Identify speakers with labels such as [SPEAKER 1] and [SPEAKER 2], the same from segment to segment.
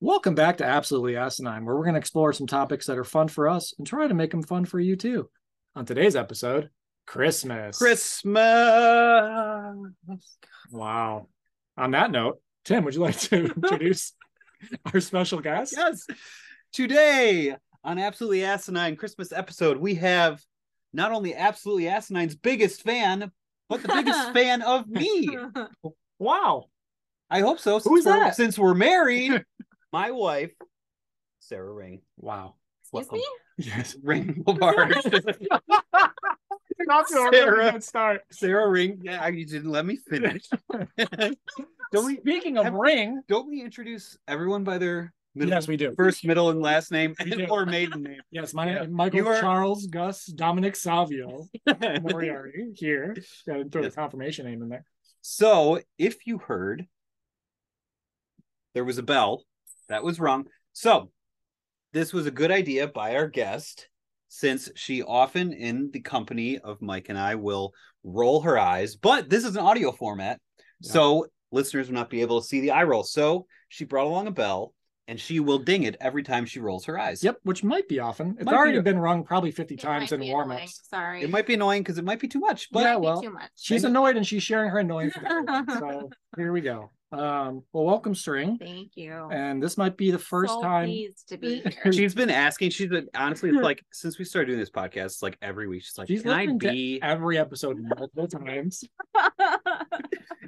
[SPEAKER 1] Welcome back to Absolutely Asinine, where we're going to explore some topics that are fun for us and try to make them fun for you too. On today's episode, Christmas.
[SPEAKER 2] Christmas.
[SPEAKER 1] Wow. On that note, Tim, would you like to introduce our special guest?
[SPEAKER 2] Yes. Today on Absolutely Asinine Christmas episode, we have not only Absolutely Asinine's biggest fan, but the biggest fan of me.
[SPEAKER 1] Wow.
[SPEAKER 2] I hope so. Since,
[SPEAKER 1] Who's
[SPEAKER 2] we're,
[SPEAKER 1] that?
[SPEAKER 2] since we're married, my wife, Sarah Ring.
[SPEAKER 1] Wow.
[SPEAKER 3] Excuse me?
[SPEAKER 1] Yes.
[SPEAKER 2] Ring Lavard. Sarah.
[SPEAKER 1] start.
[SPEAKER 2] Sarah Ring. Yeah, you didn't let me finish. don't we
[SPEAKER 1] Speaking of
[SPEAKER 2] Have-
[SPEAKER 1] ring,
[SPEAKER 2] don't we introduce everyone by their middle
[SPEAKER 1] yes, we do.
[SPEAKER 2] first, middle, and last name
[SPEAKER 1] We do.
[SPEAKER 2] or maiden name?
[SPEAKER 1] Yes, my
[SPEAKER 2] Yeah.
[SPEAKER 1] Michael
[SPEAKER 2] You are-
[SPEAKER 1] Charles Gus Dominic Savio Moriarty here. Gotta throw
[SPEAKER 2] Yes.
[SPEAKER 1] the confirmation name in there.
[SPEAKER 2] So, if you heard, there was a bell. That was wrong. So, this was a good idea by our guest, since she often in the company of Mike and I will roll her eyes, but this is an audio format.
[SPEAKER 1] Yeah.
[SPEAKER 2] So, listeners will not be able to see the eye roll. So, she brought along a bell and she will ding it every time she rolls her eyes.
[SPEAKER 1] Yep, which might be often. It's
[SPEAKER 2] Might be-
[SPEAKER 1] already been rung probably 50
[SPEAKER 3] It
[SPEAKER 1] times
[SPEAKER 3] might
[SPEAKER 1] in
[SPEAKER 3] be
[SPEAKER 1] warm
[SPEAKER 3] annoying,
[SPEAKER 1] ups.
[SPEAKER 3] Sorry.
[SPEAKER 2] It might be annoying because it might be too much, but
[SPEAKER 1] Yeah,
[SPEAKER 3] Might be
[SPEAKER 1] well,
[SPEAKER 3] too much.
[SPEAKER 1] She's annoyed and she's sharing her annoyance. with everyone. so here we go. Um, well, welcome, String.
[SPEAKER 3] Thank you.
[SPEAKER 1] And this might be the uh, first
[SPEAKER 3] So
[SPEAKER 1] time.
[SPEAKER 3] pleased to be here.
[SPEAKER 2] she's been asking. She's been honestly, it's like since we started doing this podcast, like every week, she's like,
[SPEAKER 1] She's
[SPEAKER 2] "Can I
[SPEAKER 1] listening to
[SPEAKER 2] be?"
[SPEAKER 1] Every episode, multiple times.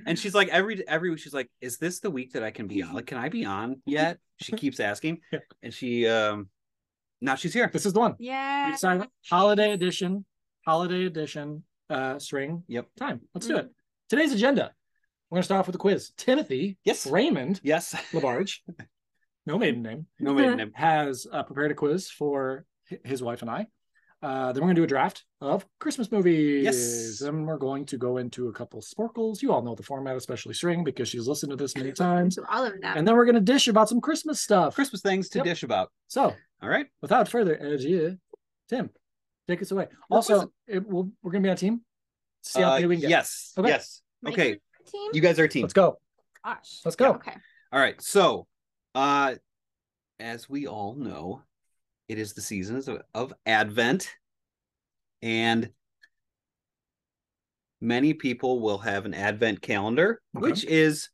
[SPEAKER 2] And she's like, every every week, she's like, "Is this the week that I can be on? Like, can I be on yet?" She keeps asking,
[SPEAKER 1] Yeah.
[SPEAKER 2] and she um, now she's here.
[SPEAKER 1] This is the one. We
[SPEAKER 3] yeah.
[SPEAKER 1] decided holiday edition, holiday edition, uh, string
[SPEAKER 2] Yep.
[SPEAKER 1] time. Let's do it.
[SPEAKER 3] Mm-hmm.
[SPEAKER 1] Today's agenda. We're going to start off with a quiz. Timothy
[SPEAKER 2] Yes.
[SPEAKER 1] Raymond
[SPEAKER 2] Yes.
[SPEAKER 1] Labarge, no maiden name,
[SPEAKER 2] No maiden name.
[SPEAKER 1] has uh, prepared a quiz for hi- his wife and I. Uh, then we're going to do a draft of Christmas movies.
[SPEAKER 2] Yes.
[SPEAKER 1] Then we're going to go into a couple sporkles. You all know the format, especially String, because she's listened to this many times.
[SPEAKER 3] So all of them.
[SPEAKER 1] And then we're going to dish about some Christmas stuff.
[SPEAKER 2] Christmas things to
[SPEAKER 1] Yep.
[SPEAKER 2] dish about.
[SPEAKER 1] So,
[SPEAKER 2] All right.
[SPEAKER 1] without further ado, Tim, take us away. Also, it will, we're going to be on team. See how
[SPEAKER 2] Uh,
[SPEAKER 1] many we can get.
[SPEAKER 2] yes.
[SPEAKER 1] Okay.
[SPEAKER 2] Yes.
[SPEAKER 3] Make
[SPEAKER 2] okay.
[SPEAKER 3] it a Team?
[SPEAKER 2] You guys are a team.
[SPEAKER 1] Let's go.
[SPEAKER 3] Gosh.
[SPEAKER 1] Let's go.
[SPEAKER 3] Okay.
[SPEAKER 2] All right. So, uh, as we all know, it is the season of, of Advent, and many people will have an Advent calendar,
[SPEAKER 1] Okay.
[SPEAKER 2] which is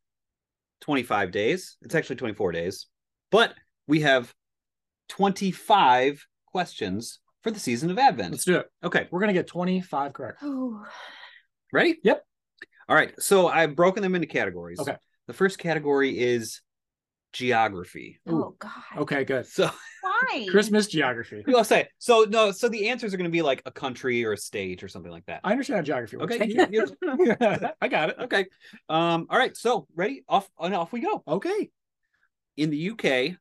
[SPEAKER 2] 25 days. It's actually 24 days, but we have 25 questions for the season of Advent.
[SPEAKER 1] Let's do it.
[SPEAKER 2] Okay.
[SPEAKER 1] We're going to get 25 correct.
[SPEAKER 3] Ooh.
[SPEAKER 2] Ready?
[SPEAKER 1] Yep.
[SPEAKER 2] All right. So, I've broken them into categories.
[SPEAKER 1] Okay.
[SPEAKER 2] The first category is geography.
[SPEAKER 3] Oh God.
[SPEAKER 1] Okay, good.
[SPEAKER 2] So,
[SPEAKER 3] Why?
[SPEAKER 1] Christmas geography.
[SPEAKER 2] You all say so. No, so the answers are going to be like a country or a state or something like that.
[SPEAKER 1] I understand how geography works.
[SPEAKER 2] Okay,
[SPEAKER 1] Thank
[SPEAKER 2] you-
[SPEAKER 1] you.
[SPEAKER 2] you-
[SPEAKER 1] I got it.
[SPEAKER 2] okay. Um. All right. So ready? Off and off we go.
[SPEAKER 1] Okay.
[SPEAKER 2] In the UK,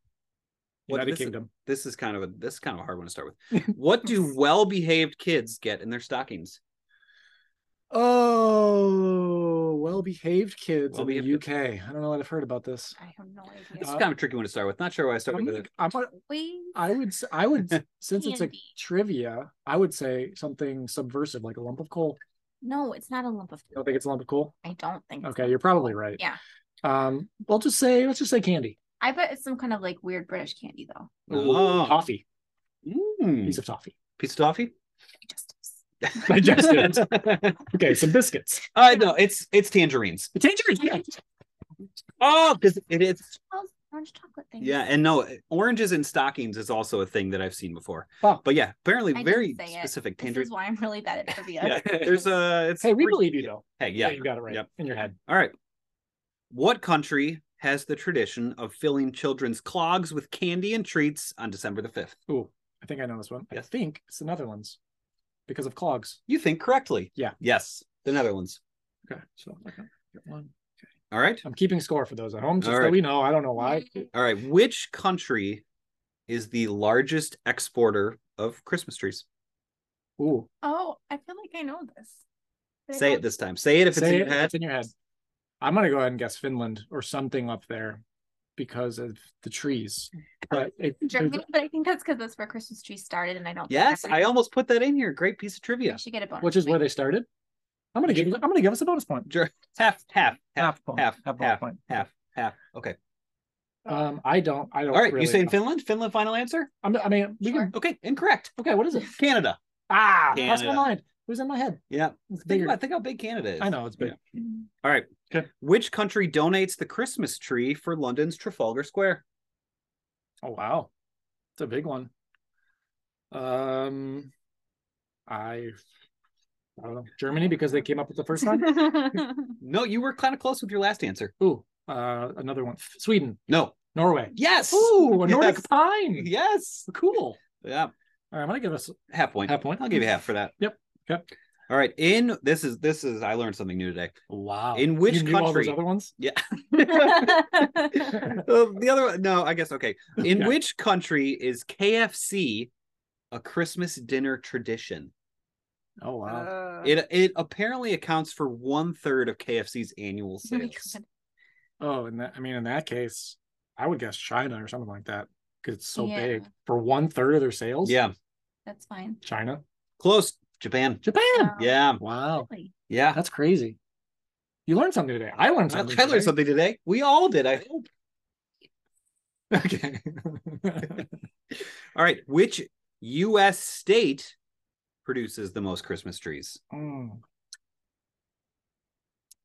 [SPEAKER 2] What
[SPEAKER 1] United
[SPEAKER 2] this is-
[SPEAKER 1] Kingdom.
[SPEAKER 2] this is kind of a this is kind of a hard one to start with. What do well-behaved kids get in their stockings?
[SPEAKER 1] Oh, well-behaved kids in the
[SPEAKER 2] Well-behaved
[SPEAKER 1] UK. I don't know that I've heard about this.
[SPEAKER 3] I have no
[SPEAKER 2] This
[SPEAKER 3] idea.
[SPEAKER 2] is
[SPEAKER 1] Uh,
[SPEAKER 2] kind of a tricky one to start with. Not sure why I started
[SPEAKER 1] I'm
[SPEAKER 2] with
[SPEAKER 1] gonna-
[SPEAKER 2] it.
[SPEAKER 1] I'm gonna-
[SPEAKER 3] Wait.
[SPEAKER 1] I would. s- I would. s- Since it's a
[SPEAKER 3] Candy.
[SPEAKER 1] trivia, I would say something subversive, like a lump of coal.
[SPEAKER 3] No, it's not a lump of.
[SPEAKER 1] You don't think it's a lump of coal?
[SPEAKER 3] I don't think. it's
[SPEAKER 1] Okay,
[SPEAKER 3] lump
[SPEAKER 1] you're
[SPEAKER 3] of coal.
[SPEAKER 1] probably right.
[SPEAKER 3] Yeah.
[SPEAKER 1] Um. We'll just say. Let's just say candy.
[SPEAKER 3] I bet it's some kind of like weird British candy though.
[SPEAKER 2] Oh,
[SPEAKER 1] Toffee.
[SPEAKER 2] mm,
[SPEAKER 1] Piece of toffee.
[SPEAKER 2] piece of toffee.
[SPEAKER 3] Digestives.
[SPEAKER 1] Digested. okay. Some biscuits.
[SPEAKER 2] I know it's it's tangerines.
[SPEAKER 1] The tangerines. yeah.
[SPEAKER 2] Oh, because it is.
[SPEAKER 3] Oh, Orange chocolate thing.
[SPEAKER 2] Yeah, and no, oranges in stockings is also a thing that I've seen before.
[SPEAKER 1] Oh.
[SPEAKER 2] But yeah, apparently
[SPEAKER 3] I didn't
[SPEAKER 2] very
[SPEAKER 3] say it.
[SPEAKER 2] specific.
[SPEAKER 3] This
[SPEAKER 2] Tangerines.
[SPEAKER 3] is why I'm really bad at trivia.
[SPEAKER 2] yeah, there's a. It's
[SPEAKER 1] Hey, we
[SPEAKER 2] pretty-
[SPEAKER 1] believe you though.
[SPEAKER 2] Hey, yeah.
[SPEAKER 1] you got it right
[SPEAKER 2] Yep.
[SPEAKER 1] in your head.
[SPEAKER 2] All right. What country has the tradition of filling children's clogs with candy and treats on December the fifth?
[SPEAKER 1] Ooh, I think I know this one. I
[SPEAKER 2] Yes.
[SPEAKER 1] think it's the Netherlands because of clogs.
[SPEAKER 2] You think correctly.
[SPEAKER 1] Yeah.
[SPEAKER 2] Yes, the Netherlands.
[SPEAKER 1] Okay, so okay, get one.
[SPEAKER 2] All right.
[SPEAKER 1] I'm keeping score for those at home, just
[SPEAKER 2] All
[SPEAKER 1] so
[SPEAKER 2] right.
[SPEAKER 1] we know. I don't know why.
[SPEAKER 2] All right. Which country is the largest exporter of Christmas trees?
[SPEAKER 1] Ooh,
[SPEAKER 3] Oh, I feel like I know this. But I
[SPEAKER 2] Say
[SPEAKER 3] don't-
[SPEAKER 2] it this time. Say it if it's
[SPEAKER 1] say
[SPEAKER 2] in
[SPEAKER 1] it,
[SPEAKER 2] your head.
[SPEAKER 1] it's in your head. I'm gonna go ahead and guess Finland or something up there because of the trees. But it,
[SPEAKER 3] Germany, but I think that's because that's where Christmas trees started, and I don't. think
[SPEAKER 2] Yes,
[SPEAKER 3] that's-
[SPEAKER 2] I almost put that in here. Great piece of
[SPEAKER 3] I
[SPEAKER 2] trivia.
[SPEAKER 3] should get a bonus.
[SPEAKER 1] which is where
[SPEAKER 3] point.
[SPEAKER 1] they started. I'm gonna give. I'm gonna give us a bonus point.
[SPEAKER 2] Ger- Half, half, half,
[SPEAKER 1] point.
[SPEAKER 2] half,
[SPEAKER 1] bonus
[SPEAKER 2] half.
[SPEAKER 1] point.
[SPEAKER 2] half, half. Okay.
[SPEAKER 1] Um, I don't. I don't.
[SPEAKER 2] All right,
[SPEAKER 1] really
[SPEAKER 2] you saying
[SPEAKER 1] know.
[SPEAKER 2] Finland? Finland final answer?
[SPEAKER 1] I'm, I mean, we
[SPEAKER 3] Sure.
[SPEAKER 1] can.
[SPEAKER 2] Okay, incorrect.
[SPEAKER 1] Okay, what is it?
[SPEAKER 2] Canada.
[SPEAKER 1] Ah, that's my
[SPEAKER 2] Canada.
[SPEAKER 1] mind. It was in my head.
[SPEAKER 2] Yeah.
[SPEAKER 1] It's
[SPEAKER 2] Think,
[SPEAKER 1] bigger.
[SPEAKER 2] about, think how big Canada is.
[SPEAKER 1] I know it's big.
[SPEAKER 2] Yeah. All right.
[SPEAKER 1] Okay.
[SPEAKER 2] Which country donates the Christmas tree for London's Trafalgar Square?
[SPEAKER 1] Oh wow, it's a big one. Um, I, I don't know Germany because they came up with the first time.
[SPEAKER 2] No, you were kind of close with your last answer.
[SPEAKER 1] Ooh, uh, another one. Sweden,
[SPEAKER 2] No.
[SPEAKER 1] Norway.
[SPEAKER 2] Yes.
[SPEAKER 1] Ooh, a Nordic
[SPEAKER 2] Yes.
[SPEAKER 1] pine.
[SPEAKER 2] Yes.
[SPEAKER 1] Cool.
[SPEAKER 2] Yeah.
[SPEAKER 1] All right, I'm gonna give us
[SPEAKER 2] Half point.
[SPEAKER 1] half point.
[SPEAKER 2] I'll give you half for that.
[SPEAKER 1] Yep. Yep.
[SPEAKER 2] All right. In this is this is I learned something new today.
[SPEAKER 1] Wow.
[SPEAKER 2] In which
[SPEAKER 1] You knew all those
[SPEAKER 2] country?
[SPEAKER 1] other ones?
[SPEAKER 2] Uh, the other one, no, I guess okay. In
[SPEAKER 1] Okay.
[SPEAKER 2] which country is KFC a Christmas dinner tradition?
[SPEAKER 1] Oh wow.
[SPEAKER 3] Uh,
[SPEAKER 2] It it apparently accounts for one third of KFC's annual
[SPEAKER 3] oh my
[SPEAKER 2] sales.
[SPEAKER 3] God.
[SPEAKER 1] Oh, and that, I mean, in that case, I would guess China or something like that because it's so
[SPEAKER 3] Yeah.
[SPEAKER 1] big for one third of their sales.
[SPEAKER 2] Yeah,
[SPEAKER 3] That's fine.
[SPEAKER 1] China,
[SPEAKER 2] close Japan.
[SPEAKER 1] Japan.
[SPEAKER 3] Wow.
[SPEAKER 2] Yeah,
[SPEAKER 1] Wow,
[SPEAKER 3] Really?
[SPEAKER 2] yeah.
[SPEAKER 1] that's crazy. You learned something today. I learned
[SPEAKER 2] I
[SPEAKER 1] something.
[SPEAKER 2] learned
[SPEAKER 1] today.
[SPEAKER 2] something today. We all did. I hope.
[SPEAKER 1] Okay.
[SPEAKER 2] All right. Which U.S. state produces the most Christmas trees?
[SPEAKER 1] Mm.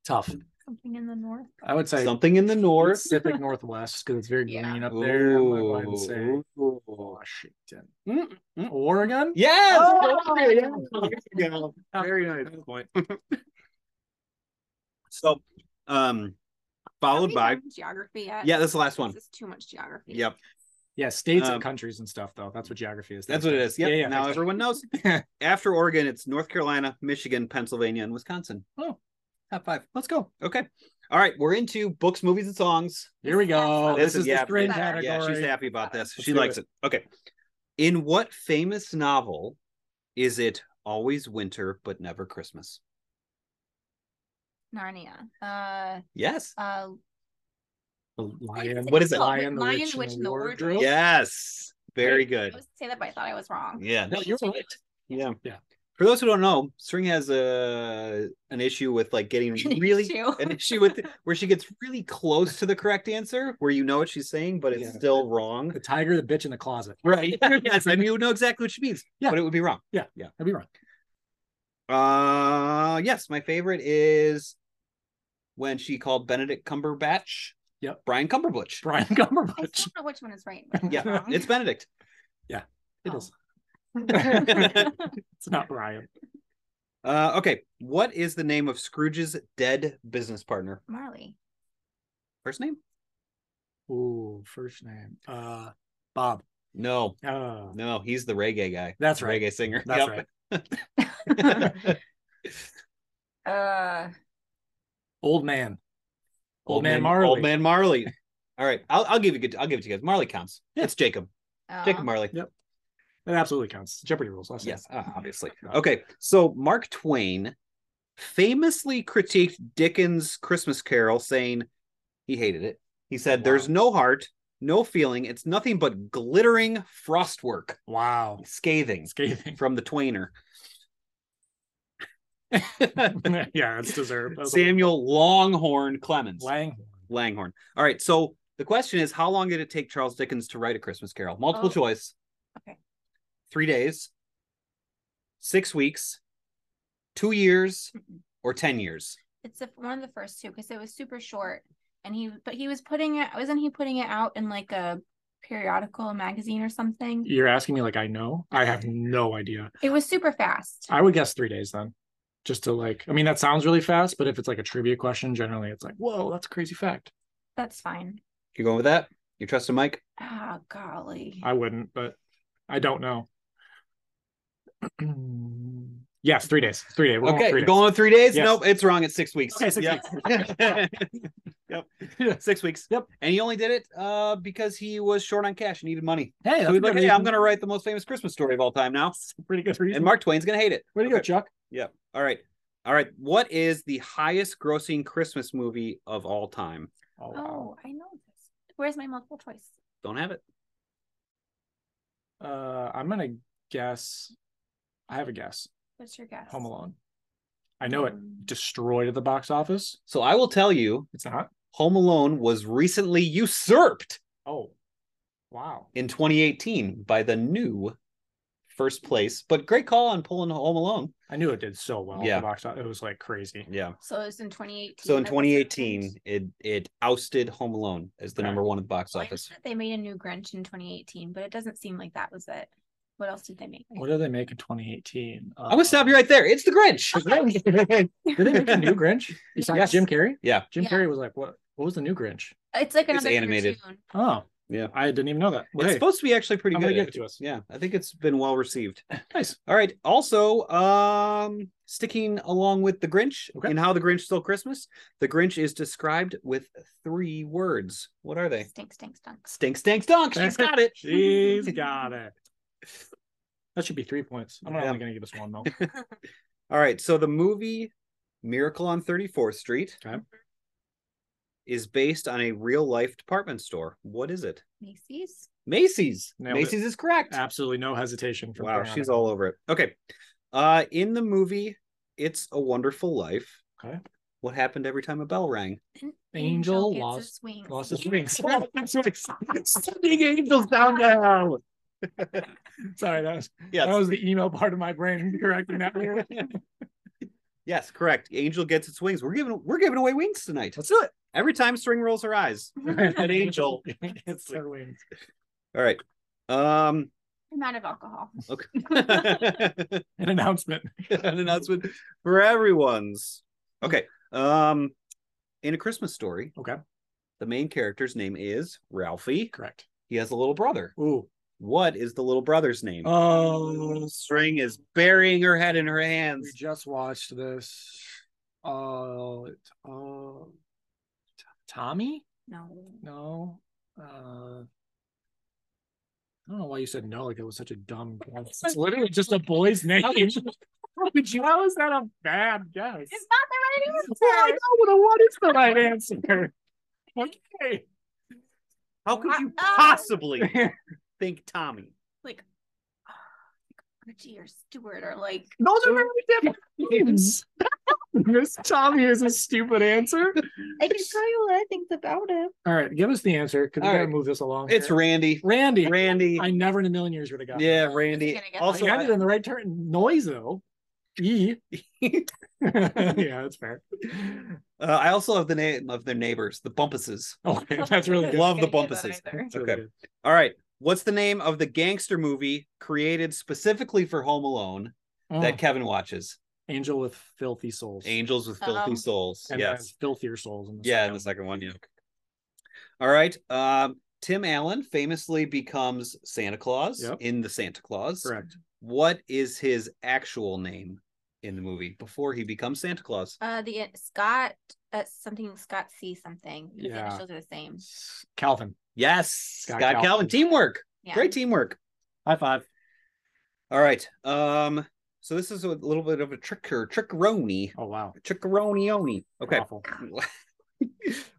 [SPEAKER 1] Tough.
[SPEAKER 3] Something in the north.
[SPEAKER 1] I would say
[SPEAKER 2] Something in the north.
[SPEAKER 1] Pacific Northwest because it's very
[SPEAKER 3] Yeah.
[SPEAKER 1] green up there. I'm gonna go ahead and say
[SPEAKER 2] Ooh.
[SPEAKER 1] Washington,
[SPEAKER 2] Mm, mm.
[SPEAKER 1] Oregon.
[SPEAKER 2] Yes.
[SPEAKER 1] Oh,
[SPEAKER 2] Okay, yeah.
[SPEAKER 1] yeah.
[SPEAKER 2] There you go.
[SPEAKER 1] Very nice point.
[SPEAKER 2] So, um,
[SPEAKER 3] Have
[SPEAKER 2] followed
[SPEAKER 3] we
[SPEAKER 2] by
[SPEAKER 3] done geography yet?
[SPEAKER 2] yeah, that's the last
[SPEAKER 3] This
[SPEAKER 2] one.
[SPEAKER 3] is too much geography.
[SPEAKER 2] Yep,
[SPEAKER 1] Yeah, states
[SPEAKER 2] Um,
[SPEAKER 1] and countries and stuff though. That's what geography is.
[SPEAKER 2] that's what it is. Yep.
[SPEAKER 1] Yeah, yeah.
[SPEAKER 2] now
[SPEAKER 1] thanks.
[SPEAKER 2] everyone knows. After Oregon, it's North Carolina, Michigan, Pennsylvania, and Wisconsin.
[SPEAKER 1] Oh.
[SPEAKER 2] top five.
[SPEAKER 1] Let's go.
[SPEAKER 2] Okay. All right, we're into books, movies, and songs.
[SPEAKER 1] Here we go. Oh,
[SPEAKER 2] This
[SPEAKER 1] This,
[SPEAKER 2] is-
[SPEAKER 1] is
[SPEAKER 2] yeah,
[SPEAKER 1] the strange
[SPEAKER 3] yeah,
[SPEAKER 1] category.
[SPEAKER 2] Yeah, she's happy about this.
[SPEAKER 1] Let's
[SPEAKER 2] she
[SPEAKER 1] do
[SPEAKER 2] likes it. Okay. In what famous novel is it always winter but never Christmas?
[SPEAKER 3] Narnia. Uh,
[SPEAKER 2] Yes.
[SPEAKER 3] uh,
[SPEAKER 1] The lion.
[SPEAKER 2] What is it?
[SPEAKER 1] Lion, the
[SPEAKER 3] Lion,
[SPEAKER 1] witch,
[SPEAKER 3] Witch,
[SPEAKER 1] and the wardrobe.
[SPEAKER 2] Yes. Very
[SPEAKER 3] I
[SPEAKER 2] good.
[SPEAKER 3] was say that, but I thought I was wrong.
[SPEAKER 2] Yeah.
[SPEAKER 1] No, you're right.
[SPEAKER 2] Yeah.
[SPEAKER 1] Yeah.
[SPEAKER 2] For those who don't know, String has a an issue with like getting really
[SPEAKER 3] Too.
[SPEAKER 2] an issue with where she gets really close to the correct answer, where you know what she's saying, but it's
[SPEAKER 1] Yeah.
[SPEAKER 2] still wrong.
[SPEAKER 1] The tiger, the bitch in the closet.
[SPEAKER 2] Right. yes. I mean, you would know exactly what she means,
[SPEAKER 1] Yeah.
[SPEAKER 2] but it would be wrong.
[SPEAKER 1] I'd be wrong.
[SPEAKER 2] Uh, yes. My favorite is when she called Benedict Cumberbatch.
[SPEAKER 1] Yep.
[SPEAKER 2] Brian Cumberbatch.
[SPEAKER 1] Brian
[SPEAKER 3] I
[SPEAKER 1] Cumberbatch.
[SPEAKER 3] still don't know which one is right. and which
[SPEAKER 2] Yeah. It's Benedict.
[SPEAKER 1] It
[SPEAKER 3] Oh.
[SPEAKER 1] is.
[SPEAKER 3] is wrong.
[SPEAKER 1] It's not Brian.
[SPEAKER 2] Uh, okay. What is the name of Scrooge's dead business partner?
[SPEAKER 3] Marley.
[SPEAKER 2] First name?
[SPEAKER 1] Ooh, first name. Uh, Bob.
[SPEAKER 2] No.
[SPEAKER 1] Uh,
[SPEAKER 2] No, he's the reggae guy.
[SPEAKER 1] that's right.
[SPEAKER 2] Reggae singer.
[SPEAKER 1] That's
[SPEAKER 2] Yep.
[SPEAKER 1] right.
[SPEAKER 3] Uh,
[SPEAKER 1] Old man. Old, man, Marley.
[SPEAKER 2] Old man Marley. All right. I'll, I'll give you good. I'll give it to you guys. Marley counts.
[SPEAKER 1] Yeah. Uh,
[SPEAKER 2] It's Jacob.
[SPEAKER 3] oh,
[SPEAKER 2] Jacob Marley.
[SPEAKER 1] That absolutely counts. Jeopardy rules. Last
[SPEAKER 2] Yes, uh, obviously. Okay. So Mark Twain famously critiqued Dickens' Christmas Carol, saying he hated it. He said,
[SPEAKER 1] Wow.
[SPEAKER 2] There's no heart, no feeling. It's nothing but glittering frostwork.
[SPEAKER 1] Wow.
[SPEAKER 2] Scathing
[SPEAKER 1] Scathing.
[SPEAKER 2] from the Twainer.
[SPEAKER 1] yeah, it's deserved. That's a
[SPEAKER 2] Samuel Longhorn Clemens.
[SPEAKER 1] Langhorn.
[SPEAKER 2] Langhorn. All right. So the question is how long did it take Charles Dickens to write A Christmas Carol? Multiple
[SPEAKER 3] Oh.
[SPEAKER 2] choice.
[SPEAKER 3] Okay.
[SPEAKER 2] Three days, six weeks, two years,
[SPEAKER 3] Mm-mm.
[SPEAKER 2] or 10 years?
[SPEAKER 3] It's the, one of the first two because it was super short, and he but he was putting it. Wasn't he putting it out in like a periodical, a magazine, or something?
[SPEAKER 1] You're asking me like I know. I have no idea.
[SPEAKER 3] It was super fast.
[SPEAKER 1] I would guess three days then. Just to like, I mean, that sounds really fast, but if it's like a trivia question, generally it's like, whoa, that's a crazy fact.
[SPEAKER 3] That's fine.
[SPEAKER 2] You going with that? You trusting Mike?
[SPEAKER 3] Ah, golly.
[SPEAKER 1] I wouldn't, but I don't know. yes, three days. Three days. We're going
[SPEAKER 2] okay.
[SPEAKER 1] three
[SPEAKER 2] You're
[SPEAKER 1] days.
[SPEAKER 2] going with three days?
[SPEAKER 1] Yes.
[SPEAKER 2] Nope. It's wrong. It's six weeks.
[SPEAKER 1] Okay, six
[SPEAKER 2] Yep. yep. Six weeks.
[SPEAKER 1] Yep.
[SPEAKER 2] And he only did it uh, because he was short on cash and needed money.
[SPEAKER 1] Hey, that's
[SPEAKER 2] so he's
[SPEAKER 1] a good
[SPEAKER 2] like, hey, I'm
[SPEAKER 1] reason.
[SPEAKER 2] going to write the most famous Christmas story of all time now.
[SPEAKER 1] That's a pretty good reason.
[SPEAKER 2] And Mark Twain's going to hate it.
[SPEAKER 1] Way to go,
[SPEAKER 2] Okay.
[SPEAKER 1] Chuck.
[SPEAKER 2] All right. All right. What is the highest grossing Christmas movie of all time?
[SPEAKER 1] Oh,
[SPEAKER 3] Oh, I know this. Where's my multiple choice?
[SPEAKER 2] Don't have it.
[SPEAKER 1] wow. Uh, I'm gonna guess. I have a guess.
[SPEAKER 3] What's your guess? Um,
[SPEAKER 1] Home Alone. I know it destroyed at the box office.
[SPEAKER 2] So I will tell you
[SPEAKER 1] It's not.
[SPEAKER 2] Home Alone was recently usurped
[SPEAKER 1] Oh, wow.
[SPEAKER 2] in 2018 by the new first place. But great call on pulling Home Alone.
[SPEAKER 1] I knew it did so well. at the
[SPEAKER 2] Yeah.
[SPEAKER 1] box office. it was like crazy.
[SPEAKER 2] Yeah.
[SPEAKER 3] So it's in 2018.
[SPEAKER 2] So in
[SPEAKER 3] that's what happened.
[SPEAKER 2] 2018, it it ousted Home Alone as the
[SPEAKER 1] Okay.
[SPEAKER 2] number one at the box
[SPEAKER 3] Well, I just
[SPEAKER 2] office.
[SPEAKER 3] thought they made a new Grinch in 2018, but it doesn't seem like that was it. What else did they make?
[SPEAKER 1] What did they make in 2018? Uh,
[SPEAKER 2] I'm gonna stop you right there. It's the Grinch.
[SPEAKER 1] Did they make a new Grinch besides
[SPEAKER 2] Yes.
[SPEAKER 1] Jim Carrey?
[SPEAKER 2] Yeah.
[SPEAKER 1] Jim
[SPEAKER 3] Yeah.
[SPEAKER 1] Carrey was like, what? What was the new Grinch?
[SPEAKER 3] It's like
[SPEAKER 2] It's
[SPEAKER 3] another
[SPEAKER 2] animated.
[SPEAKER 3] cartoon.
[SPEAKER 1] Oh,
[SPEAKER 2] Yeah.
[SPEAKER 1] I didn't even know that. Well,
[SPEAKER 2] It's
[SPEAKER 1] hey,
[SPEAKER 2] supposed to be actually pretty
[SPEAKER 1] I'm
[SPEAKER 2] good.
[SPEAKER 1] gonna give it to us.
[SPEAKER 2] Yeah, I think it's been well received.
[SPEAKER 1] Nice.
[SPEAKER 2] All right. Also, um, sticking along with the Grinch
[SPEAKER 1] Okay.
[SPEAKER 2] and how the Grinch stole Christmas, the Grinch is described with three words. What are they?
[SPEAKER 3] Stink, stink, stunk.
[SPEAKER 2] Stink, stink, dunk. She's got it.
[SPEAKER 1] She's got it. That should be three points. I'm not
[SPEAKER 2] Yeah.
[SPEAKER 1] only gonna give us one though.
[SPEAKER 2] All right. So the movie Miracle on 34th Street
[SPEAKER 1] Okay.
[SPEAKER 2] is based on a real life department store. What is it?
[SPEAKER 3] Macy's.
[SPEAKER 2] Macy's.
[SPEAKER 1] Nailed it.
[SPEAKER 2] Macy's is correct.
[SPEAKER 1] Absolutely no hesitation from
[SPEAKER 2] Wow.
[SPEAKER 1] Brianna.
[SPEAKER 2] She's all over it. Okay. Uh, in the movie It's a Wonderful Life,
[SPEAKER 1] Okay.
[SPEAKER 2] what happened every time a bell rang?
[SPEAKER 3] An
[SPEAKER 1] Angel
[SPEAKER 3] gets
[SPEAKER 1] lost-
[SPEAKER 3] his wings.
[SPEAKER 1] Lost his wings. Sending angels down to hell. Sorry, that was that
[SPEAKER 2] Yes.
[SPEAKER 1] was the email part of my brain correcting that.
[SPEAKER 2] yes, correct. Angel gets its wings. We're giving we're giving away wings tonight.
[SPEAKER 1] Let's do it.
[SPEAKER 2] Every time String rolls her eyes.
[SPEAKER 3] Mm-hmm.
[SPEAKER 2] An angel.
[SPEAKER 1] It's their wings.
[SPEAKER 2] All right. Um
[SPEAKER 3] I'm out of alcohol.
[SPEAKER 2] okay.
[SPEAKER 1] An announcement.
[SPEAKER 2] an announcement for everyone's. Okay. Um in a Christmas story.
[SPEAKER 1] Okay.
[SPEAKER 2] The main character's name is Ralphie.
[SPEAKER 1] Correct.
[SPEAKER 2] He has a little brother.
[SPEAKER 1] Ooh.
[SPEAKER 2] What is the little brother's name?
[SPEAKER 1] Oh,
[SPEAKER 2] String is burying her head in her
[SPEAKER 1] we
[SPEAKER 2] hands.
[SPEAKER 1] just watched this. Oh, it- oh, T- Tommy?
[SPEAKER 3] No.
[SPEAKER 1] No. Uh, I don't know why you said no. Like it was such a dumb guess. It's literally just a boy's name. How would you- how is that a bad guess?
[SPEAKER 3] It's not the
[SPEAKER 1] Well,
[SPEAKER 3] right
[SPEAKER 1] I
[SPEAKER 3] answer.
[SPEAKER 1] know what, what is the right answer. Okay.
[SPEAKER 2] How could you
[SPEAKER 3] Ah.
[SPEAKER 2] possibly think Tommy?
[SPEAKER 3] Like, Richie or Stewart or like.
[SPEAKER 1] Those are very different names. Miss Tommy is a stupid answer.
[SPEAKER 3] I can tell you what I think about it.
[SPEAKER 1] All right, give us the answer because we
[SPEAKER 2] All
[SPEAKER 1] gotta
[SPEAKER 2] right.
[SPEAKER 1] move this along.
[SPEAKER 2] It's
[SPEAKER 1] here.
[SPEAKER 2] Randy.
[SPEAKER 1] Randy.
[SPEAKER 2] Randy.
[SPEAKER 1] I never in a million years would have gotten.
[SPEAKER 2] Yeah,
[SPEAKER 3] Just
[SPEAKER 2] Randy.
[SPEAKER 3] gonna guess
[SPEAKER 1] So
[SPEAKER 2] Also,
[SPEAKER 1] I did
[SPEAKER 2] I,
[SPEAKER 1] in the right turn. Noise though. E. yeah, that's fair.
[SPEAKER 2] uh, I also have the name of their neighbors, the Bumpuses.
[SPEAKER 1] Okay, that's really good.
[SPEAKER 2] Love the Bumpuses.
[SPEAKER 3] bumpuses.
[SPEAKER 1] That's really
[SPEAKER 2] Okay.
[SPEAKER 1] good.
[SPEAKER 2] All right. What's the name of the gangster movie created specifically for Home Alone that
[SPEAKER 1] Mm.
[SPEAKER 2] Kevin watches?
[SPEAKER 1] Angel with filthy souls.
[SPEAKER 2] Angels with Filthy
[SPEAKER 3] Um,
[SPEAKER 2] Souls.
[SPEAKER 1] And then
[SPEAKER 2] yes.
[SPEAKER 1] filthier souls. In the
[SPEAKER 2] Yeah,
[SPEAKER 1] second
[SPEAKER 2] and the second one. Yeah. All right. Um, Tim Allen famously becomes Santa Claus
[SPEAKER 1] Yep.
[SPEAKER 2] in the Santa Claus.
[SPEAKER 1] one. Correct.
[SPEAKER 2] What is his actual name in the movie before he becomes Santa Claus?
[SPEAKER 3] Uh, the Scott, uh, something Scott C something. His
[SPEAKER 1] Yeah.
[SPEAKER 3] initials are the same.
[SPEAKER 1] Calvin.
[SPEAKER 2] Yes,
[SPEAKER 1] Scott
[SPEAKER 2] Scott, Calvin.
[SPEAKER 1] Calvin.
[SPEAKER 2] Teamwork.
[SPEAKER 3] Yeah.
[SPEAKER 2] Great teamwork.
[SPEAKER 1] High five.
[SPEAKER 2] All right. Um, so this is a little bit of a trick or trickeroni.
[SPEAKER 1] Oh wow.
[SPEAKER 2] Trickeroni oni. Okay.
[SPEAKER 1] Awful.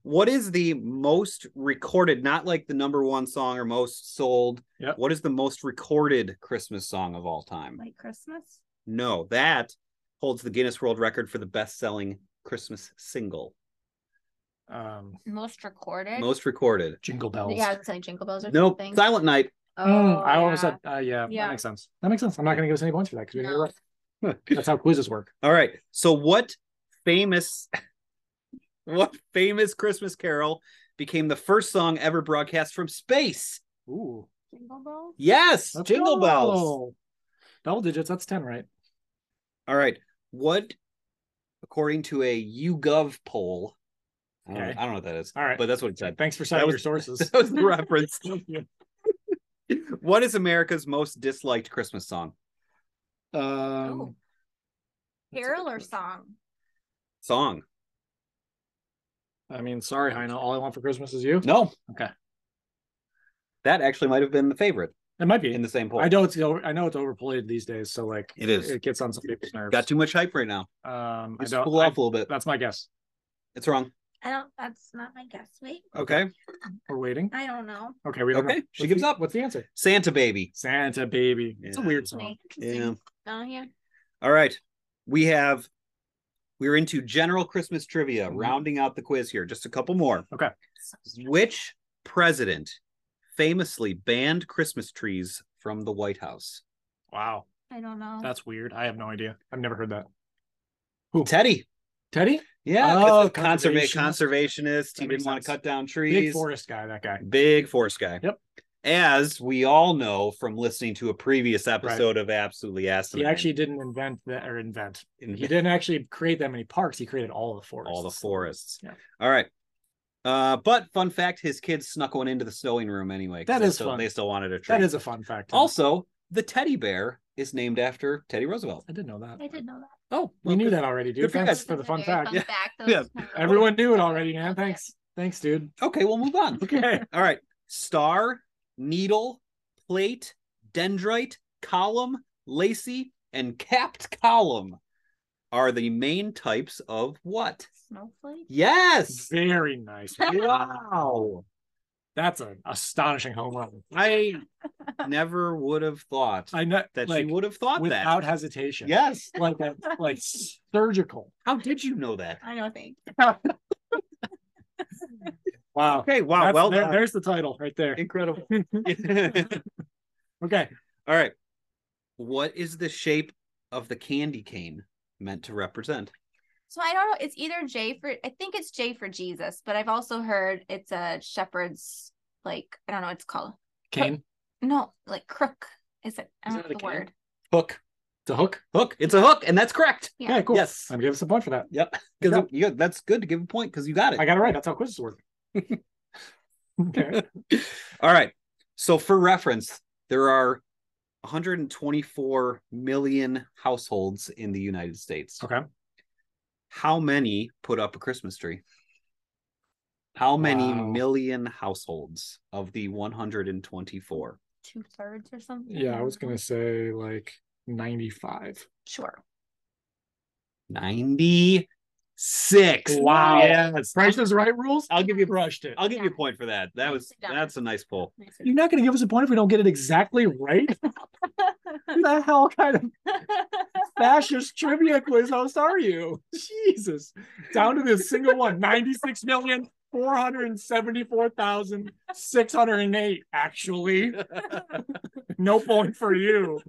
[SPEAKER 2] what is the most recorded, not like the number one song or most sold?
[SPEAKER 1] Yep.
[SPEAKER 2] What is the most recorded Christmas song of all time?
[SPEAKER 3] Like Christmas.
[SPEAKER 2] No, that holds the Guinness World Record for the best selling Christmas single.
[SPEAKER 1] Um,
[SPEAKER 3] Most recorded.
[SPEAKER 2] Most recorded.
[SPEAKER 1] jingle bells.
[SPEAKER 3] Yeah, I was saying Jingle Bells or
[SPEAKER 2] Nope.
[SPEAKER 3] something. Oh,
[SPEAKER 2] Silent Night.
[SPEAKER 1] Mm, I
[SPEAKER 3] yeah.
[SPEAKER 1] almost said, uh, yeah,
[SPEAKER 3] Yeah.
[SPEAKER 1] that makes sense. That makes sense. I'm not going to give us any points for that because we didn't
[SPEAKER 3] No.
[SPEAKER 1] get it right. That's how quizzes work.
[SPEAKER 2] All right. So what famous what famous Christmas carol became the first song ever broadcast from space?
[SPEAKER 1] Ooh,
[SPEAKER 3] Jingle Bells.
[SPEAKER 2] Yes,
[SPEAKER 1] let's
[SPEAKER 2] Jingle Bells.
[SPEAKER 1] go. Double digits. That's ten, right?
[SPEAKER 2] All right. What according to a YouGov poll? I don't, know,
[SPEAKER 1] Okay.
[SPEAKER 2] I don't know what that is.
[SPEAKER 1] All right.
[SPEAKER 2] But that's what it said.
[SPEAKER 1] Thanks for citing
[SPEAKER 2] was-
[SPEAKER 1] your sources.
[SPEAKER 2] That was the reference.
[SPEAKER 1] uh,
[SPEAKER 2] What is America's most disliked Christmas song?
[SPEAKER 1] Um,
[SPEAKER 3] oh, carol or song?
[SPEAKER 2] Song.
[SPEAKER 1] I mean, sorry, Heino. All I want for Christmas is you.
[SPEAKER 2] No.
[SPEAKER 1] Okay.
[SPEAKER 2] That actually might have been the favorite
[SPEAKER 1] It might be.
[SPEAKER 2] in the same poll.
[SPEAKER 1] I know it's over, I know it's overplayed these days, so like
[SPEAKER 2] It is.
[SPEAKER 1] it gets on some people's nerves.
[SPEAKER 2] Got too much hype right now.
[SPEAKER 1] Um, I
[SPEAKER 2] Just
[SPEAKER 1] don't,
[SPEAKER 2] cool
[SPEAKER 1] I-
[SPEAKER 2] off a little bit.
[SPEAKER 1] that's my guess.
[SPEAKER 2] It's wrong.
[SPEAKER 3] I don't. That's not my guess. Wait,
[SPEAKER 2] Okay.
[SPEAKER 1] We're waiting.
[SPEAKER 3] I don't know.
[SPEAKER 1] Okay, we don't.
[SPEAKER 2] Okay,
[SPEAKER 1] know.
[SPEAKER 2] she
[SPEAKER 1] What's
[SPEAKER 2] gives
[SPEAKER 1] the-
[SPEAKER 2] up.
[SPEAKER 1] What's the answer?
[SPEAKER 2] Santa Baby.
[SPEAKER 1] Santa baby. It's a
[SPEAKER 2] Yeah.
[SPEAKER 1] weird song.
[SPEAKER 3] Interesting. Oh yeah.
[SPEAKER 2] All right. We have we're into general Christmas trivia,
[SPEAKER 1] Mhm.
[SPEAKER 2] rounding out the quiz here. Just a couple more.
[SPEAKER 1] Okay.
[SPEAKER 2] Which president famously banned Christmas trees from the White House.
[SPEAKER 1] Wow.
[SPEAKER 3] I don't know.
[SPEAKER 1] That's weird. I have no idea. I've never heard that.
[SPEAKER 2] Teddy.
[SPEAKER 1] Teddy?
[SPEAKER 2] Yeah.
[SPEAKER 1] Oh,
[SPEAKER 2] conserva-
[SPEAKER 1] conservationist.
[SPEAKER 2] conservationist.
[SPEAKER 1] That
[SPEAKER 2] He
[SPEAKER 1] makes
[SPEAKER 2] didn't want
[SPEAKER 1] sense.
[SPEAKER 2] to cut down
[SPEAKER 1] Big
[SPEAKER 2] trees.
[SPEAKER 1] forest guy, that guy.
[SPEAKER 2] Big forest guy.
[SPEAKER 1] Yep.
[SPEAKER 2] As we all know from listening to a previous episode of Absolutely
[SPEAKER 1] He
[SPEAKER 2] Asinine,
[SPEAKER 1] actually didn't invent that or invent.
[SPEAKER 2] in
[SPEAKER 1] He didn't actually create that many parks. He created all of the forests.
[SPEAKER 2] Mm-hmm. all the forests.
[SPEAKER 1] Yeah.
[SPEAKER 2] All right. Uh, but fun fact: his kids snuck one into the sewing room anyway. 'cause
[SPEAKER 1] That
[SPEAKER 2] they
[SPEAKER 1] is
[SPEAKER 2] still,
[SPEAKER 1] fun.
[SPEAKER 2] They still wanted a treat.
[SPEAKER 1] That is a fun fact.
[SPEAKER 2] also the teddy bear is named after Teddy Roosevelt.
[SPEAKER 1] I didn't know that.
[SPEAKER 3] I did know that.
[SPEAKER 2] Oh,
[SPEAKER 1] We knew that already, dude.
[SPEAKER 2] good for you
[SPEAKER 1] Thanks
[SPEAKER 2] guys.
[SPEAKER 1] for the
[SPEAKER 3] That's a
[SPEAKER 1] fun
[SPEAKER 3] very
[SPEAKER 1] fact.
[SPEAKER 2] Yeah.
[SPEAKER 3] fact. That
[SPEAKER 2] Yeah.
[SPEAKER 3] was kind of-
[SPEAKER 1] Everyone knew it already, man. Thanks. Thanks, dude.
[SPEAKER 2] Okay, we'll move on.
[SPEAKER 1] Okay.
[SPEAKER 2] All right. Star, needle, plate, dendrite, column, lacy, and capped column are the main types of what?
[SPEAKER 3] Snowflake.
[SPEAKER 2] Yes.
[SPEAKER 1] Very nice.
[SPEAKER 2] Wow.
[SPEAKER 1] That's an astonishing home run.
[SPEAKER 2] I never would have thought
[SPEAKER 1] I know
[SPEAKER 2] that
[SPEAKER 1] like,
[SPEAKER 2] you would have thought that.
[SPEAKER 1] without hesitation.
[SPEAKER 2] Yes.
[SPEAKER 1] Like a, like surgical.
[SPEAKER 2] How did you know that?
[SPEAKER 3] I know. Thank.
[SPEAKER 1] Wow.
[SPEAKER 2] Okay. Wow.
[SPEAKER 1] That's-
[SPEAKER 2] well,
[SPEAKER 1] there-
[SPEAKER 2] done.
[SPEAKER 1] there's the title right there.
[SPEAKER 2] incredible.
[SPEAKER 1] Okay.
[SPEAKER 2] All right. What is the shape of the candy cane meant to represent?
[SPEAKER 3] So I don't know. It's either J for. I think it's J for Jesus, but I've also heard it's a shepherd's like. I don't know. what It's called
[SPEAKER 1] Kane.
[SPEAKER 3] no like crook. Is it? I
[SPEAKER 1] Is
[SPEAKER 3] don't
[SPEAKER 1] that
[SPEAKER 3] know
[SPEAKER 1] a
[SPEAKER 3] the
[SPEAKER 1] cane?
[SPEAKER 3] word.
[SPEAKER 2] Hook.
[SPEAKER 1] It's a hook.
[SPEAKER 2] Hook. It's a hook, and that's correct.
[SPEAKER 3] Yeah.
[SPEAKER 1] Okay, cool.
[SPEAKER 2] Yes.
[SPEAKER 1] I'm giving us a point for that.
[SPEAKER 2] Yep. Because
[SPEAKER 1] Yep.
[SPEAKER 2] you that's good to give a point because you got it.
[SPEAKER 1] I got it right. That's how quizzes work. okay.
[SPEAKER 2] All right. So for reference, there are 124 million households in the United States.
[SPEAKER 1] Okay.
[SPEAKER 2] How many put up a Christmas tree? How many
[SPEAKER 1] Wow.
[SPEAKER 2] million households of the 124?
[SPEAKER 3] Two thirds or something.
[SPEAKER 1] Yeah, I
[SPEAKER 3] don't
[SPEAKER 1] was
[SPEAKER 3] know.
[SPEAKER 1] gonna say like 95.
[SPEAKER 3] Sure.
[SPEAKER 2] 96.
[SPEAKER 1] Wow.
[SPEAKER 2] Yes.
[SPEAKER 1] Price is right rules.
[SPEAKER 2] I'll give you-
[SPEAKER 1] brushed it.
[SPEAKER 2] I'll give you a point for that. That was
[SPEAKER 3] Nicely done.
[SPEAKER 2] that's a nice poll.
[SPEAKER 1] You're not going to give us a point if we don't get it exactly right. the hell kind of fascist trivia quiz host are you? Jesus, down to this single one, ninety-six million four hundred seventy-four thousand six hundred and eight. Actually, no point for you.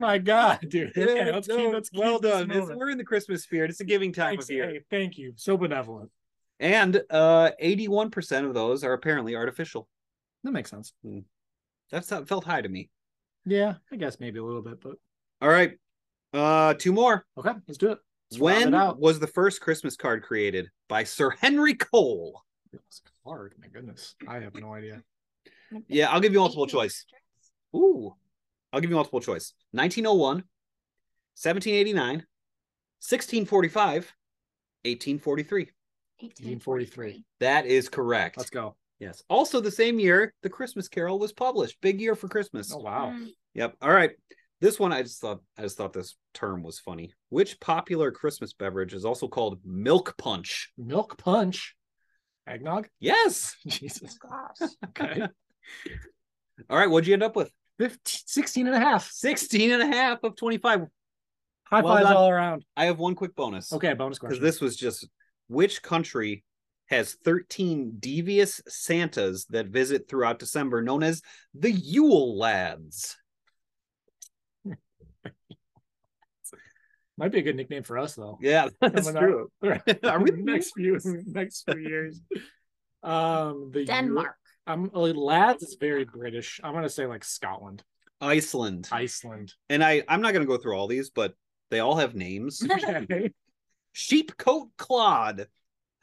[SPEAKER 1] My God, dude. Okay, let's
[SPEAKER 2] No,
[SPEAKER 1] keep, let's keep
[SPEAKER 2] well
[SPEAKER 1] this
[SPEAKER 2] done. It's-
[SPEAKER 1] moving.
[SPEAKER 2] we're in the Christmas spirit. It's a giving time
[SPEAKER 1] Thanks,
[SPEAKER 2] of year.
[SPEAKER 1] hey, thank you. So benevolent.
[SPEAKER 2] And uh 81% of those are apparently artificial.
[SPEAKER 1] That makes sense.
[SPEAKER 2] That's that felt high to me.
[SPEAKER 1] Yeah, I guess maybe a little bit, but
[SPEAKER 2] All right. Uh two more.
[SPEAKER 1] okay, let's do it. Let's round it
[SPEAKER 2] when
[SPEAKER 1] out.
[SPEAKER 2] was the first Christmas card created by Sir Henry Cole?
[SPEAKER 1] Clark, my goodness, I have no idea.
[SPEAKER 2] Yeah, I'll give you multiple choice. Ooh. I'll give you multiple choice. 1901, 1789, 1645, 1843.
[SPEAKER 1] 1843.
[SPEAKER 2] That is correct.
[SPEAKER 1] Let's go.
[SPEAKER 2] Yes. Also the same year the Christmas Carol was published. Big year for Christmas.
[SPEAKER 1] Oh wow.
[SPEAKER 3] Mm,
[SPEAKER 2] Yep. All right. This one I just thought I just thought this term was funny. Which popular Christmas beverage is also called milk punch?
[SPEAKER 1] Milk punch. Eggnog?
[SPEAKER 2] Yes.
[SPEAKER 1] Jesus.
[SPEAKER 3] gosh.
[SPEAKER 1] Okay.
[SPEAKER 2] All right, what'd you end up with?
[SPEAKER 1] 15, 16 and a half.
[SPEAKER 2] 16 and a half of 25.
[SPEAKER 1] High
[SPEAKER 2] Well
[SPEAKER 1] fives
[SPEAKER 2] done.
[SPEAKER 1] all around.
[SPEAKER 2] I have one quick bonus.
[SPEAKER 1] Okay, bonus
[SPEAKER 2] Because
[SPEAKER 1] question.
[SPEAKER 2] this was just which country has 13 devious Santas that visit throughout December, known as the Yule Lads.
[SPEAKER 1] might be a good nickname for us though.
[SPEAKER 2] Yeah, that's
[SPEAKER 1] Coming up.
[SPEAKER 2] true. Are we the
[SPEAKER 1] next few next few years? Um the
[SPEAKER 3] Denmark.
[SPEAKER 1] I'm oh, lads is very British. I'm gonna say like Scotland,
[SPEAKER 2] Iceland.
[SPEAKER 1] Iceland.
[SPEAKER 2] And I, I'm not gonna go through all these, but they all have names.
[SPEAKER 1] Okay.
[SPEAKER 2] Sheepcoat Clod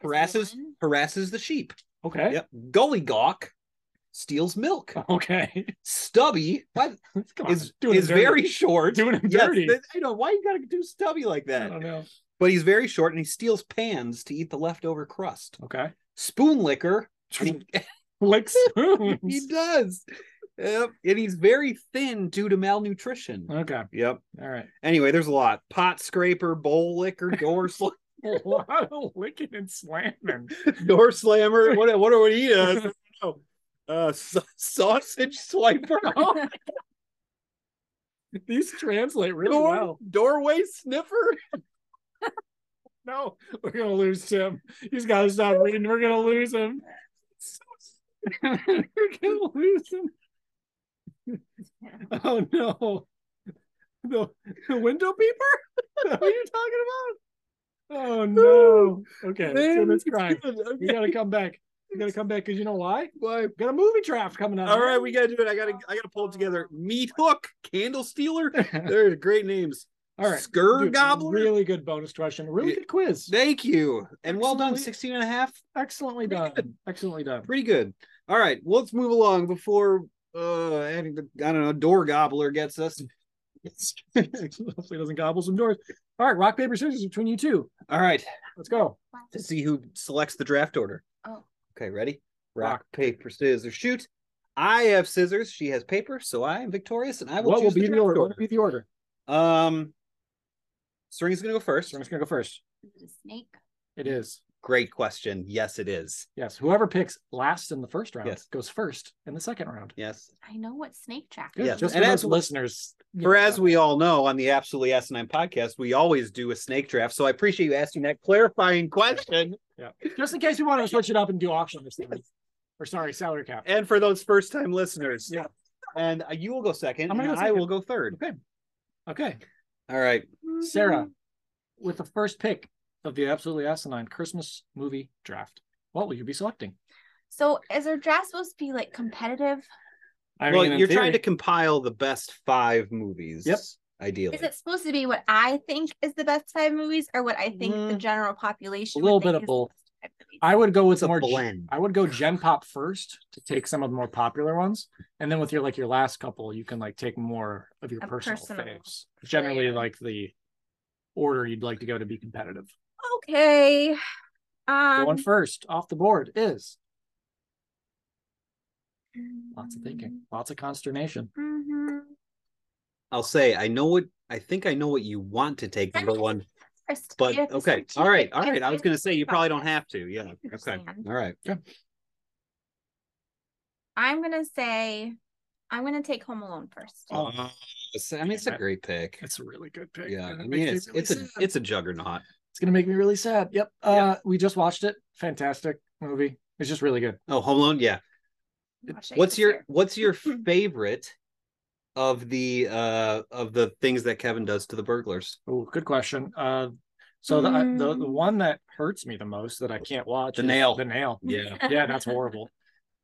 [SPEAKER 2] harasses
[SPEAKER 3] Zealand.
[SPEAKER 2] harasses the sheep.
[SPEAKER 1] Okay.
[SPEAKER 2] Yep. Gully Gawk steals milk.
[SPEAKER 1] Okay.
[SPEAKER 2] Stubby what,
[SPEAKER 1] Come on,
[SPEAKER 2] is
[SPEAKER 1] doing
[SPEAKER 2] is
[SPEAKER 1] dirty.
[SPEAKER 2] very short.
[SPEAKER 1] doing him
[SPEAKER 2] Yes,
[SPEAKER 1] dirty. Uh.
[SPEAKER 2] that- I know why you gotta do Stubby like
[SPEAKER 1] I
[SPEAKER 2] that.
[SPEAKER 1] don't know.
[SPEAKER 2] But he's very short and he steals pans to eat the leftover crust.
[SPEAKER 1] Okay.
[SPEAKER 2] Spoon licker. and
[SPEAKER 1] Like
[SPEAKER 2] He, he
[SPEAKER 1] spoons.
[SPEAKER 2] does. Yep. And he's very thin due to malnutrition.
[SPEAKER 1] okay.
[SPEAKER 2] Yep.
[SPEAKER 1] All right.
[SPEAKER 2] Anyway, there's a lot. Pot scraper, bowl licker, door sl-
[SPEAKER 1] A lot of licking and slamming.
[SPEAKER 2] door slammer. What what are we eating? uh sa- sausage swiper
[SPEAKER 1] Oh, These translate really
[SPEAKER 2] door,
[SPEAKER 1] well.
[SPEAKER 2] doorway sniffer
[SPEAKER 1] No, we're gonna lose Tim. He's gotta stop reading. We're gonna lose him. We're gonna lose him. Oh no. The, the window peeper? what are you talking about? Oh no. Okay, so that's crying. You gotta come back. You gotta come back because you know why?
[SPEAKER 2] Why?
[SPEAKER 1] We got a movie draft coming up.
[SPEAKER 2] All right, we gotta do it. I gotta I gotta pull it together. Meat hook, candle stealer. They're great names.
[SPEAKER 1] All right.
[SPEAKER 2] Skur
[SPEAKER 1] Dude,
[SPEAKER 2] gobbler.
[SPEAKER 1] Really good bonus question. Really good quiz.
[SPEAKER 2] Thank you. And well done.
[SPEAKER 1] Absolutely.
[SPEAKER 2] 16 and a half.
[SPEAKER 1] Excellently
[SPEAKER 2] Pretty
[SPEAKER 1] done.
[SPEAKER 2] good.
[SPEAKER 1] Excellently done.
[SPEAKER 2] Pretty good. All right. Well, let's move along before uh adding the I don't know, door gobbler gets us.
[SPEAKER 1] Hopefully doesn't gobble some doors. All right, rock, paper, scissors between you two.
[SPEAKER 2] All right.
[SPEAKER 1] Let's go.
[SPEAKER 2] to see who selects the draft order.
[SPEAKER 3] Oh.
[SPEAKER 2] Okay, ready? Rock,
[SPEAKER 1] Rock.
[SPEAKER 2] paper, scissors, shoot. I have scissors. She has paper, so I am victorious, and I will
[SPEAKER 1] what will
[SPEAKER 2] choose
[SPEAKER 1] be the
[SPEAKER 2] draft
[SPEAKER 1] order? What will be the order?
[SPEAKER 2] Um, String's gonna go first.
[SPEAKER 1] So I'm just gonna go first.
[SPEAKER 3] Is it a snake?
[SPEAKER 1] It is.
[SPEAKER 2] Great question. Yes, it is.
[SPEAKER 1] Yes. Whoever picks last in the first round
[SPEAKER 2] Yes.
[SPEAKER 1] goes first in the second round.
[SPEAKER 2] Yes.
[SPEAKER 3] I know what snake track.
[SPEAKER 1] Good.
[SPEAKER 2] Yes.
[SPEAKER 1] Just
[SPEAKER 2] And
[SPEAKER 1] for
[SPEAKER 2] as
[SPEAKER 1] those
[SPEAKER 2] we-
[SPEAKER 1] listeners. you
[SPEAKER 2] For
[SPEAKER 1] know,
[SPEAKER 2] as we all know on the Absolutely Asinine podcast, we always do a snake draft. So I appreciate you asking that clarifying question.
[SPEAKER 1] yeah. Just in case we want to switch it up and do auction this time. Or sorry, salary cap.
[SPEAKER 2] And for those first time listeners.
[SPEAKER 1] Yeah.
[SPEAKER 2] And uh, you will go 2nd
[SPEAKER 1] I'm gonna
[SPEAKER 2] and
[SPEAKER 1] go
[SPEAKER 2] I
[SPEAKER 1] second.
[SPEAKER 2] will go third.
[SPEAKER 1] Okay. Okay.
[SPEAKER 2] All right.
[SPEAKER 1] Sarah,
[SPEAKER 3] Mm.
[SPEAKER 1] with the first pick of the absolutely asinine Christmas movie draft, what will you be selecting?
[SPEAKER 3] So is our draft supposed to be like competitive?
[SPEAKER 1] I
[SPEAKER 2] well, you're trying to compile the best five movies.
[SPEAKER 1] Yep.
[SPEAKER 2] Ideally.
[SPEAKER 3] Is it supposed to be what I think is the best five movies or what I think the
[SPEAKER 2] Mm.
[SPEAKER 3] general population?
[SPEAKER 1] A little
[SPEAKER 3] would think
[SPEAKER 1] bit of
[SPEAKER 3] is the
[SPEAKER 1] both.
[SPEAKER 3] best five movies?
[SPEAKER 1] I would go with
[SPEAKER 2] It's a
[SPEAKER 1] more
[SPEAKER 2] blend.
[SPEAKER 1] I would go Gen Pop first to take some of the more popular ones, and then with your like your last couple, you can like take more of your
[SPEAKER 3] A
[SPEAKER 1] personal,
[SPEAKER 3] personal.
[SPEAKER 1] faves. Generally,
[SPEAKER 3] Yeah.
[SPEAKER 1] like the order you'd like to go to be competitive.
[SPEAKER 3] Okay.
[SPEAKER 1] Going
[SPEAKER 3] Um,
[SPEAKER 1] first off the board is
[SPEAKER 3] mm-hmm.
[SPEAKER 1] lots of
[SPEAKER 3] mm.
[SPEAKER 1] thinking, lots of consternation.
[SPEAKER 3] Mhm.
[SPEAKER 2] I'll say I know what I think I know what you want to take
[SPEAKER 3] Send
[SPEAKER 2] number
[SPEAKER 3] me
[SPEAKER 2] one,
[SPEAKER 3] First,
[SPEAKER 2] but
[SPEAKER 3] you have to
[SPEAKER 2] okay,
[SPEAKER 3] strategic-
[SPEAKER 2] all right, all right. I was gonna say you probably don't
[SPEAKER 3] process.
[SPEAKER 2] have to. Yeah. Okay.
[SPEAKER 3] Understand.
[SPEAKER 2] All right.
[SPEAKER 3] I'm gonna say, I'm gonna take Home Alone first.
[SPEAKER 1] Oh.
[SPEAKER 2] Uh, it's- I mean, it's a great pick.
[SPEAKER 1] It's a really good pick.
[SPEAKER 2] Yeah.
[SPEAKER 1] and it
[SPEAKER 2] I
[SPEAKER 1] makes
[SPEAKER 2] mean,
[SPEAKER 1] me
[SPEAKER 2] it's
[SPEAKER 1] really
[SPEAKER 2] it's a
[SPEAKER 1] sad.
[SPEAKER 2] it's a juggernaut.
[SPEAKER 1] It's gonna make me really sad. Yep. Uh,
[SPEAKER 2] Yeah.
[SPEAKER 1] we just watched it. Fantastic movie. It's just really good.
[SPEAKER 2] Oh, Home Alone. Yeah.
[SPEAKER 3] Watch it
[SPEAKER 2] What's
[SPEAKER 3] this
[SPEAKER 2] your
[SPEAKER 3] year.
[SPEAKER 2] What's your favorite of the uh of the things that Kevin does to the burglars?
[SPEAKER 1] Oh, good question. Uh, so the, I- the the
[SPEAKER 3] Mm.
[SPEAKER 1] one that hurts me the most that I can't watch
[SPEAKER 2] The
[SPEAKER 1] is
[SPEAKER 2] nail.
[SPEAKER 1] The nail.
[SPEAKER 2] Yeah.
[SPEAKER 1] yeah, that's horrible.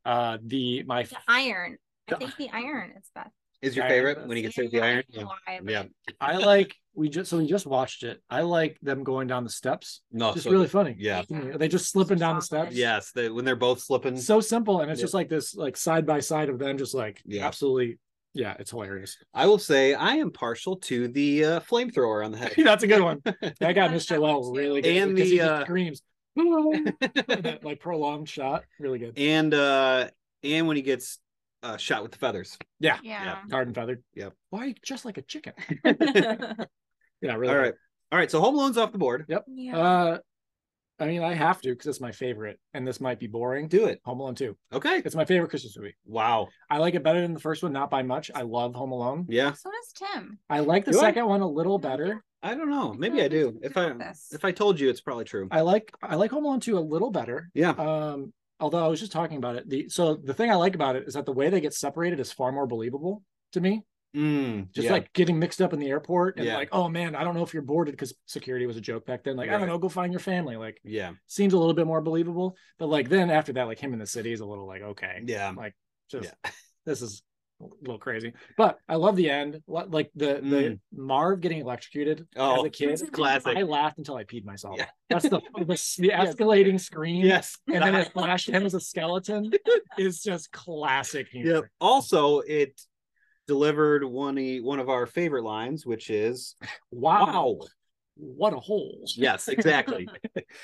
[SPEAKER 1] Uh, the my
[SPEAKER 3] The iron. I
[SPEAKER 1] The-
[SPEAKER 3] think the iron is best.
[SPEAKER 2] Is your
[SPEAKER 1] Yeah,
[SPEAKER 2] favorite when he gets hit with the
[SPEAKER 3] Yeah, I
[SPEAKER 2] iron?
[SPEAKER 3] don't
[SPEAKER 2] Yeah.
[SPEAKER 3] know why, but
[SPEAKER 2] Yeah.
[SPEAKER 1] I like we just so we just watched it. I like them going down the steps.
[SPEAKER 2] No.
[SPEAKER 1] Just
[SPEAKER 2] Oh, so-
[SPEAKER 1] really funny.
[SPEAKER 2] Yeah.
[SPEAKER 1] Are they just slipping down the steps?
[SPEAKER 2] Yes. They, when they're both slipping.
[SPEAKER 1] So simple, and it's
[SPEAKER 2] Yeah.
[SPEAKER 1] just like this, like side by side of them, just like
[SPEAKER 2] Yeah.
[SPEAKER 1] absolutely, yeah, it's hilarious.
[SPEAKER 2] I will say I am partial to the uh, flamethrower on the head.
[SPEAKER 1] That's a good one. That got
[SPEAKER 3] I like
[SPEAKER 1] Mr.
[SPEAKER 3] that one
[SPEAKER 1] Lowell
[SPEAKER 3] too.
[SPEAKER 1] really good
[SPEAKER 2] And
[SPEAKER 1] because he
[SPEAKER 2] the,
[SPEAKER 1] just
[SPEAKER 2] uh,
[SPEAKER 1] screams that, like prolonged shot, really good.
[SPEAKER 2] and uh and when he gets uh shot with the feathers
[SPEAKER 3] Yeah.
[SPEAKER 1] Hard and feathered.
[SPEAKER 2] Yep.
[SPEAKER 1] Why are you just like a chicken?
[SPEAKER 3] Yeah.
[SPEAKER 1] Yeah, really.
[SPEAKER 2] all
[SPEAKER 1] good.
[SPEAKER 2] right all right so home loans off the board
[SPEAKER 1] Uh, I mean, I have to because it's my favorite, and this might be boring.
[SPEAKER 2] do it
[SPEAKER 1] Home Alone 2.
[SPEAKER 2] okay
[SPEAKER 1] It's my favorite Christmas movie.
[SPEAKER 2] wow
[SPEAKER 1] I like it better than the first one, not by much. I love Home Alone.
[SPEAKER 2] yeah
[SPEAKER 3] So does Tim.
[SPEAKER 1] I like the
[SPEAKER 2] Do I?
[SPEAKER 1] second one a little
[SPEAKER 3] Yeah.
[SPEAKER 1] better.
[SPEAKER 2] i don't know Oh, maybe
[SPEAKER 3] feel
[SPEAKER 2] i
[SPEAKER 3] like there's
[SPEAKER 2] do
[SPEAKER 3] something
[SPEAKER 2] if i
[SPEAKER 3] about this.
[SPEAKER 2] if i told you it's probably true
[SPEAKER 1] I like I like Home Alone 2 a little better.
[SPEAKER 2] yeah
[SPEAKER 1] Um, although I was just talking about it. The so the thing I like about it is that the way they get separated is far more believable to me.
[SPEAKER 2] Mm,
[SPEAKER 1] Just
[SPEAKER 2] yeah.
[SPEAKER 1] like getting mixed up in the airport and
[SPEAKER 2] Yeah.
[SPEAKER 1] like, oh man, I don't know if you're boarded because security was a joke back then. Like, I don't
[SPEAKER 2] Right.
[SPEAKER 1] know, go find your family. Like
[SPEAKER 2] yeah
[SPEAKER 1] seems a little bit more believable. But like then after that, like him in the city is a little like, okay.
[SPEAKER 2] yeah
[SPEAKER 1] just this is a little crazy but i love the end Lo- like the the marv getting electrocuted
[SPEAKER 2] Mm. oh
[SPEAKER 1] as a kid
[SPEAKER 2] classic
[SPEAKER 1] i laughed until i peed myself
[SPEAKER 2] Yeah.
[SPEAKER 1] that's the the, the escalating screen
[SPEAKER 2] yes
[SPEAKER 1] and then it flashed him as a skeleton is just classic
[SPEAKER 2] yep
[SPEAKER 1] humor.
[SPEAKER 2] also it delivered one e- one of our favorite lines which is
[SPEAKER 1] wow, what a hole
[SPEAKER 2] yes exactly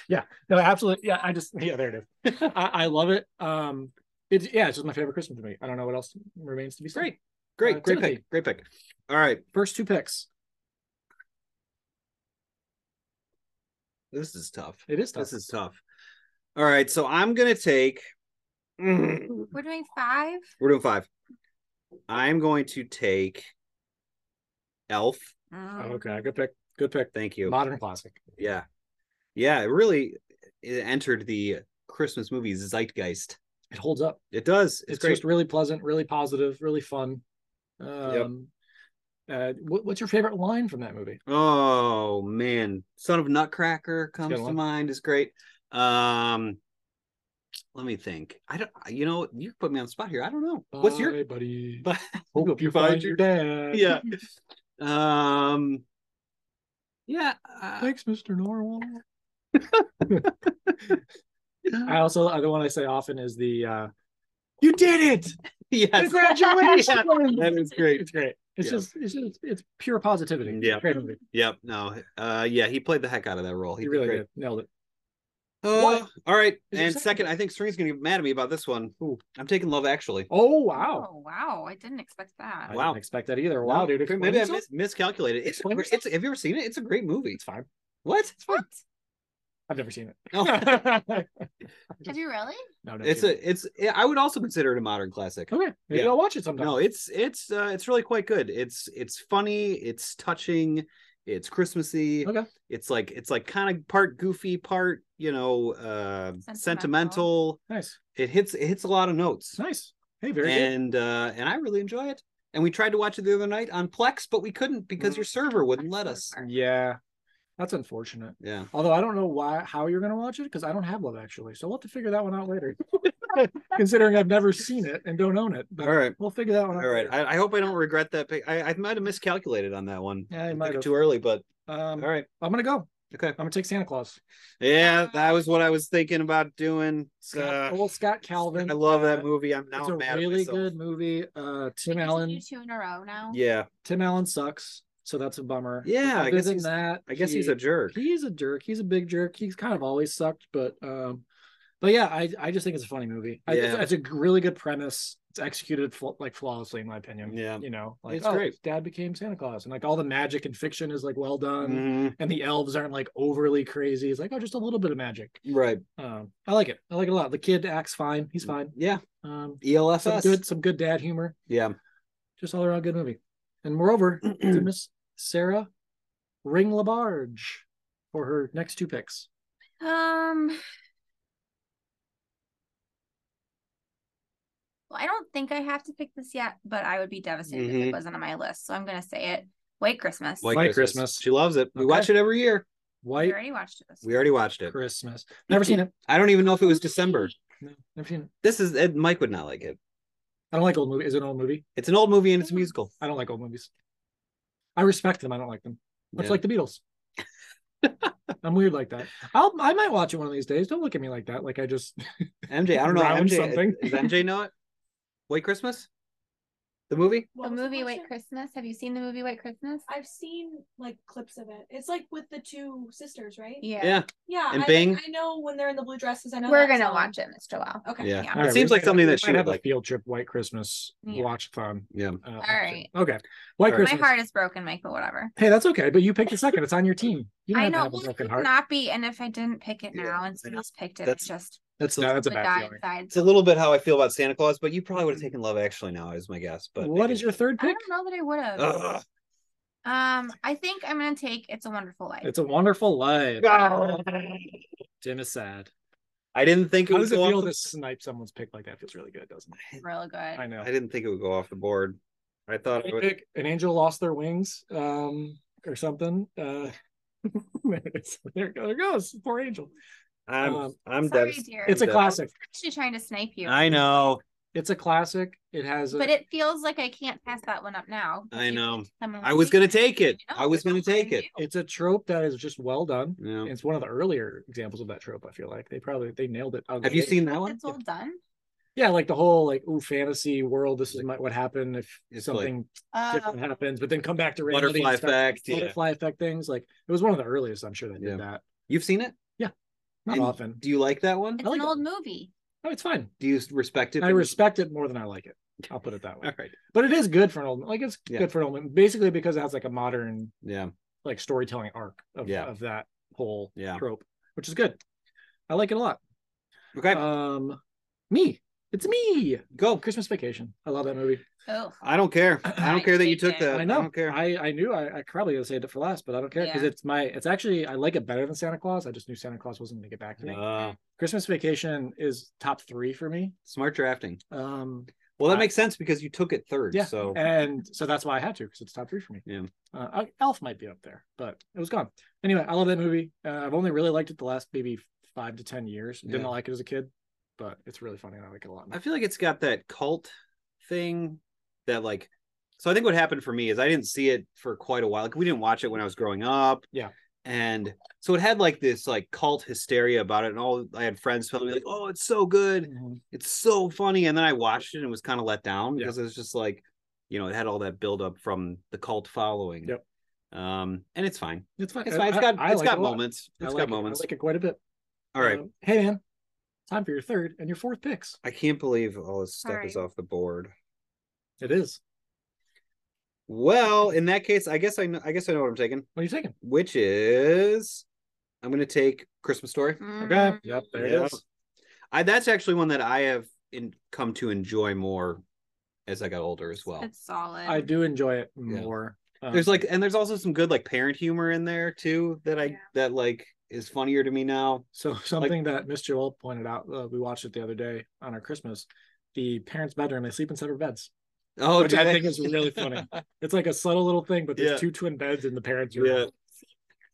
[SPEAKER 1] no absolutely yeah i just yeah there it is I, I love it um it's yeah it's just my favorite christmas movie i don't know what else remains to be said
[SPEAKER 2] great great
[SPEAKER 1] Uh,
[SPEAKER 2] great
[SPEAKER 1] Timothy.
[SPEAKER 2] pick great pick all right
[SPEAKER 1] first two picks
[SPEAKER 2] this is tough
[SPEAKER 1] it is tough.
[SPEAKER 2] This is tough. All right, so I'm gonna take. We're
[SPEAKER 3] We're doing five.
[SPEAKER 2] doing five. I'm going to take Elf.
[SPEAKER 3] Mm.
[SPEAKER 1] okay good pick good pick
[SPEAKER 2] Thank you.
[SPEAKER 1] modern classic
[SPEAKER 2] yeah, yeah. It really it entered the Christmas movie zeitgeist.
[SPEAKER 1] it holds up.
[SPEAKER 2] It does. It's,
[SPEAKER 1] It's,
[SPEAKER 2] great.
[SPEAKER 1] just really pleasant, really positive, really fun. Um, uh, what, what's your favorite line from that movie?
[SPEAKER 2] Oh man, Son of Nutcracker comes
[SPEAKER 1] good
[SPEAKER 2] to
[SPEAKER 1] one.
[SPEAKER 2] mind is great. Um, let me think. I don't. You know, you put me on the spot here. I don't know. What's your?
[SPEAKER 1] Bye, buddy?
[SPEAKER 2] But
[SPEAKER 1] Hope you find your dad.
[SPEAKER 2] yeah. Um. Yeah. Uh,
[SPEAKER 1] Thanks, Mr. Norwell. I also uh, the one I say often is the uh, "You did it!
[SPEAKER 2] yes.
[SPEAKER 1] Congratulations!"
[SPEAKER 2] That is great.
[SPEAKER 1] It's great. It's
[SPEAKER 2] Yeah.
[SPEAKER 1] just it's just it's pure positivity.
[SPEAKER 2] Yeah.
[SPEAKER 1] great movie.
[SPEAKER 2] Yep. No. Uh. Yeah. He played the heck out of that role. He
[SPEAKER 1] He
[SPEAKER 2] did
[SPEAKER 1] really
[SPEAKER 2] great.
[SPEAKER 1] did. nailed it.
[SPEAKER 2] Uh, all right.
[SPEAKER 1] Is there
[SPEAKER 2] and
[SPEAKER 1] second?
[SPEAKER 2] second, I think Serena's gonna get mad at me about this one.
[SPEAKER 1] Ooh.
[SPEAKER 2] I'm taking Love Actually.
[SPEAKER 1] Oh wow!
[SPEAKER 3] Oh wow! I didn't expect that.
[SPEAKER 1] I
[SPEAKER 2] Wow.
[SPEAKER 1] didn't expect that either. Wow, dude.
[SPEAKER 2] Maybe
[SPEAKER 1] explain
[SPEAKER 2] I
[SPEAKER 1] yourself.
[SPEAKER 2] mis- miscalculated. It's,
[SPEAKER 1] Explain
[SPEAKER 2] it's, have you ever seen it? It's a great movie.
[SPEAKER 1] It's fine.
[SPEAKER 2] What?
[SPEAKER 1] It's fine. I've never seen it.
[SPEAKER 2] Oh,
[SPEAKER 3] Did you really?
[SPEAKER 1] no, no.
[SPEAKER 2] it's a it's. I would also consider it a modern classic.
[SPEAKER 1] okay. Maybe
[SPEAKER 2] yeah.
[SPEAKER 1] I'll watch it sometime.
[SPEAKER 2] No, it's it's uh, it's really quite good. It's it's funny. It's touching. It's Christmassy.
[SPEAKER 1] Okay.
[SPEAKER 2] It's like it's like kind of part goofy, part you know, uh, sentimental.
[SPEAKER 3] Sentimental.
[SPEAKER 1] nice,
[SPEAKER 2] It hits it hits a lot of notes,
[SPEAKER 1] nice. Hey, very good.
[SPEAKER 2] and uh, and I really enjoy it. And we tried to watch it the other night on Plex, but we couldn't because your server wouldn't let us.
[SPEAKER 1] Yeah, that's unfortunate.
[SPEAKER 2] Yeah.
[SPEAKER 1] Although I don't know why how you're gonna watch it because I don't have Love Actually, so we'll have to figure that one out later. Considering I've never seen it and don't own it, but
[SPEAKER 2] All right.
[SPEAKER 1] we'll figure that one out.
[SPEAKER 2] All right.
[SPEAKER 1] later.
[SPEAKER 2] I, I hope I don't regret that. Pick. I, I might have miscalculated on that one.
[SPEAKER 1] Yeah, I
[SPEAKER 2] I
[SPEAKER 1] might
[SPEAKER 2] took it
[SPEAKER 1] have.
[SPEAKER 2] too early, but
[SPEAKER 1] Um,
[SPEAKER 2] all right.
[SPEAKER 1] I'm gonna go.
[SPEAKER 2] Okay.
[SPEAKER 1] I'm gonna take Santa Claus.
[SPEAKER 2] Yeah, that was what I was thinking about doing.
[SPEAKER 1] Scott,
[SPEAKER 2] Uh,
[SPEAKER 1] old Scott Calvin.
[SPEAKER 2] I love
[SPEAKER 1] Uh,
[SPEAKER 2] that movie. I'm now
[SPEAKER 1] It's a
[SPEAKER 2] mad at
[SPEAKER 1] really
[SPEAKER 2] myself.
[SPEAKER 1] good movie. Uh, Tim
[SPEAKER 3] We
[SPEAKER 1] Allen.
[SPEAKER 3] continue two in a row now.
[SPEAKER 2] Yeah,
[SPEAKER 1] Tim Allen sucks, so that's a bummer.
[SPEAKER 2] Yeah, I
[SPEAKER 1] Other
[SPEAKER 2] guess
[SPEAKER 1] than
[SPEAKER 2] he's-
[SPEAKER 1] that,
[SPEAKER 2] I guess he's
[SPEAKER 1] he-
[SPEAKER 2] a jerk.
[SPEAKER 1] he's a jerk. He's a big jerk. He's kind of always sucked, but um, but yeah, I I just think it's a funny movie. I, it's,
[SPEAKER 2] Yeah.
[SPEAKER 1] it's a really good premise. It's executed fl- like flawlessly, in my opinion.
[SPEAKER 2] Yeah.
[SPEAKER 1] you know, like
[SPEAKER 2] It's
[SPEAKER 1] oh,
[SPEAKER 2] great.
[SPEAKER 1] his dad became Santa Claus, and like all the magic and fiction is like well done,
[SPEAKER 2] Mhm.
[SPEAKER 1] and the elves aren't like overly crazy. It's like oh, just a little bit of magic.
[SPEAKER 2] Right.
[SPEAKER 1] Um, I like it. I like it a lot. The kid acts fine.
[SPEAKER 2] Mm.
[SPEAKER 1] He's fine.
[SPEAKER 2] Yeah. E
[SPEAKER 1] Um, some
[SPEAKER 2] ELFS.
[SPEAKER 1] good some good dad humor.
[SPEAKER 2] Yeah.
[SPEAKER 1] Just all around good movie. And moreover, to Miss Sarah Ring Labarge for her next two picks.
[SPEAKER 3] Um. Well, I don't think I have to pick this yet, but I would be devastated if
[SPEAKER 2] Mhm.
[SPEAKER 3] it wasn't on my list. So I'm gonna say it. White Christmas.
[SPEAKER 2] White,
[SPEAKER 1] White
[SPEAKER 2] Christmas.
[SPEAKER 1] Christmas.
[SPEAKER 2] She loves it. We
[SPEAKER 1] Okay.
[SPEAKER 2] watch it every year.
[SPEAKER 3] We
[SPEAKER 1] White
[SPEAKER 3] already watched it. This
[SPEAKER 2] We already watched it.
[SPEAKER 1] Christmas. Never seen it.
[SPEAKER 2] I don't even know if it was December.
[SPEAKER 1] No, never seen it.
[SPEAKER 2] This is Ed, Mike would not like it.
[SPEAKER 1] I don't like old movie. Is it an old movie?
[SPEAKER 2] It's an old movie and it's a musical.
[SPEAKER 1] I don't like old movies. I respect them. I don't like them. Much
[SPEAKER 2] Yeah.
[SPEAKER 1] like the Beatles. I'm weird like that. I'll I might watch it one of these days. Don't look at me like that. Like I just
[SPEAKER 2] MJ, I don't know.
[SPEAKER 1] Round
[SPEAKER 2] MJ,
[SPEAKER 1] something.
[SPEAKER 2] Does MJ know it? White Christmas? The movie?
[SPEAKER 3] The
[SPEAKER 4] What was
[SPEAKER 3] movie White
[SPEAKER 4] question?
[SPEAKER 3] Christmas. Have you seen the movie White Christmas?
[SPEAKER 4] I've seen like clips of it. It's like with the two sisters, right?
[SPEAKER 3] Yeah.
[SPEAKER 2] Yeah.
[SPEAKER 4] Yeah.
[SPEAKER 2] And
[SPEAKER 4] I,
[SPEAKER 2] Bing?
[SPEAKER 4] I know when they're in the blue dresses. I know
[SPEAKER 3] We're
[SPEAKER 4] that
[SPEAKER 3] gonna
[SPEAKER 4] song.
[SPEAKER 3] watch it, Mr. Lau.
[SPEAKER 4] Okay.
[SPEAKER 2] Yeah.
[SPEAKER 3] Yeah.
[SPEAKER 2] It seems like something that
[SPEAKER 1] we
[SPEAKER 2] she
[SPEAKER 1] might
[SPEAKER 2] would
[SPEAKER 1] have
[SPEAKER 2] like.
[SPEAKER 1] a field trip White Christmas
[SPEAKER 3] Yeah.
[SPEAKER 1] watch thon.
[SPEAKER 2] Yeah.
[SPEAKER 1] All
[SPEAKER 3] right.
[SPEAKER 1] Okay. White
[SPEAKER 2] All right.
[SPEAKER 3] My
[SPEAKER 1] Christmas.
[SPEAKER 3] heart is broken, Mike, but whatever.
[SPEAKER 1] Hey, that's okay. But you picked the second. It's on your team. You don't
[SPEAKER 3] I
[SPEAKER 1] have to
[SPEAKER 3] know
[SPEAKER 1] have a
[SPEAKER 3] well, it
[SPEAKER 1] broken
[SPEAKER 3] could
[SPEAKER 1] heart.
[SPEAKER 3] not be, and if I didn't pick it
[SPEAKER 2] Yeah,
[SPEAKER 3] now and
[SPEAKER 2] I know.
[SPEAKER 3] someone else picked it,
[SPEAKER 2] That's-
[SPEAKER 3] it's just
[SPEAKER 1] That's no, that's a
[SPEAKER 3] the
[SPEAKER 1] bad
[SPEAKER 3] guy
[SPEAKER 1] feeling.
[SPEAKER 3] inside.
[SPEAKER 2] It's a little bit how I feel about Santa Claus, but you probably would have taken Love Actually now, is my guess. But
[SPEAKER 1] what is your third
[SPEAKER 3] I
[SPEAKER 1] pick?
[SPEAKER 3] don't know that I would have.
[SPEAKER 2] Ugh.
[SPEAKER 3] Um, I think I'm gonna take "It's a Wonderful Life."
[SPEAKER 1] It's a wonderful life.
[SPEAKER 2] I
[SPEAKER 1] Jim is sad.
[SPEAKER 2] didn't think it
[SPEAKER 1] How
[SPEAKER 2] would
[SPEAKER 1] does it
[SPEAKER 2] go
[SPEAKER 1] feel
[SPEAKER 2] off.
[SPEAKER 1] to snipe someone's pick like that? Feels really good, doesn't it?
[SPEAKER 3] really good.
[SPEAKER 1] I know.
[SPEAKER 2] I didn't think it would go off the board. I thought it
[SPEAKER 1] Great
[SPEAKER 2] would.
[SPEAKER 1] pick. An angel lost their wings, um, or something. Uh, there, it go- there it goes. Poor angel.
[SPEAKER 2] I'm
[SPEAKER 1] Um,
[SPEAKER 2] I'm
[SPEAKER 3] Sorry,
[SPEAKER 2] devastated.
[SPEAKER 3] dear.
[SPEAKER 1] It's a
[SPEAKER 2] Yeah.
[SPEAKER 1] classic.
[SPEAKER 3] I'm actually trying to snipe you,
[SPEAKER 2] I know.
[SPEAKER 1] It's a classic. It has. A,
[SPEAKER 3] but it feels like I can't pass that one up now.
[SPEAKER 2] I know.
[SPEAKER 3] Come and
[SPEAKER 2] I was
[SPEAKER 3] see
[SPEAKER 2] gonna
[SPEAKER 3] it.
[SPEAKER 2] take it.
[SPEAKER 3] know,
[SPEAKER 2] I was
[SPEAKER 3] but
[SPEAKER 2] gonna
[SPEAKER 3] don't blame
[SPEAKER 2] take it.
[SPEAKER 3] you.
[SPEAKER 1] it's a trope that is just well done.
[SPEAKER 2] Yeah.
[SPEAKER 1] It's one of the earlier examples of that trope. I feel like they probably they nailed it. out of the
[SPEAKER 2] Have you
[SPEAKER 1] gate.
[SPEAKER 2] seen that one?
[SPEAKER 3] It's all done.
[SPEAKER 1] Yeah, like the whole like ooh fantasy world. This is my, what happened if
[SPEAKER 2] It's like-
[SPEAKER 1] something
[SPEAKER 3] Uh,
[SPEAKER 1] different happens, but then come back to reality
[SPEAKER 2] Butterfly
[SPEAKER 1] and start-
[SPEAKER 2] effect. Yeah.
[SPEAKER 1] butterfly effect things. Like it was one of the earliest, I'm sure, that
[SPEAKER 2] Yeah.
[SPEAKER 1] did that.
[SPEAKER 2] You've seen it?
[SPEAKER 1] Not
[SPEAKER 2] And
[SPEAKER 1] often.
[SPEAKER 2] Do you like that one?
[SPEAKER 3] it's
[SPEAKER 1] like
[SPEAKER 3] an
[SPEAKER 1] it.
[SPEAKER 3] old movie.
[SPEAKER 1] Oh, it's fine.
[SPEAKER 2] Do you respect it?
[SPEAKER 1] I respect it more than I like it. I'll put it that
[SPEAKER 2] All
[SPEAKER 1] way.
[SPEAKER 2] right.
[SPEAKER 1] But it is good for an old like it's
[SPEAKER 2] Yeah.
[SPEAKER 1] good for an old man, basically because it has like a modern
[SPEAKER 2] Yeah.
[SPEAKER 1] like storytelling arc of,
[SPEAKER 2] Yeah.
[SPEAKER 1] of that whole
[SPEAKER 2] Yeah. Uh,
[SPEAKER 1] trope, which is good. I like it a lot.
[SPEAKER 2] Okay.
[SPEAKER 1] Um me. It's me.
[SPEAKER 2] Go.
[SPEAKER 1] Christmas Vacation. I love that movie.
[SPEAKER 3] Oh,
[SPEAKER 2] I don't care. Uh, I don't
[SPEAKER 3] I
[SPEAKER 2] care that you
[SPEAKER 3] hate
[SPEAKER 2] took
[SPEAKER 3] it.
[SPEAKER 2] that.
[SPEAKER 1] I know.
[SPEAKER 2] don't care.
[SPEAKER 1] I, I knew I, I probably would have saved it for last, but I don't care because
[SPEAKER 3] Yeah.
[SPEAKER 1] it's my. It's actually I like it better than Santa Claus. I just knew Santa Claus wasn't going to get back to me.
[SPEAKER 2] Uh,
[SPEAKER 1] Christmas Vacation is top three for me.
[SPEAKER 2] smart drafting.
[SPEAKER 1] Um,
[SPEAKER 2] Well, that
[SPEAKER 1] I-
[SPEAKER 2] makes sense because you took it third.
[SPEAKER 1] Yeah.
[SPEAKER 2] So
[SPEAKER 1] and so that's why I had to because it's top three for me.
[SPEAKER 2] Yeah.
[SPEAKER 1] Uh, I- Elf might be up there, but it was gone. Anyway, I love that movie. Uh, I've only really liked it the last maybe five to ten years. Didn't
[SPEAKER 2] Yeah.
[SPEAKER 1] like it as a kid, but it's really funny and I like it a lot. now.
[SPEAKER 2] I feel like it's got that cult thing that like so I think what happened for me is I didn't see it for quite a while. Like we didn't watch it when I was growing up.
[SPEAKER 1] Yeah.
[SPEAKER 2] And so it had like this like cult hysteria about it. And all I had friends telling me like, oh, it's so good.
[SPEAKER 1] Mhm.
[SPEAKER 2] It's so funny. And then I watched it and was kind of let down
[SPEAKER 1] Yeah.
[SPEAKER 2] because it was just like, you know, it had all that buildup from the cult following.
[SPEAKER 1] Yep.
[SPEAKER 2] Um, and it's fine.
[SPEAKER 1] It's fine.
[SPEAKER 2] It's fine. It's got
[SPEAKER 1] I- I
[SPEAKER 2] it's
[SPEAKER 1] like
[SPEAKER 2] got
[SPEAKER 1] a lot.
[SPEAKER 2] moments.
[SPEAKER 1] I
[SPEAKER 2] It's
[SPEAKER 1] like
[SPEAKER 2] got
[SPEAKER 1] it. I
[SPEAKER 2] moments.
[SPEAKER 1] like it quite a bit.
[SPEAKER 2] all right.
[SPEAKER 1] Um, hey man, time for your third and your fourth picks.
[SPEAKER 2] I can't believe all this stuff
[SPEAKER 3] All
[SPEAKER 2] is
[SPEAKER 3] right.
[SPEAKER 2] off the board.
[SPEAKER 1] It is.
[SPEAKER 2] Well, in that case, I guess I know. I guess I know what I'm taking,
[SPEAKER 1] What are you taking?
[SPEAKER 2] which is I'm going to take Christmas Story.
[SPEAKER 3] Mm.
[SPEAKER 1] Okay. Yep. There
[SPEAKER 2] Yeah.
[SPEAKER 1] it is.
[SPEAKER 2] I that's actually one that I have in, come to enjoy more as I got older as well.
[SPEAKER 3] It's solid.
[SPEAKER 1] I do enjoy it
[SPEAKER 2] Yeah.
[SPEAKER 1] more. Um,
[SPEAKER 2] There's like, and there's also some good like parent humor in there too that I
[SPEAKER 4] Yeah.
[SPEAKER 2] that like is funnier to me now.
[SPEAKER 1] So something that Miss Joel pointed out, uh, we watched it the other day on our Christmas. The parents' bedroom, they sleep in separate beds.
[SPEAKER 2] Oh,
[SPEAKER 1] Which
[SPEAKER 2] do
[SPEAKER 1] I
[SPEAKER 2] they?
[SPEAKER 1] think is really funny. It's like a subtle little thing, but there's
[SPEAKER 2] Yeah.
[SPEAKER 1] two twin beds in the parents' room.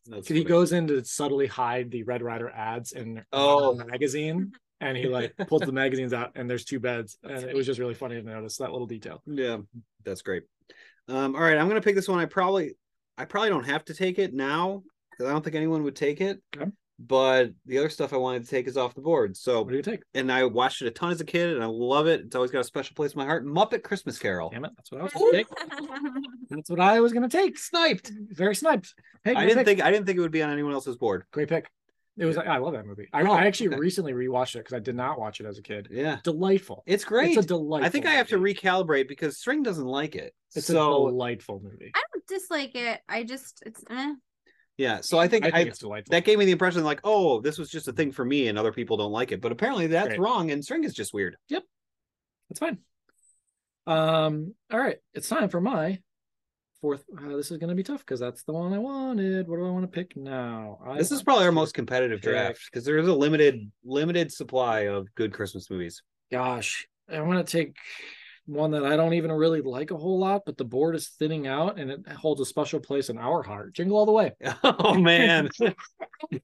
[SPEAKER 2] yeah.
[SPEAKER 1] 'Cause he goes in to subtly hide the Red Rider ads in
[SPEAKER 2] Oh.
[SPEAKER 1] the magazine, and he like pulls the magazines out, and there's two beds, and it was just really funny to notice that little detail.
[SPEAKER 2] Yeah, that's great. Um, all right, I'm gonna pick this one. I probably, I probably don't have to take it now because I don't think anyone would take it.
[SPEAKER 1] Okay.
[SPEAKER 2] But the other stuff I wanted to take is off the board. So,
[SPEAKER 1] What do you take?
[SPEAKER 2] and I watched it a ton as a kid, and I love it. It's always got a special place in my heart. Muppet Christmas Carol.
[SPEAKER 1] Damn it, that's what I was gonna take. That's what I was gonna take. Sniped, very sniped. Hey,
[SPEAKER 2] I
[SPEAKER 1] great
[SPEAKER 2] didn't
[SPEAKER 1] pick.
[SPEAKER 2] think I didn't think it would be on anyone else's board.
[SPEAKER 1] Great pick. It was. I love that movie. I,
[SPEAKER 2] Oh,
[SPEAKER 1] I actually
[SPEAKER 2] okay.
[SPEAKER 1] recently rewatched it because I did not watch it as a kid.
[SPEAKER 2] Yeah,
[SPEAKER 1] Delightful.
[SPEAKER 2] it's great.
[SPEAKER 1] It's a delightful.
[SPEAKER 2] I think I have to
[SPEAKER 1] movie.
[SPEAKER 2] recalibrate because String doesn't like it.
[SPEAKER 1] It's a
[SPEAKER 2] so
[SPEAKER 1] delightful movie.
[SPEAKER 3] I don't dislike it. I just it's eh.
[SPEAKER 2] yeah, so I think
[SPEAKER 1] I
[SPEAKER 2] I,
[SPEAKER 1] think it's delightful.
[SPEAKER 2] that gave me the impression like, oh, this was just a thing for me, and other people don't like it. But apparently that's
[SPEAKER 1] Great.
[SPEAKER 2] wrong, and String is just weird.
[SPEAKER 1] That's fine. Um. All right. It's time for my fourth. Uh, this is gonna be tough because that's the one I wanted. What do I want to pick now? I
[SPEAKER 2] This is
[SPEAKER 1] want
[SPEAKER 2] probably our
[SPEAKER 1] to-
[SPEAKER 2] most competitive
[SPEAKER 1] pick.
[SPEAKER 2] draft because there is a limited limited supply of good Christmas movies.
[SPEAKER 1] Gosh, I want to take one that I don't even really like a whole lot, but the board is thinning out and it holds a special place in our heart. Jingle all the way.
[SPEAKER 2] Oh man,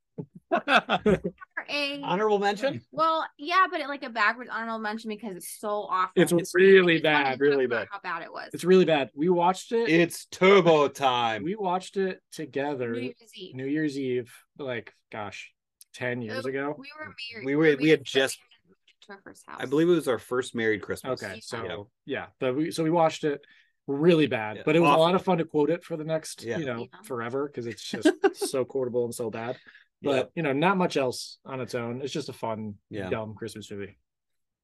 [SPEAKER 3] Or a
[SPEAKER 2] honorable mention.
[SPEAKER 3] well, yeah, but it, like a backwards honorable mention because it's so awful.
[SPEAKER 1] It's really
[SPEAKER 3] I just wanted to
[SPEAKER 1] bad,
[SPEAKER 3] talk
[SPEAKER 1] really
[SPEAKER 3] about
[SPEAKER 1] bad.
[SPEAKER 3] How bad it was.
[SPEAKER 1] It's really bad. We watched it.
[SPEAKER 2] It's turbo time.
[SPEAKER 1] we watched it together
[SPEAKER 3] New
[SPEAKER 1] New,
[SPEAKER 3] Year's
[SPEAKER 1] Year's
[SPEAKER 3] Eve.
[SPEAKER 1] Eve, like gosh, ten years
[SPEAKER 3] Oh,
[SPEAKER 1] ago.
[SPEAKER 3] We were married.
[SPEAKER 2] We were- we had
[SPEAKER 3] but
[SPEAKER 2] just-
[SPEAKER 3] hadn't moved to our first house.
[SPEAKER 2] I believe it was our first married Christmas.
[SPEAKER 1] Okay,
[SPEAKER 3] Yeah.
[SPEAKER 1] so
[SPEAKER 2] Yeah.
[SPEAKER 1] yeah, but we so we watched it really bad,
[SPEAKER 2] Yeah,
[SPEAKER 1] but it was
[SPEAKER 2] awful.
[SPEAKER 1] a lot of fun to quote it for the next
[SPEAKER 2] Yeah.
[SPEAKER 1] you know
[SPEAKER 3] Yeah.
[SPEAKER 1] forever because it's just so quotable and so bad. But
[SPEAKER 2] Yep.
[SPEAKER 1] you know, not much else on its own. It's just a fun,
[SPEAKER 2] Yeah.
[SPEAKER 1] dumb Christmas movie.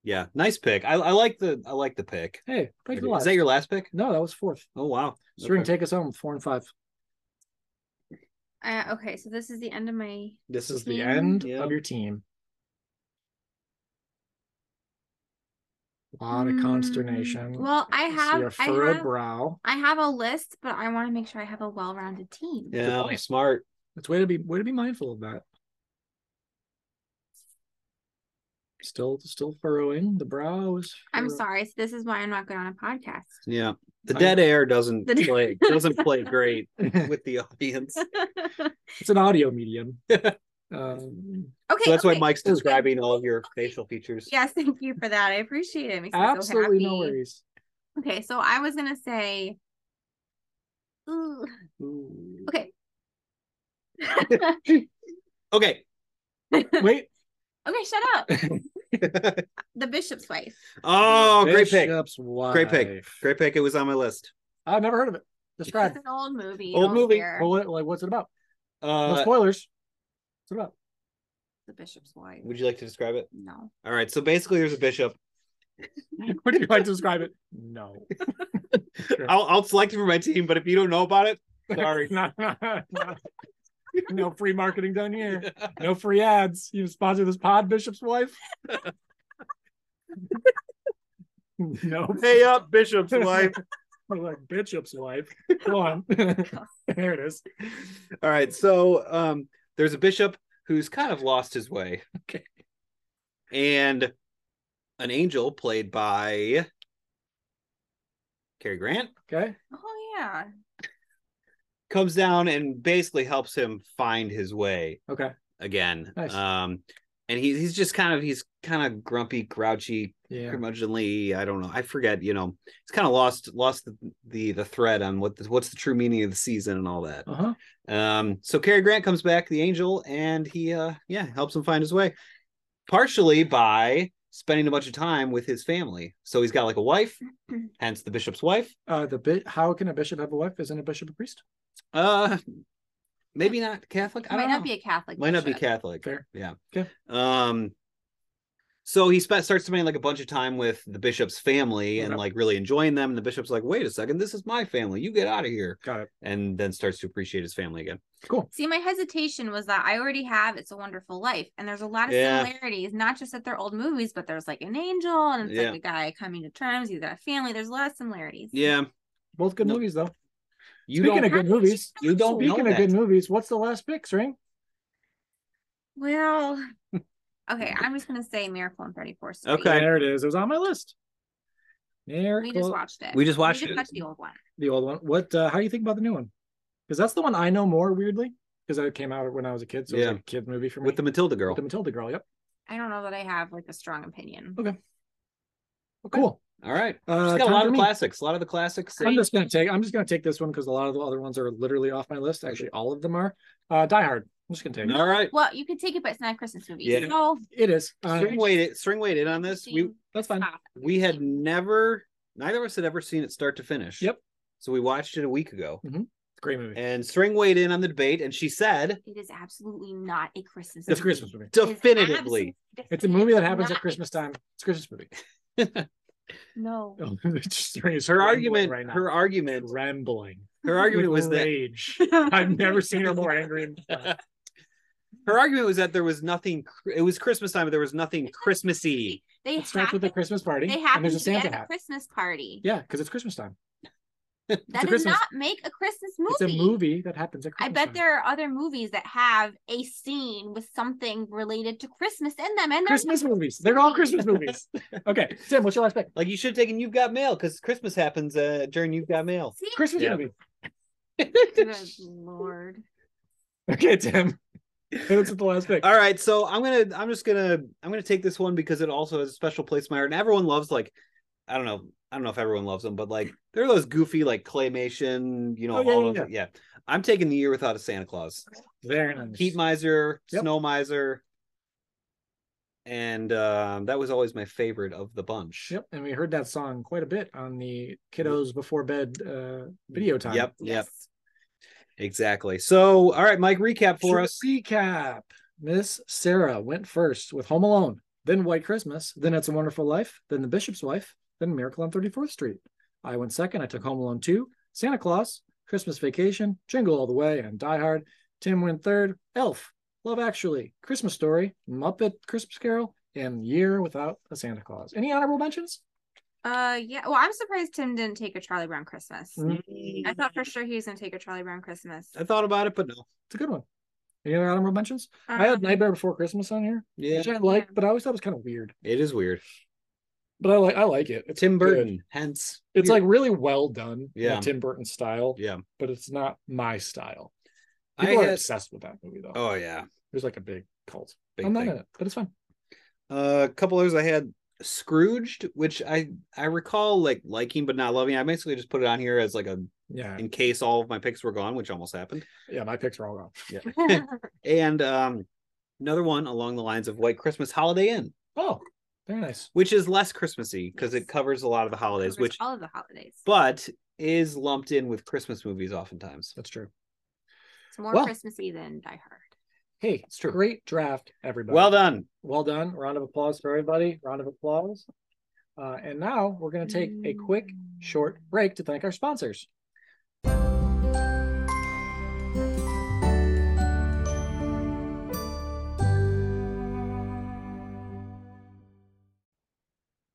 [SPEAKER 2] yeah, nice pick. I, I like the I like the pick.
[SPEAKER 1] Hey, thank you a lot.
[SPEAKER 2] Is that your last pick?
[SPEAKER 1] no, that was fourth.
[SPEAKER 2] Oh wow.
[SPEAKER 1] So we're gonna
[SPEAKER 2] Okay.
[SPEAKER 1] take us home with four and five.
[SPEAKER 3] Uh, okay, so this is the end of my.
[SPEAKER 2] This
[SPEAKER 1] This is
[SPEAKER 2] is
[SPEAKER 1] the
[SPEAKER 3] Team?
[SPEAKER 1] end
[SPEAKER 2] Yeah.
[SPEAKER 1] of your team. A lot of consternation.
[SPEAKER 3] Mm, Well, I
[SPEAKER 1] See a
[SPEAKER 3] have, I
[SPEAKER 1] furrowed
[SPEAKER 3] have,
[SPEAKER 1] brow.
[SPEAKER 3] I have a list, but I want to make sure I have a well-rounded team.
[SPEAKER 2] yeah
[SPEAKER 1] point.
[SPEAKER 2] smart.
[SPEAKER 1] It's way to be way to be mindful of that. Still, still furrowing. The brow is.
[SPEAKER 3] I'm
[SPEAKER 1] furrowed.
[SPEAKER 3] sorry, so this is why I'm not good on a podcast.
[SPEAKER 2] Yeah, the
[SPEAKER 1] I-
[SPEAKER 2] dead air doesn't
[SPEAKER 3] The-
[SPEAKER 2] play doesn't play great with the audience. So
[SPEAKER 1] It's an audio medium. um,
[SPEAKER 3] okay,
[SPEAKER 2] that's why
[SPEAKER 3] okay.
[SPEAKER 2] Mike's describing all of your facial features.
[SPEAKER 3] Yes, thank you for that. I appreciate it. it makes me
[SPEAKER 1] absolutely
[SPEAKER 3] so
[SPEAKER 1] no
[SPEAKER 3] happy.
[SPEAKER 1] worries.
[SPEAKER 3] Okay, so I was gonna say. Ooh,
[SPEAKER 1] Ooh.
[SPEAKER 3] okay.
[SPEAKER 2] Okay.
[SPEAKER 1] Wait.
[SPEAKER 3] Okay, shut up. The Bishop's Wife.
[SPEAKER 2] oh, great pick.
[SPEAKER 1] Bishop's
[SPEAKER 2] Great pick.
[SPEAKER 1] Wife.
[SPEAKER 2] Great pick. It was on my list.
[SPEAKER 1] I've never heard of it. Describe.
[SPEAKER 3] It's an old movie.
[SPEAKER 2] Old
[SPEAKER 3] don't
[SPEAKER 2] movie.
[SPEAKER 3] care.
[SPEAKER 1] Well, what, like, what's it about? No
[SPEAKER 2] Uh,
[SPEAKER 1] spoilers. What's it about?
[SPEAKER 3] The Bishop's Wife.
[SPEAKER 2] would you like to describe it?
[SPEAKER 3] No.
[SPEAKER 2] All right. So basically, there's a bishop.
[SPEAKER 1] Would you like to describe it? No.
[SPEAKER 2] I'll, I'll select it for my team, but if you don't know about it, sorry.
[SPEAKER 1] no, no, no. No free marketing done here. No free ads. You sponsor this pod, Bishop's wife. no,
[SPEAKER 5] Pay up, Bishop's wife.
[SPEAKER 1] I'm like Bishop's wife. Go on. there it is.
[SPEAKER 2] All right. So um, there's a bishop who's kind of lost his way.
[SPEAKER 1] Okay.
[SPEAKER 2] And an angel played by Cary Grant
[SPEAKER 1] Okay.
[SPEAKER 3] Oh yeah.
[SPEAKER 2] comes down and basically helps him find his way
[SPEAKER 1] Okay.
[SPEAKER 2] again.
[SPEAKER 1] Nice.
[SPEAKER 2] Um, and he, he's just kind of he's kind of grumpy, grouchy,
[SPEAKER 1] Yeah.
[SPEAKER 2] curmudgeonly. I don't know. I forget. You know, he's kind of lost lost the the, the thread on what the, what's the true meaning of the season and all
[SPEAKER 3] Oh.
[SPEAKER 2] that.
[SPEAKER 1] Uh huh.
[SPEAKER 2] Um, so Cary Grant comes back, the angel, and he uh yeah, helps him find his way. Partially by spending a bunch of time with his family. So he's got like a wife, hence the bishop's wife.
[SPEAKER 1] Uh, the bit. How can a bishop have a wife? Isn't a bishop a priest?
[SPEAKER 2] Uh maybe not Catholic. I
[SPEAKER 3] Might
[SPEAKER 2] don't
[SPEAKER 3] not
[SPEAKER 2] know.
[SPEAKER 3] be a Catholic.
[SPEAKER 2] Might not be
[SPEAKER 3] bishop.
[SPEAKER 2] Catholic.
[SPEAKER 1] Fair.
[SPEAKER 2] Yeah.
[SPEAKER 1] Okay.
[SPEAKER 2] Um so he spe- starts spending like a bunch of time with the bishop's family and
[SPEAKER 1] Okay.
[SPEAKER 2] like really enjoying them. And the bishop's like, wait a second, this is my family. You get out of here.
[SPEAKER 1] Got it.
[SPEAKER 2] And then starts to appreciate his family again.
[SPEAKER 1] Cool.
[SPEAKER 3] See, my hesitation was that I already have It's a Wonderful Life, and there's a lot of
[SPEAKER 2] Yeah.
[SPEAKER 3] similarities, not just that they're old movies, but there's like an angel and it's
[SPEAKER 2] Yeah.
[SPEAKER 3] like a guy coming to terms, he's got a family. There's a lot of similarities.
[SPEAKER 2] Yeah.
[SPEAKER 1] Both good
[SPEAKER 2] Nope.
[SPEAKER 1] movies though.
[SPEAKER 2] You
[SPEAKER 1] Speaking
[SPEAKER 2] don't
[SPEAKER 1] of good movies.
[SPEAKER 2] you don't know
[SPEAKER 1] Speaking of
[SPEAKER 2] that.
[SPEAKER 1] good movies, what's the last pick, Ring?
[SPEAKER 3] Well, okay, I'm just gonna say Miracle on 34th Street.
[SPEAKER 2] Okay.
[SPEAKER 1] There it is. It was on my list. There.
[SPEAKER 3] We just watched it.
[SPEAKER 2] We just watched it.
[SPEAKER 3] watched the old one.
[SPEAKER 1] the old one. What? Uh, how do you think about the new one? Because that's the one I know more weirdly. Because it came out when I was a kid, so it
[SPEAKER 2] Yeah.
[SPEAKER 1] was like a kid movie for me.
[SPEAKER 2] with the Matilda girl.
[SPEAKER 1] With the Matilda girl. Yep.
[SPEAKER 3] I don't know that I have like a strong opinion.
[SPEAKER 1] Cool.
[SPEAKER 2] All right.
[SPEAKER 1] Uh,
[SPEAKER 2] She's got a
[SPEAKER 1] time
[SPEAKER 2] lot
[SPEAKER 1] for
[SPEAKER 2] of
[SPEAKER 1] me.
[SPEAKER 2] classics. A lot of the classics.
[SPEAKER 1] I'm just gonna take. I'm just gonna take this one because a lot of the other ones are literally off my list. Actually, all of them are. Uh, Die Hard. I'm just gonna take it.
[SPEAKER 2] All right.
[SPEAKER 3] Well, you could take it, but it's not a Christmas movie.
[SPEAKER 2] Yeah.
[SPEAKER 3] So
[SPEAKER 1] It is. Uh,
[SPEAKER 2] String weighted. String weighted on this. We
[SPEAKER 3] Christine,
[SPEAKER 1] that's fine.
[SPEAKER 3] stop.
[SPEAKER 2] we had never. Neither of us had ever seen it start to finish.
[SPEAKER 1] Yep.
[SPEAKER 2] So we watched it a week ago,
[SPEAKER 1] Great movie.
[SPEAKER 2] and String weighed in on the debate, and she said
[SPEAKER 3] It is absolutely not a Christmas
[SPEAKER 1] It's a
[SPEAKER 3] movie.
[SPEAKER 1] Christmas movie.
[SPEAKER 3] It is
[SPEAKER 2] definitively.
[SPEAKER 3] absolutely
[SPEAKER 1] It's a movie that happens at
[SPEAKER 3] not a-
[SPEAKER 1] Christmas time. It's a Christmas movie.
[SPEAKER 3] No.
[SPEAKER 1] Oh, it's just- it's
[SPEAKER 2] Her
[SPEAKER 1] trembling
[SPEAKER 2] argument.
[SPEAKER 1] Right now.
[SPEAKER 2] her argument.
[SPEAKER 1] trembling.
[SPEAKER 2] Her argument was that.
[SPEAKER 1] rage. I've never seen her more angry. in my life.
[SPEAKER 2] Her argument was that there was nothing. cr- It was Christmas time, but there was nothing Christmassy.
[SPEAKER 3] They
[SPEAKER 1] It starts with a
[SPEAKER 3] happen-
[SPEAKER 1] Christmas party,
[SPEAKER 3] They
[SPEAKER 1] and
[SPEAKER 3] happen
[SPEAKER 1] there's a
[SPEAKER 3] to be
[SPEAKER 1] Santa
[SPEAKER 3] at a
[SPEAKER 1] hat.
[SPEAKER 3] Christmas party.
[SPEAKER 1] Yeah, because it's Christmas time.
[SPEAKER 3] that
[SPEAKER 1] a
[SPEAKER 3] does
[SPEAKER 1] Christmas-
[SPEAKER 3] not make a Christmas movie.
[SPEAKER 1] It's a movie that happens at
[SPEAKER 3] I
[SPEAKER 1] Christmas.
[SPEAKER 3] bet
[SPEAKER 1] time.
[SPEAKER 3] there are other movies that have a scene with something related to Christmas in them, and there's
[SPEAKER 1] Christmas movies. They're all Christmas movies. Okay, Tim, what's your last pick?
[SPEAKER 2] Like you should have taken. You've got mail because Christmas happens uh, during you've got mail.
[SPEAKER 3] See?
[SPEAKER 1] Christmas
[SPEAKER 2] Yeah.
[SPEAKER 1] movie.
[SPEAKER 3] Good lord.
[SPEAKER 1] Okay, Tim. That's the last pick.
[SPEAKER 2] All right, so I'm gonna, I'm just gonna, I'm gonna take this one because it also has a special place in my heart, and everyone loves like, I don't know, I don't know if everyone loves them, but like they're those goofy like claymation, you know,
[SPEAKER 1] Oh, yeah,
[SPEAKER 2] all
[SPEAKER 1] yeah,
[SPEAKER 2] of yeah. I'm taking the year without a Santa Claus.
[SPEAKER 1] Very nice.
[SPEAKER 2] Heat miser,
[SPEAKER 1] Yep.
[SPEAKER 2] snow miser, and um, that was always my favorite of the bunch.
[SPEAKER 1] Yep, and we heard that song quite a bit on the kiddos before bed uh, video time.
[SPEAKER 2] Yep, yep,
[SPEAKER 3] Yes.
[SPEAKER 2] exactly. So, all right, Mike, recap for
[SPEAKER 1] For a
[SPEAKER 2] us.
[SPEAKER 1] recap, Miss Sarah went first with Home Alone, then White Christmas, then It's a Wonderful Life, then The Bishop's Wife, then Miracle on 34th Street. I went second. I took Home Alone 2, Santa Claus, Christmas Vacation, Jingle All the Way, and Die Hard. Tim went third, Elf, Love Actually, Christmas Story, Muppet Christmas Carol, and Year Without a Santa Claus. Any honorable mentions?
[SPEAKER 3] Uh yeah. Well, I'm surprised Tim didn't take a Charlie Brown Christmas.
[SPEAKER 1] Mm.
[SPEAKER 3] I thought for sure he was gonna take a Charlie Brown Christmas.
[SPEAKER 2] I thought about it, but no.
[SPEAKER 1] It's a good one. Any other honorable mentions? I had
[SPEAKER 3] Um,
[SPEAKER 1] Nightmare Before Christmas on here,
[SPEAKER 2] Yeah,
[SPEAKER 1] which I like, but I always thought it was kind of weird.
[SPEAKER 2] it is weird.
[SPEAKER 1] But I like I like it. It's
[SPEAKER 2] Tim
[SPEAKER 1] good.
[SPEAKER 2] Burton, hence
[SPEAKER 1] It's like really well done. in the
[SPEAKER 2] Yeah.
[SPEAKER 1] Tim Burton style,
[SPEAKER 2] yeah.
[SPEAKER 1] but it's not my style.
[SPEAKER 2] I
[SPEAKER 1] People are
[SPEAKER 2] had-
[SPEAKER 1] obsessed with that movie though.
[SPEAKER 2] oh yeah.
[SPEAKER 1] There's like a big cult.
[SPEAKER 2] Big
[SPEAKER 1] I'm not
[SPEAKER 2] thing.
[SPEAKER 1] in it, but it's fun.
[SPEAKER 2] Uh, a couple others I had Scrooged, which I I recall like liking but not loving. I basically just put it on here as like a
[SPEAKER 1] Yeah.
[SPEAKER 2] in case all of my picks were gone, which almost happened.
[SPEAKER 1] Yeah, my picks are all gone.
[SPEAKER 2] And um, another one along the lines of White Christmas Holiday Inn,
[SPEAKER 1] Oh, very nice.
[SPEAKER 2] which is less Christmassy because
[SPEAKER 3] Yes.
[SPEAKER 2] it covers a lot of the holidays,
[SPEAKER 3] covers
[SPEAKER 2] which
[SPEAKER 3] all of the holidays.
[SPEAKER 2] but is lumped in with Christmas movies oftentimes.
[SPEAKER 1] That's true.
[SPEAKER 3] it's more
[SPEAKER 1] well-
[SPEAKER 3] Christmassy than Die Hard.
[SPEAKER 1] Hey,
[SPEAKER 2] It's true.
[SPEAKER 1] great draft, everybody.
[SPEAKER 2] Well done.
[SPEAKER 1] Well done. Round of applause for everybody. Round of applause. Uh, and now we're going to take a quick, short break to thank our sponsors.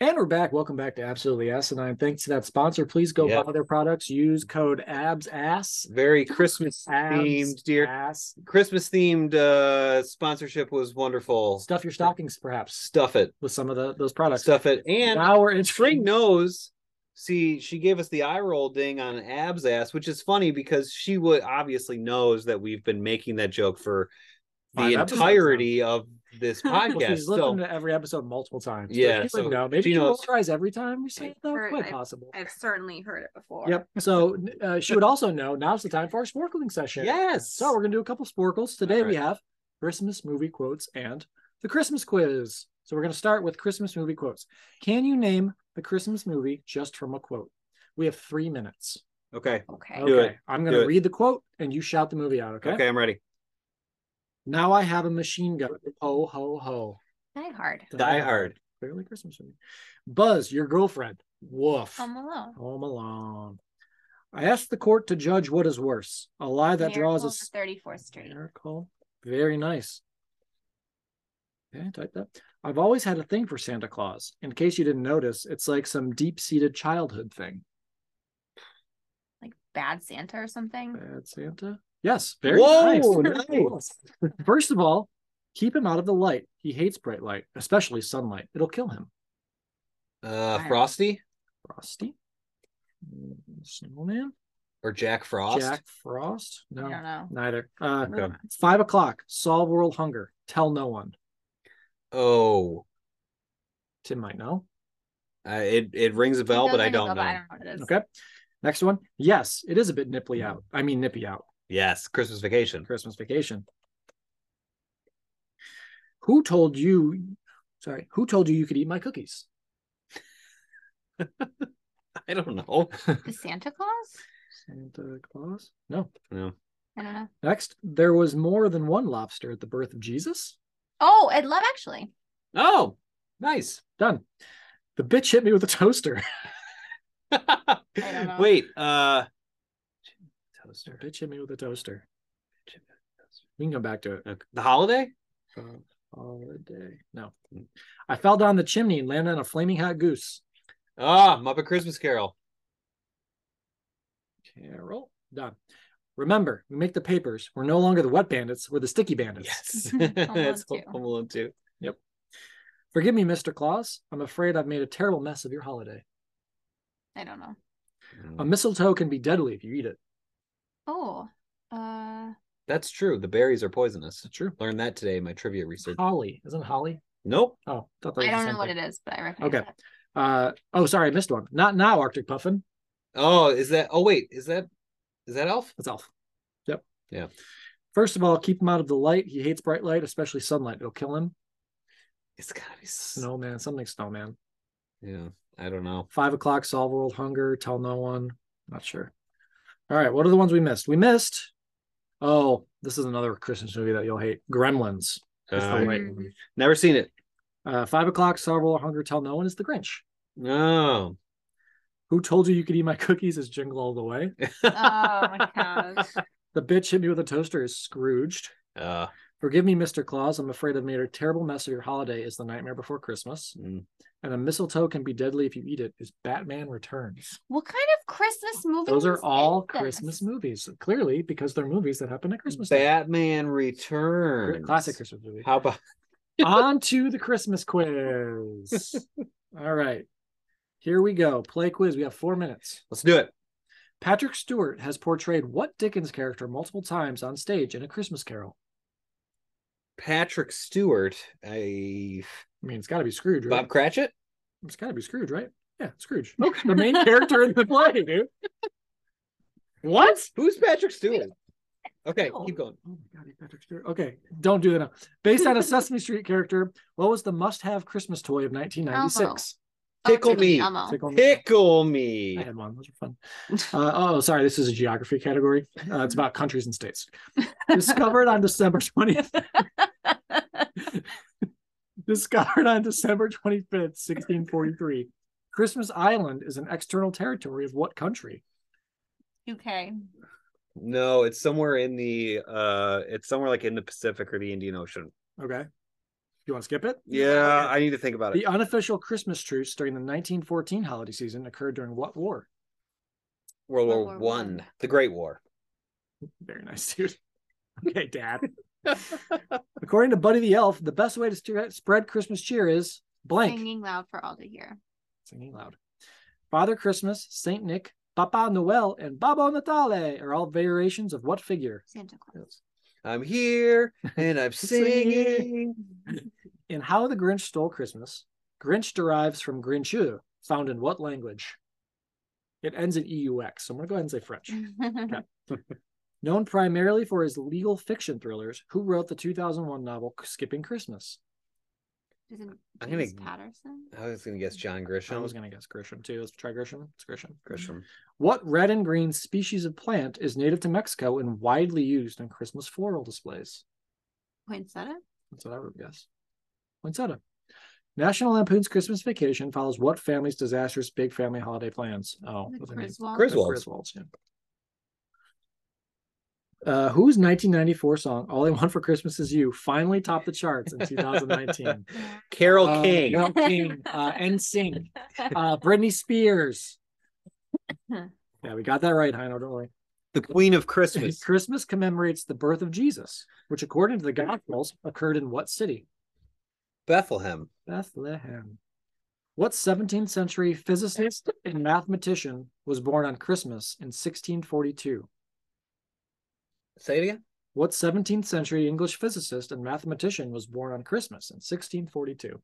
[SPEAKER 1] And we're back. Welcome back to Absolutely Asinine. Thanks to that sponsor. Please go
[SPEAKER 2] Yep.
[SPEAKER 1] buy their products. Use code ABSASS.
[SPEAKER 2] Very Christmas
[SPEAKER 1] ABS,
[SPEAKER 2] themed, dear.
[SPEAKER 1] ass.
[SPEAKER 2] Christmas themed uh sponsorship was wonderful.
[SPEAKER 1] Stuff your stockings, perhaps,
[SPEAKER 2] Stuff it.
[SPEAKER 1] with some of the those products.
[SPEAKER 2] Stuff it. And
[SPEAKER 1] now we're in
[SPEAKER 2] Spring knows. See, she gave us the eye roll ding on Ab's ass, which is funny because she would obviously knows that we've been making that joke for the
[SPEAKER 1] Five episodes now.
[SPEAKER 2] entirety of this
[SPEAKER 1] Well,
[SPEAKER 2] podcast.
[SPEAKER 1] she's listened
[SPEAKER 2] so
[SPEAKER 1] to every episode multiple times. So
[SPEAKER 2] Yeah,
[SPEAKER 1] she would
[SPEAKER 2] so
[SPEAKER 1] know. Maybe
[SPEAKER 2] she
[SPEAKER 1] she
[SPEAKER 2] knows.
[SPEAKER 1] tries every time we say it, though.
[SPEAKER 3] I've
[SPEAKER 1] Quite
[SPEAKER 3] heard-
[SPEAKER 1] possible.
[SPEAKER 3] I've certainly heard it before.
[SPEAKER 1] Yep. So uh, she would also know now's the time for our sporkling session.
[SPEAKER 2] Yes.
[SPEAKER 1] So we're going to do a couple sporkles. Today we have Christmas movie quotes and the Christmas quiz. So we're going to start with Christmas movie quotes. Can you name the Christmas movie just from a quote? We have three minutes.
[SPEAKER 2] okay.
[SPEAKER 3] Okay.
[SPEAKER 1] Okay.
[SPEAKER 2] Do it.
[SPEAKER 1] I'm going
[SPEAKER 2] Do
[SPEAKER 1] to
[SPEAKER 2] it.
[SPEAKER 1] read the quote and you shout the movie out. Okay?
[SPEAKER 2] okay. I'm ready.
[SPEAKER 1] Now I have a machine gun. Ho, ho, ho.
[SPEAKER 3] Die Hard.
[SPEAKER 2] Die hard.
[SPEAKER 1] Clearly Christmas movie. Buzz, your girlfriend. Woof.
[SPEAKER 3] Home Alone.
[SPEAKER 1] Home Alone. I asked the court to judge what is worse a lie that
[SPEAKER 3] Miracle
[SPEAKER 1] draws
[SPEAKER 3] on
[SPEAKER 1] a s-
[SPEAKER 3] 34th Street.
[SPEAKER 1] miracle. Very nice. Okay, type that. I've always had a thing for Santa Claus. In case you didn't notice, it's like some deep seated childhood thing.
[SPEAKER 3] Like Bad Santa or something.
[SPEAKER 1] Bad Santa? Yes, very
[SPEAKER 2] Whoa,
[SPEAKER 1] nice. First of all, keep him out of the light. He hates bright light, especially sunlight. It'll kill him.
[SPEAKER 2] Uh Frosty
[SPEAKER 1] Frosty? Mm, Snowman?
[SPEAKER 2] or Jack Frost.
[SPEAKER 1] Jack Frost? No.
[SPEAKER 3] I don't know.
[SPEAKER 1] Neither. Uh,
[SPEAKER 2] Okay.
[SPEAKER 1] it's five o'clock. Solve world hunger. Tell no one.
[SPEAKER 2] Oh.
[SPEAKER 1] Tim might know.
[SPEAKER 2] I, it it rings a bell,
[SPEAKER 3] It
[SPEAKER 2] but
[SPEAKER 3] does
[SPEAKER 2] I
[SPEAKER 3] ring a
[SPEAKER 2] don't
[SPEAKER 3] bell,
[SPEAKER 2] know.
[SPEAKER 3] but I don't know what it is.
[SPEAKER 1] Okay. Next one. Yes, it is a bit nipply out. I mean, nippy out.
[SPEAKER 2] Yes, Christmas vacation.
[SPEAKER 1] Christmas vacation. Who told you? Sorry. Who told you you could eat my cookies?
[SPEAKER 2] I don't know.
[SPEAKER 3] The Santa Claus?
[SPEAKER 1] Santa Claus? No.
[SPEAKER 3] I don't know.
[SPEAKER 1] Next, there was more than one lobster at the birth of Jesus.
[SPEAKER 3] Oh, Ed Love actually.
[SPEAKER 2] oh, nice.
[SPEAKER 1] Done. The bitch hit me with a toaster.
[SPEAKER 3] don't know.
[SPEAKER 2] Wait, uh toaster.
[SPEAKER 1] bitch hit me with a toaster. We can come back to it.
[SPEAKER 2] Okay. The holiday?
[SPEAKER 1] of holiday. No. I fell down the chimney and landed on a flaming hot goose.
[SPEAKER 2] Ah, Muppet Christmas Carol.
[SPEAKER 1] Carol. Done. Remember, we make the papers. We're no longer the wet bandits, we're the sticky bandits.
[SPEAKER 2] Yes.
[SPEAKER 3] Home Alone
[SPEAKER 2] That's
[SPEAKER 3] two.
[SPEAKER 2] Home Alone 2.
[SPEAKER 1] Forgive me, Mr. Claus. I'm afraid I've made a terrible mess of your holiday.
[SPEAKER 3] I don't know.
[SPEAKER 1] A
[SPEAKER 2] Um,
[SPEAKER 1] mistletoe can be deadly if you eat it.
[SPEAKER 3] Oh. Uh
[SPEAKER 2] That's true. The berries are poisonous.
[SPEAKER 1] True.
[SPEAKER 2] Learned that today in my trivia research.
[SPEAKER 1] Holly. Isn't it holly?
[SPEAKER 2] Nope.
[SPEAKER 1] Oh, thought that was
[SPEAKER 3] I don't know what it is, but I recognize
[SPEAKER 1] Okay. Uh, oh, sorry, I missed one. Not now, Arctic Puffin.
[SPEAKER 2] Oh, is that Oh wait, is that is that Elf?
[SPEAKER 1] That's Elf. Yep.
[SPEAKER 2] Yeah.
[SPEAKER 1] First of all, keep him out of the light. He hates bright light, especially sunlight. It'll kill him.
[SPEAKER 2] It's got to be snow.
[SPEAKER 1] Snowman, something snowman.
[SPEAKER 2] Yeah, I don't know.
[SPEAKER 1] five o'clock solve world hunger tell no one not sure all right what are the ones we missed we missed oh this is another christmas movie that you'll hate gremlins It's the
[SPEAKER 2] Uh,
[SPEAKER 1] light
[SPEAKER 3] Mhm.
[SPEAKER 1] movie.
[SPEAKER 2] never seen it.
[SPEAKER 1] Uh, five o'clock solve world hunger tell no one is the grinch
[SPEAKER 2] No.
[SPEAKER 1] who told you you could eat my cookies is jingle all the way
[SPEAKER 3] it. Oh my gosh.
[SPEAKER 1] the bitch hit me with a toaster is scrooged
[SPEAKER 2] Uh,
[SPEAKER 1] forgive me mr claus i'm afraid i've made a terrible mess of your holiday is the nightmare before christmas
[SPEAKER 2] mm.
[SPEAKER 1] and a mistletoe can be deadly if you eat it is batman returns
[SPEAKER 3] What kind of Christmas movie?
[SPEAKER 1] those are
[SPEAKER 3] is Oh,
[SPEAKER 1] all
[SPEAKER 3] this?
[SPEAKER 1] christmas movies clearly because they're movies that happen at christmas time.
[SPEAKER 2] Batman
[SPEAKER 1] Cri-
[SPEAKER 2] Returns.
[SPEAKER 1] Classic Christmas movie.
[SPEAKER 2] How about
[SPEAKER 1] On to the Christmas quiz. All right. Here we go. Play quiz. We have four minutes.
[SPEAKER 2] Let's do it.
[SPEAKER 1] Patrick Stewart has portrayed what Dickens character multiple times on stage in A Christmas Carol?
[SPEAKER 2] Patrick Stewart, a
[SPEAKER 1] I mean, it's got to be Scrooge, right?
[SPEAKER 2] Bob Cratchit.
[SPEAKER 1] It's got to be Scrooge, right? Yeah, Scrooge. The main character in the play, dude. What?
[SPEAKER 2] Who's Patrick Stewart? Okay, keep going.
[SPEAKER 1] Oh my God, Patrick Stewart. Okay, don't do that. Now. Based on a Sesame Street character, what was the must-have Christmas toy of 1996?
[SPEAKER 3] Oh,
[SPEAKER 2] Tickle
[SPEAKER 3] Tickle Me
[SPEAKER 2] Me.
[SPEAKER 3] Elmo.
[SPEAKER 1] Tickle Me.
[SPEAKER 2] Pickle
[SPEAKER 1] I
[SPEAKER 2] me.
[SPEAKER 1] had one. Those were fun. Uh, oh, sorry. This is a geography category. Uh, it's about countries and states. Discovered on December 20th. Discovered on December 25th, 1643. Christmas Island is an external territory of what country?
[SPEAKER 3] UK.
[SPEAKER 2] No, it's somewhere in the uh it's somewhere like in the Pacific or the Indian Ocean.
[SPEAKER 1] Okay. You want to skip it?
[SPEAKER 2] Yeah, I need to think about it.
[SPEAKER 1] The unofficial Christmas truce during the 1914 holiday season occurred during what war?
[SPEAKER 2] World
[SPEAKER 3] World
[SPEAKER 2] War One,
[SPEAKER 3] War One.
[SPEAKER 2] the Great War.
[SPEAKER 1] Very nice, dude. Okay, Dad. According to Buddy the Elf, the best way to stre- spread Christmas cheer is blank.
[SPEAKER 3] Singing loud for all to hear.
[SPEAKER 1] Singing loud. Father Christmas, Saint Nick, Papa Noel, and Baba Natale are all variations of what figure?
[SPEAKER 3] Santa Claus.
[SPEAKER 2] I'm here and I'm singing.
[SPEAKER 1] In How the Grinch Stole Christmas, Grinch derives from Grinchu, found in what language? It ends in EUX, so I'm going to go ahead and say French.
[SPEAKER 3] Mm-hmm.
[SPEAKER 1] Known primarily for his legal fiction thrillers, who wrote the 2001 novel Skipping Christmas?
[SPEAKER 3] Isn't
[SPEAKER 2] I'm gonna-
[SPEAKER 3] Reese Patterson?
[SPEAKER 2] I was gonna guess John Grisham.
[SPEAKER 1] I was going to guess Grisham too. Let's try Grisham. It's Grisham.
[SPEAKER 2] Grisham.
[SPEAKER 1] What red and green species of plant is native to Mexico and widely used in Christmas floral displays?
[SPEAKER 3] Poinsettia?
[SPEAKER 1] That's what I would guess. Poinsettia. National Lampoon's Christmas Vacation follows what family's disastrous big family holiday plans? Oh,
[SPEAKER 3] The
[SPEAKER 1] what's her name?
[SPEAKER 3] Griswold?
[SPEAKER 2] Griswold.
[SPEAKER 1] The Griswolds, yeah. Uh, whose 1994 song "All I Want for Christmas Is You" finally topped the charts in 2019?
[SPEAKER 3] Yeah.
[SPEAKER 2] Carol
[SPEAKER 1] Uh,
[SPEAKER 2] King.
[SPEAKER 1] Carole King, uh, NSYNC, uh, Britney Spears. Yeah, we got that right, Heino. Don't worry.
[SPEAKER 2] The Queen of Christmas.
[SPEAKER 1] Christmas commemorates the birth of Jesus, which, according to the Gospels, occurred in what city?
[SPEAKER 2] Bethlehem.
[SPEAKER 1] Bethlehem. What 17th century physicist and mathematician was born on Christmas in 1642?
[SPEAKER 2] Say it again.
[SPEAKER 1] What 17th century English physicist and mathematician was born on Christmas in 1642?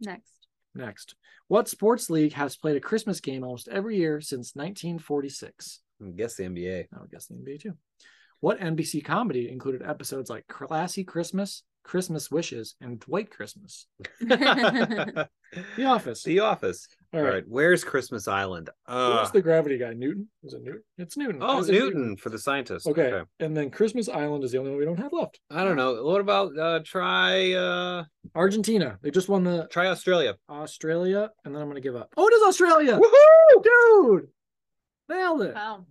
[SPEAKER 3] Next.
[SPEAKER 1] Next. What sports league has played a Christmas game almost every year since 1946?
[SPEAKER 2] I guess the NBA.
[SPEAKER 1] I would guess the NBA too. What NBC comedy included episodes like Classy Christmas, Christmas Wishes, and Dwight Christmas? The Office.
[SPEAKER 2] The Office.
[SPEAKER 1] All
[SPEAKER 2] All
[SPEAKER 1] right.
[SPEAKER 2] right. Where's Christmas Island? Uh,
[SPEAKER 1] Who's the gravity guy? Newton? Is it Newton? It's Newton.
[SPEAKER 2] oh,
[SPEAKER 1] Isaac
[SPEAKER 2] Newton for the scientist.
[SPEAKER 1] Okay. And then Christmas Island is the only one we don't have left.
[SPEAKER 2] I don't know. What about uh try uh
[SPEAKER 1] Argentina. They just won the
[SPEAKER 2] try Australia?
[SPEAKER 1] Australia, and then I'm going to give up. Oh, it is Australia.
[SPEAKER 2] Woohoo!
[SPEAKER 1] Dude. Nailed it.
[SPEAKER 3] Wow.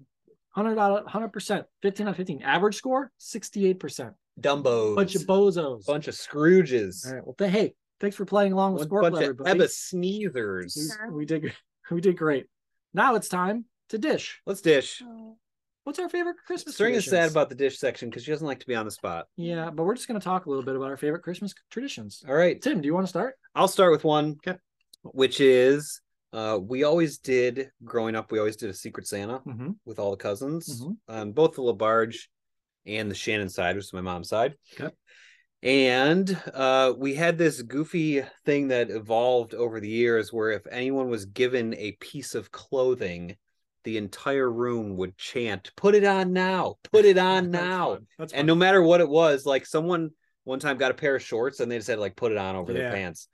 [SPEAKER 1] 100 out of 100%. 15 out of 15. Average score, 68%.
[SPEAKER 2] Dumbos.
[SPEAKER 1] Bunch of bozos.
[SPEAKER 2] bunch of Scrooges.
[SPEAKER 1] All right. Well, th- hey, thanks for playing along with
[SPEAKER 2] One
[SPEAKER 1] Sport
[SPEAKER 2] bunch
[SPEAKER 1] Letter,
[SPEAKER 2] of
[SPEAKER 1] buddy.
[SPEAKER 2] Ebba Sneezers.
[SPEAKER 3] Sure.
[SPEAKER 1] We did we did great. Now it's time to dish.
[SPEAKER 2] Let's dish.
[SPEAKER 4] Oh,
[SPEAKER 1] What's our favorite Christmas
[SPEAKER 2] String is sad
[SPEAKER 1] traditions?
[SPEAKER 2] about the dish section because she doesn't like to be on the spot.
[SPEAKER 1] Yeah, but we're just going to talk a little bit about our favorite Christmas traditions.
[SPEAKER 2] All right.
[SPEAKER 1] Tim, do you want to start?
[SPEAKER 2] I'll start with one, which is uh, we always did growing up. We always did a Secret Santa
[SPEAKER 1] Mm-hmm.
[SPEAKER 2] with all the cousins
[SPEAKER 1] Mhm.
[SPEAKER 2] on both the Labarge and the Shannon side, which is my mom's side.
[SPEAKER 1] Okay.
[SPEAKER 2] And uh, we had this goofy thing that evolved over the years where if anyone was given a piece of clothing, the entire room would chant, Put it on now, put it on
[SPEAKER 1] That's
[SPEAKER 2] now.
[SPEAKER 1] fun. That's
[SPEAKER 2] And
[SPEAKER 1] fun.
[SPEAKER 2] no matter what it was, like someone one time got a pair of shorts and they just had to like put it on over
[SPEAKER 1] Yeah.
[SPEAKER 2] their pants.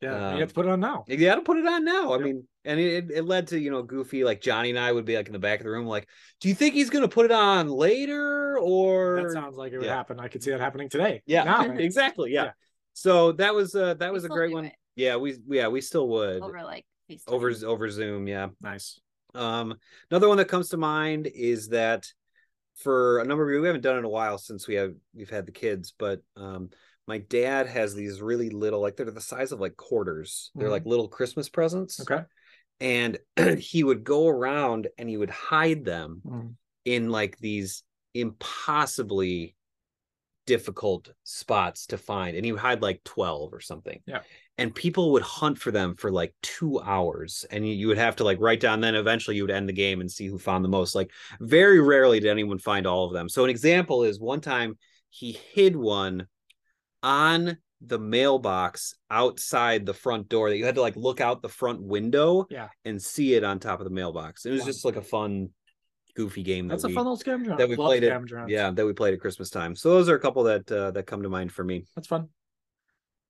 [SPEAKER 1] yeah, you
[SPEAKER 2] um,
[SPEAKER 1] have to put it on now.
[SPEAKER 2] You gotta put it on now. I
[SPEAKER 1] Yep.
[SPEAKER 2] mean, and it, it led to, you know, goofy, like Johnny and I would be like in the back of the room, like, do you think he's gonna put it on later
[SPEAKER 1] That
[SPEAKER 2] or
[SPEAKER 1] sounds like it would
[SPEAKER 2] yeah.
[SPEAKER 1] happen. I could see that happening today.
[SPEAKER 2] yeah,
[SPEAKER 1] Now, right?
[SPEAKER 2] exactly. Yeah.
[SPEAKER 1] Yeah.
[SPEAKER 2] So that was uh that
[SPEAKER 3] We
[SPEAKER 2] was a
[SPEAKER 3] still
[SPEAKER 2] great
[SPEAKER 3] do
[SPEAKER 2] one.
[SPEAKER 3] it
[SPEAKER 2] Yeah, we yeah, we still would over
[SPEAKER 3] Over like FaceTime.
[SPEAKER 2] over, Zoom, yeah.
[SPEAKER 1] nice.
[SPEAKER 2] Um another one that comes to mind is that for a number of years, we haven't done it in a while since we have we've had the kids, but um my dad has these really little, like they're the size of like quarters. They're
[SPEAKER 1] Mhm.
[SPEAKER 2] like little Christmas presents.
[SPEAKER 1] Okay.
[SPEAKER 2] and he would go around and he would hide them
[SPEAKER 1] Mm.
[SPEAKER 2] in like these impossibly difficult spots to find and he would hide like 12 or something
[SPEAKER 1] Yeah.
[SPEAKER 2] and people would hunt for them for like two hours and you, you would have to like write down then eventually you would end the game and see who found the most like very rarely did anyone find all of them so an example is one time he hid one on the mailbox outside the front door that you had to like look out the front window
[SPEAKER 1] Yeah.
[SPEAKER 2] and see it on top of the mailbox. It was
[SPEAKER 1] Wow.
[SPEAKER 2] just like a fun, goofy game.
[SPEAKER 1] That's
[SPEAKER 2] that
[SPEAKER 1] a
[SPEAKER 2] we,
[SPEAKER 1] fun little scavenger hunt.
[SPEAKER 2] that we
[SPEAKER 1] Love
[SPEAKER 2] played it.
[SPEAKER 1] scavenger hunts.
[SPEAKER 2] Yeah, that we played at Christmas time. So those are a couple that uh, that come to mind for me.
[SPEAKER 1] That's fun.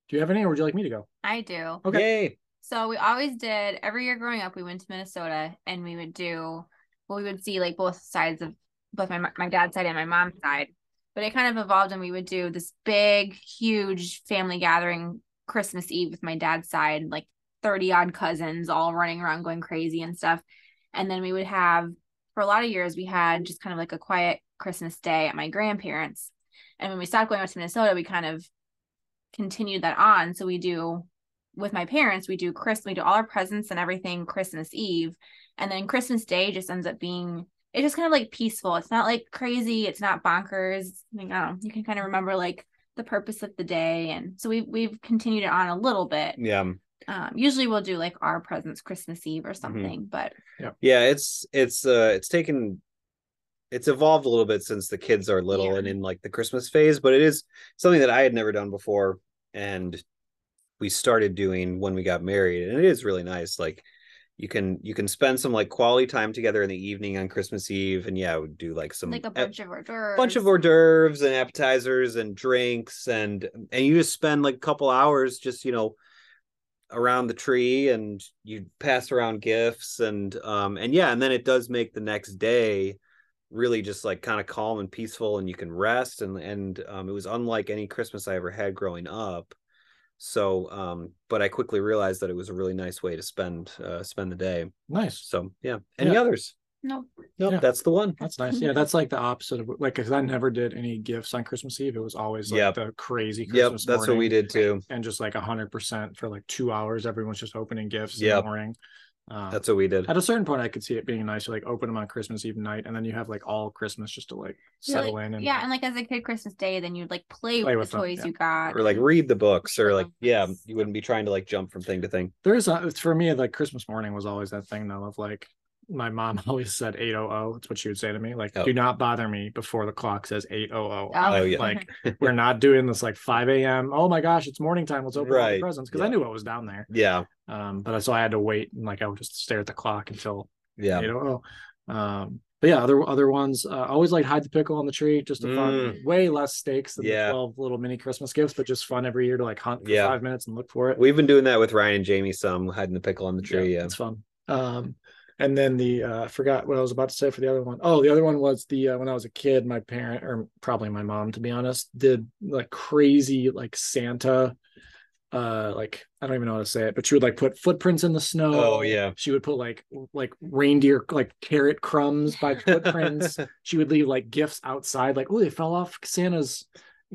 [SPEAKER 1] Do you have any or would you like me to go?
[SPEAKER 3] I do.
[SPEAKER 1] Okay.
[SPEAKER 2] Yay!
[SPEAKER 3] So we always did every year growing up. We went to Minnesota and we would do. Well, we would see like both sides of both my mo- my dad's side and my mom's side, but it kind of evolved and we would do this big, huge family gathering Christmas Eve with my dad's side, like thirty odd cousins all running around going crazy and stuff. And then we would have for a lot of years we had just kind of like a quiet Christmas day at my grandparents. And when we stopped going out to Minnesota, we kind of continued that on. So we do with my parents, we do Christmas, we do all our presents and everything Christmas Eve. And then Christmas Day just ends up being it's just kind of like peaceful. It's not like crazy. It's not bonkers. I mean, I don't know. You can kind of remember like the purpose of the day. And so we've we've continued it on a little bit.
[SPEAKER 2] Yeah.
[SPEAKER 3] Um, usually we'll do like our presents Christmas Eve
[SPEAKER 2] Mm-hmm.
[SPEAKER 3] or something, but
[SPEAKER 2] Yeah, it's it's uh it's taken it's evolved a little bit since the kids are little
[SPEAKER 3] Yeah.
[SPEAKER 2] and in like the Christmas phase, but it is something that I had never done before and we started doing when we got married and it is really nice like you can you can spend some like quality time together in the evening on Christmas Eve and yeah, we do like some e,
[SPEAKER 3] like a
[SPEAKER 2] ep-
[SPEAKER 3] bunch of hors d'oeuvres.
[SPEAKER 2] bunch of hors d'oeuvres and appetizers and drinks and and you just spend like a couple hours just you know around the tree and you pass around gifts and um and yeah and then it does make the next day really just like kind of calm and peaceful and you can rest and and um it was unlike any christmas i ever had growing up so um but i quickly realized that it was a really nice way to spend uh spend the day
[SPEAKER 1] Nice.
[SPEAKER 2] so yeah any
[SPEAKER 1] Yeah.
[SPEAKER 2] others
[SPEAKER 3] Nope.
[SPEAKER 2] nope
[SPEAKER 1] Yeah.
[SPEAKER 2] that's the one
[SPEAKER 1] That's nice. Yeah, that's like the opposite of like because I never did any gifts on Christmas Eve. It was always like
[SPEAKER 2] Yep.
[SPEAKER 1] the crazy
[SPEAKER 2] yep
[SPEAKER 1] Christmas.
[SPEAKER 2] that's what
[SPEAKER 1] morning.
[SPEAKER 2] we did too
[SPEAKER 1] and just like hundred percent for like two hours. Everyone's just opening gifts in
[SPEAKER 2] Yep.
[SPEAKER 1] the morning. Um,
[SPEAKER 2] that's what we did
[SPEAKER 1] at a certain point, I could see it being nice to like open them on Christmas Eve night, and then you have like all Christmas just to like
[SPEAKER 3] You're,
[SPEAKER 1] settle
[SPEAKER 3] like-
[SPEAKER 1] in and
[SPEAKER 3] yeah, and like as a kid, Christmas Day, then you'd like play,
[SPEAKER 1] Play with
[SPEAKER 3] with the
[SPEAKER 1] them,
[SPEAKER 3] toys
[SPEAKER 1] yeah.
[SPEAKER 3] you got,
[SPEAKER 2] or like read the books or like
[SPEAKER 3] Um,
[SPEAKER 2] yeah you wouldn't be trying to like jump from thing to thing
[SPEAKER 1] there's a for me like Christmas morning was always that thing though of like my mom always said 800 that's what she would say to me like
[SPEAKER 2] Oh.
[SPEAKER 1] do not bother me before the clock says 800
[SPEAKER 2] Oh, yeah.
[SPEAKER 1] like we're not doing this like 5 a.m oh my gosh it's morning time let's open all the
[SPEAKER 2] Right,
[SPEAKER 1] presents because i
[SPEAKER 2] yeah.
[SPEAKER 1] knew what was down there
[SPEAKER 2] yeah
[SPEAKER 1] um but I- so i had to wait and like i would just stare at the clock until
[SPEAKER 2] yeah
[SPEAKER 1] 800 um but yeah other other ones uh, I always like hide the pickle on the tree just a fun
[SPEAKER 3] Mm.
[SPEAKER 1] way less stakes than
[SPEAKER 2] Yeah.
[SPEAKER 1] the 12 little mini christmas gifts but just fun every year to like hunt for
[SPEAKER 2] Yeah.
[SPEAKER 1] five minutes and look for it
[SPEAKER 2] we've been doing that with ryan and jamie some hiding the pickle on the tree yeah
[SPEAKER 1] it's fun um and then the uh i forgot what i was about to say for the other one. Oh, the other one was the uh, when i was a kid my parent or probably my mom to be honest did like crazy like santa uh like i don't even know how to say it but she would like put footprints in the snow
[SPEAKER 2] oh yeah
[SPEAKER 1] she would put like like reindeer like carrot crumbs by footprints she would leave like gifts outside like oh they fell off santa's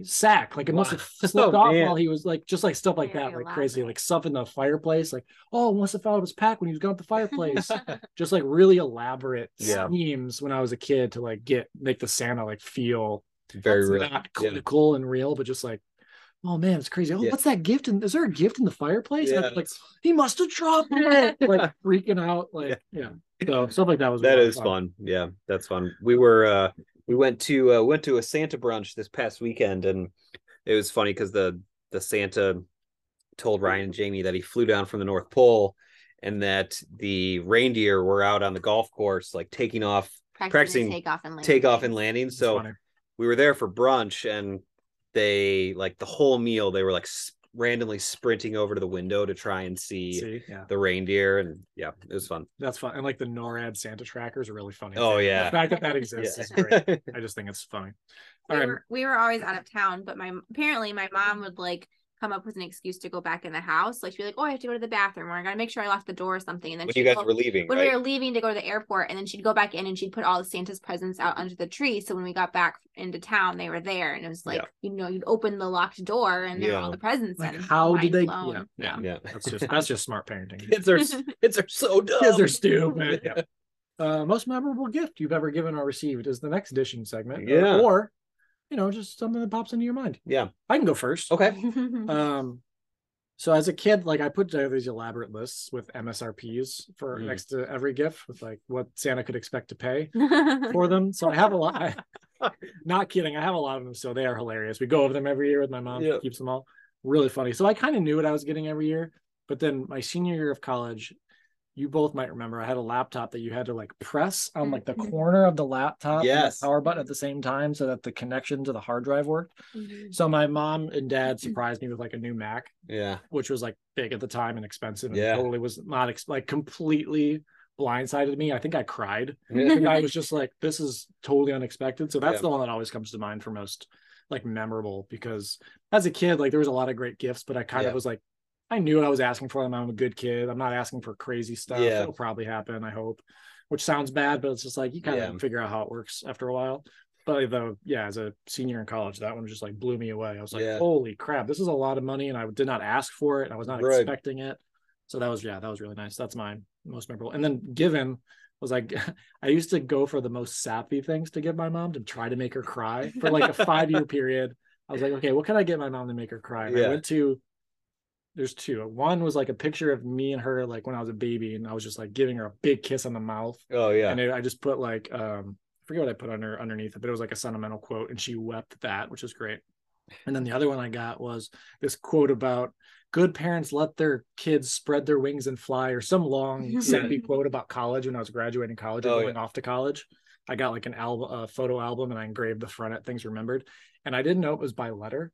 [SPEAKER 1] sack like it must have
[SPEAKER 2] Wow.
[SPEAKER 1] slipped
[SPEAKER 2] Oh,
[SPEAKER 1] off
[SPEAKER 2] man.
[SPEAKER 1] while he was like just like stuff like
[SPEAKER 3] Very
[SPEAKER 1] that like crazy
[SPEAKER 3] elaborate.
[SPEAKER 1] like stuff in the fireplace like oh it must have fell out of his pack when he was going up the fireplace just like really elaborate
[SPEAKER 2] Yeah.
[SPEAKER 1] schemes when i was a kid to like get make the santa like feel
[SPEAKER 2] very
[SPEAKER 1] it's
[SPEAKER 2] real
[SPEAKER 1] not
[SPEAKER 2] Yeah.
[SPEAKER 1] clinical and real but just like oh man it's crazy oh
[SPEAKER 2] Yeah.
[SPEAKER 1] what's that gift and is there a gift in the fireplace And
[SPEAKER 2] Yeah,
[SPEAKER 1] I'd be like he must have dropped it like freaking out like yeah, so stuff like that was a
[SPEAKER 2] that
[SPEAKER 1] lot of
[SPEAKER 2] is fun yeah that's fun we were uh we went to uh went to a santa brunch this past weekend and it was funny because the the santa told ryan and jamie that he flew down from the north pole and that the reindeer were out on the golf course like taking off practicing
[SPEAKER 3] take off and landing.
[SPEAKER 2] take off and landing
[SPEAKER 1] It's
[SPEAKER 2] so
[SPEAKER 1] funny.
[SPEAKER 2] we were there for brunch and they like the whole meal they were like s- randomly sprinting over to the window to try and see,
[SPEAKER 1] See, yeah,
[SPEAKER 2] the reindeer and yeah it was fun
[SPEAKER 1] that's fun. And like the NORAD Santa trackers are really funny.
[SPEAKER 2] Oh,
[SPEAKER 1] too.
[SPEAKER 2] yeah.
[SPEAKER 1] the fact that that exists is great. I just think it's funny.
[SPEAKER 3] We,
[SPEAKER 1] All right,
[SPEAKER 3] were, we were always out of town, but my apparently my mom would like come up with an excuse to go back in the house. Like she'd be like, "Oh, I have to go to the bathroom, or I gotta make sure I locked the door or something." And then
[SPEAKER 2] when
[SPEAKER 3] she'd
[SPEAKER 2] you guys
[SPEAKER 3] go-
[SPEAKER 2] were leaving
[SPEAKER 3] when we
[SPEAKER 2] right
[SPEAKER 3] were leaving to go to the airport, and then she'd go back in and she'd put all the Santa's presents out under the tree. So when we got back into town, they were there, and it was like
[SPEAKER 2] Yeah.
[SPEAKER 3] you know you'd open the locked door and there were
[SPEAKER 2] Yeah.
[SPEAKER 3] all the presents.
[SPEAKER 1] Like,
[SPEAKER 3] and
[SPEAKER 1] how did
[SPEAKER 3] mind
[SPEAKER 1] they-
[SPEAKER 3] blown.
[SPEAKER 1] yeah, yeah.
[SPEAKER 2] yeah
[SPEAKER 1] that's just that's just smart parenting.
[SPEAKER 2] kids are s- kids are so dumb
[SPEAKER 1] Kids are stupid. Yeah. Uh, most memorable gift you've ever given or received is the next edition segment. or-
[SPEAKER 2] Yeah.
[SPEAKER 1] or you know, just something that pops into your mind.
[SPEAKER 2] Yeah.
[SPEAKER 1] I can go first.
[SPEAKER 2] okay
[SPEAKER 1] Um, so as a kid, like I put together these elaborate lists with MSRPs for
[SPEAKER 2] Mm.
[SPEAKER 1] next to every gift with like what Santa could expect to pay. for them. So I have a lot. not kidding. I have a lot of them. So they are hilarious. We go over them every year with my mom.
[SPEAKER 2] Yeah.
[SPEAKER 1] She keeps them all really funny. So I kind of knew what I was getting every year. But then my senior year of college, you both might remember I had a laptop that you had to like press on like the
[SPEAKER 3] Mhm.
[SPEAKER 1] corner of the laptop and the
[SPEAKER 2] Yes.
[SPEAKER 1] power button at the same time so that the connection to the hard drive worked.
[SPEAKER 3] Mhm.
[SPEAKER 1] So my mom and dad surprised me with like a new Mac
[SPEAKER 2] yeah
[SPEAKER 1] which was like big at the time and expensive and
[SPEAKER 2] Yeah.
[SPEAKER 1] totally was not ex- like completely blindsided me. I think I cried.
[SPEAKER 2] Yeah.
[SPEAKER 1] And I was just like, this is totally unexpected. So that's
[SPEAKER 2] Yeah.
[SPEAKER 1] the one that always comes to mind for most like memorable because as a kid, like there was a lot of great gifts, but I kind
[SPEAKER 2] Yeah.
[SPEAKER 1] of was like, I knew what I was asking for them. I'm a good kid. I'm not asking for crazy stuff.
[SPEAKER 2] Yeah.
[SPEAKER 1] It'll probably happen, I hope, which sounds bad, but it's just like you kind
[SPEAKER 2] Yeah.
[SPEAKER 1] of figure out how it works after a while. But though, yeah, as a senior in college, that one just like blew me away. I was like,
[SPEAKER 2] Yeah.
[SPEAKER 1] holy crap, this is a lot of money, and I did not ask for it. and I was not
[SPEAKER 2] Right.
[SPEAKER 1] expecting it. So that was yeah, that was really nice. That's my most memorable. And then given was like I used to go for the most sappy things to give my mom to try to make her cry for like a five year period. I was like, okay, what can I get my mom to make her cry? And
[SPEAKER 2] Yeah.
[SPEAKER 1] I went to there's two. One was like a picture of me and her like when I was a baby, and I was just like giving her a big kiss on the mouth
[SPEAKER 2] Oh yeah.
[SPEAKER 1] and I I just put like um I forget what I put on her underneath it, but it was like a sentimental quote, and she wept at that, which is great. And then the other one I got was this quote about good parents let their kids spread their wings and fly, or some long sappy quote about college when I was graduating college and
[SPEAKER 2] Oh,
[SPEAKER 1] going off to college. I got like an album, a photo album, and I engraved the front at things remembered, and I didn't know it was by letter.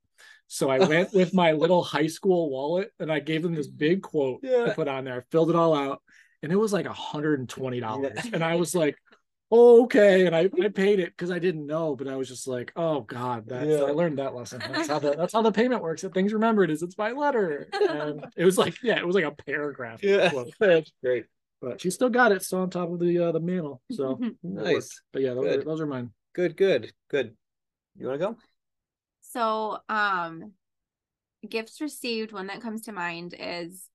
[SPEAKER 1] So I went with my little high school wallet and I gave them this big quote
[SPEAKER 2] Yeah.
[SPEAKER 1] I put on there, filled it all out, and it was like $120.
[SPEAKER 2] Yeah.
[SPEAKER 1] And I was like, oh, okay. And I, I paid it because I didn't know, but I was just like, oh God, that
[SPEAKER 2] Yeah.
[SPEAKER 1] I learned that lesson. That's how the that's how the payment works. That things remembered is it's by letter. And it was like, yeah, it was like a paragraph.
[SPEAKER 2] Yeah.
[SPEAKER 1] quote.
[SPEAKER 2] That's great.
[SPEAKER 1] But she still got it still on top of the uh, the mantle. So it worked.
[SPEAKER 2] Nice.
[SPEAKER 1] But yeah, those are,
[SPEAKER 2] Good.
[SPEAKER 1] those are mine.
[SPEAKER 2] Good. Good. Good. You want to go?
[SPEAKER 3] So, um, gifts received, one that comes to mind is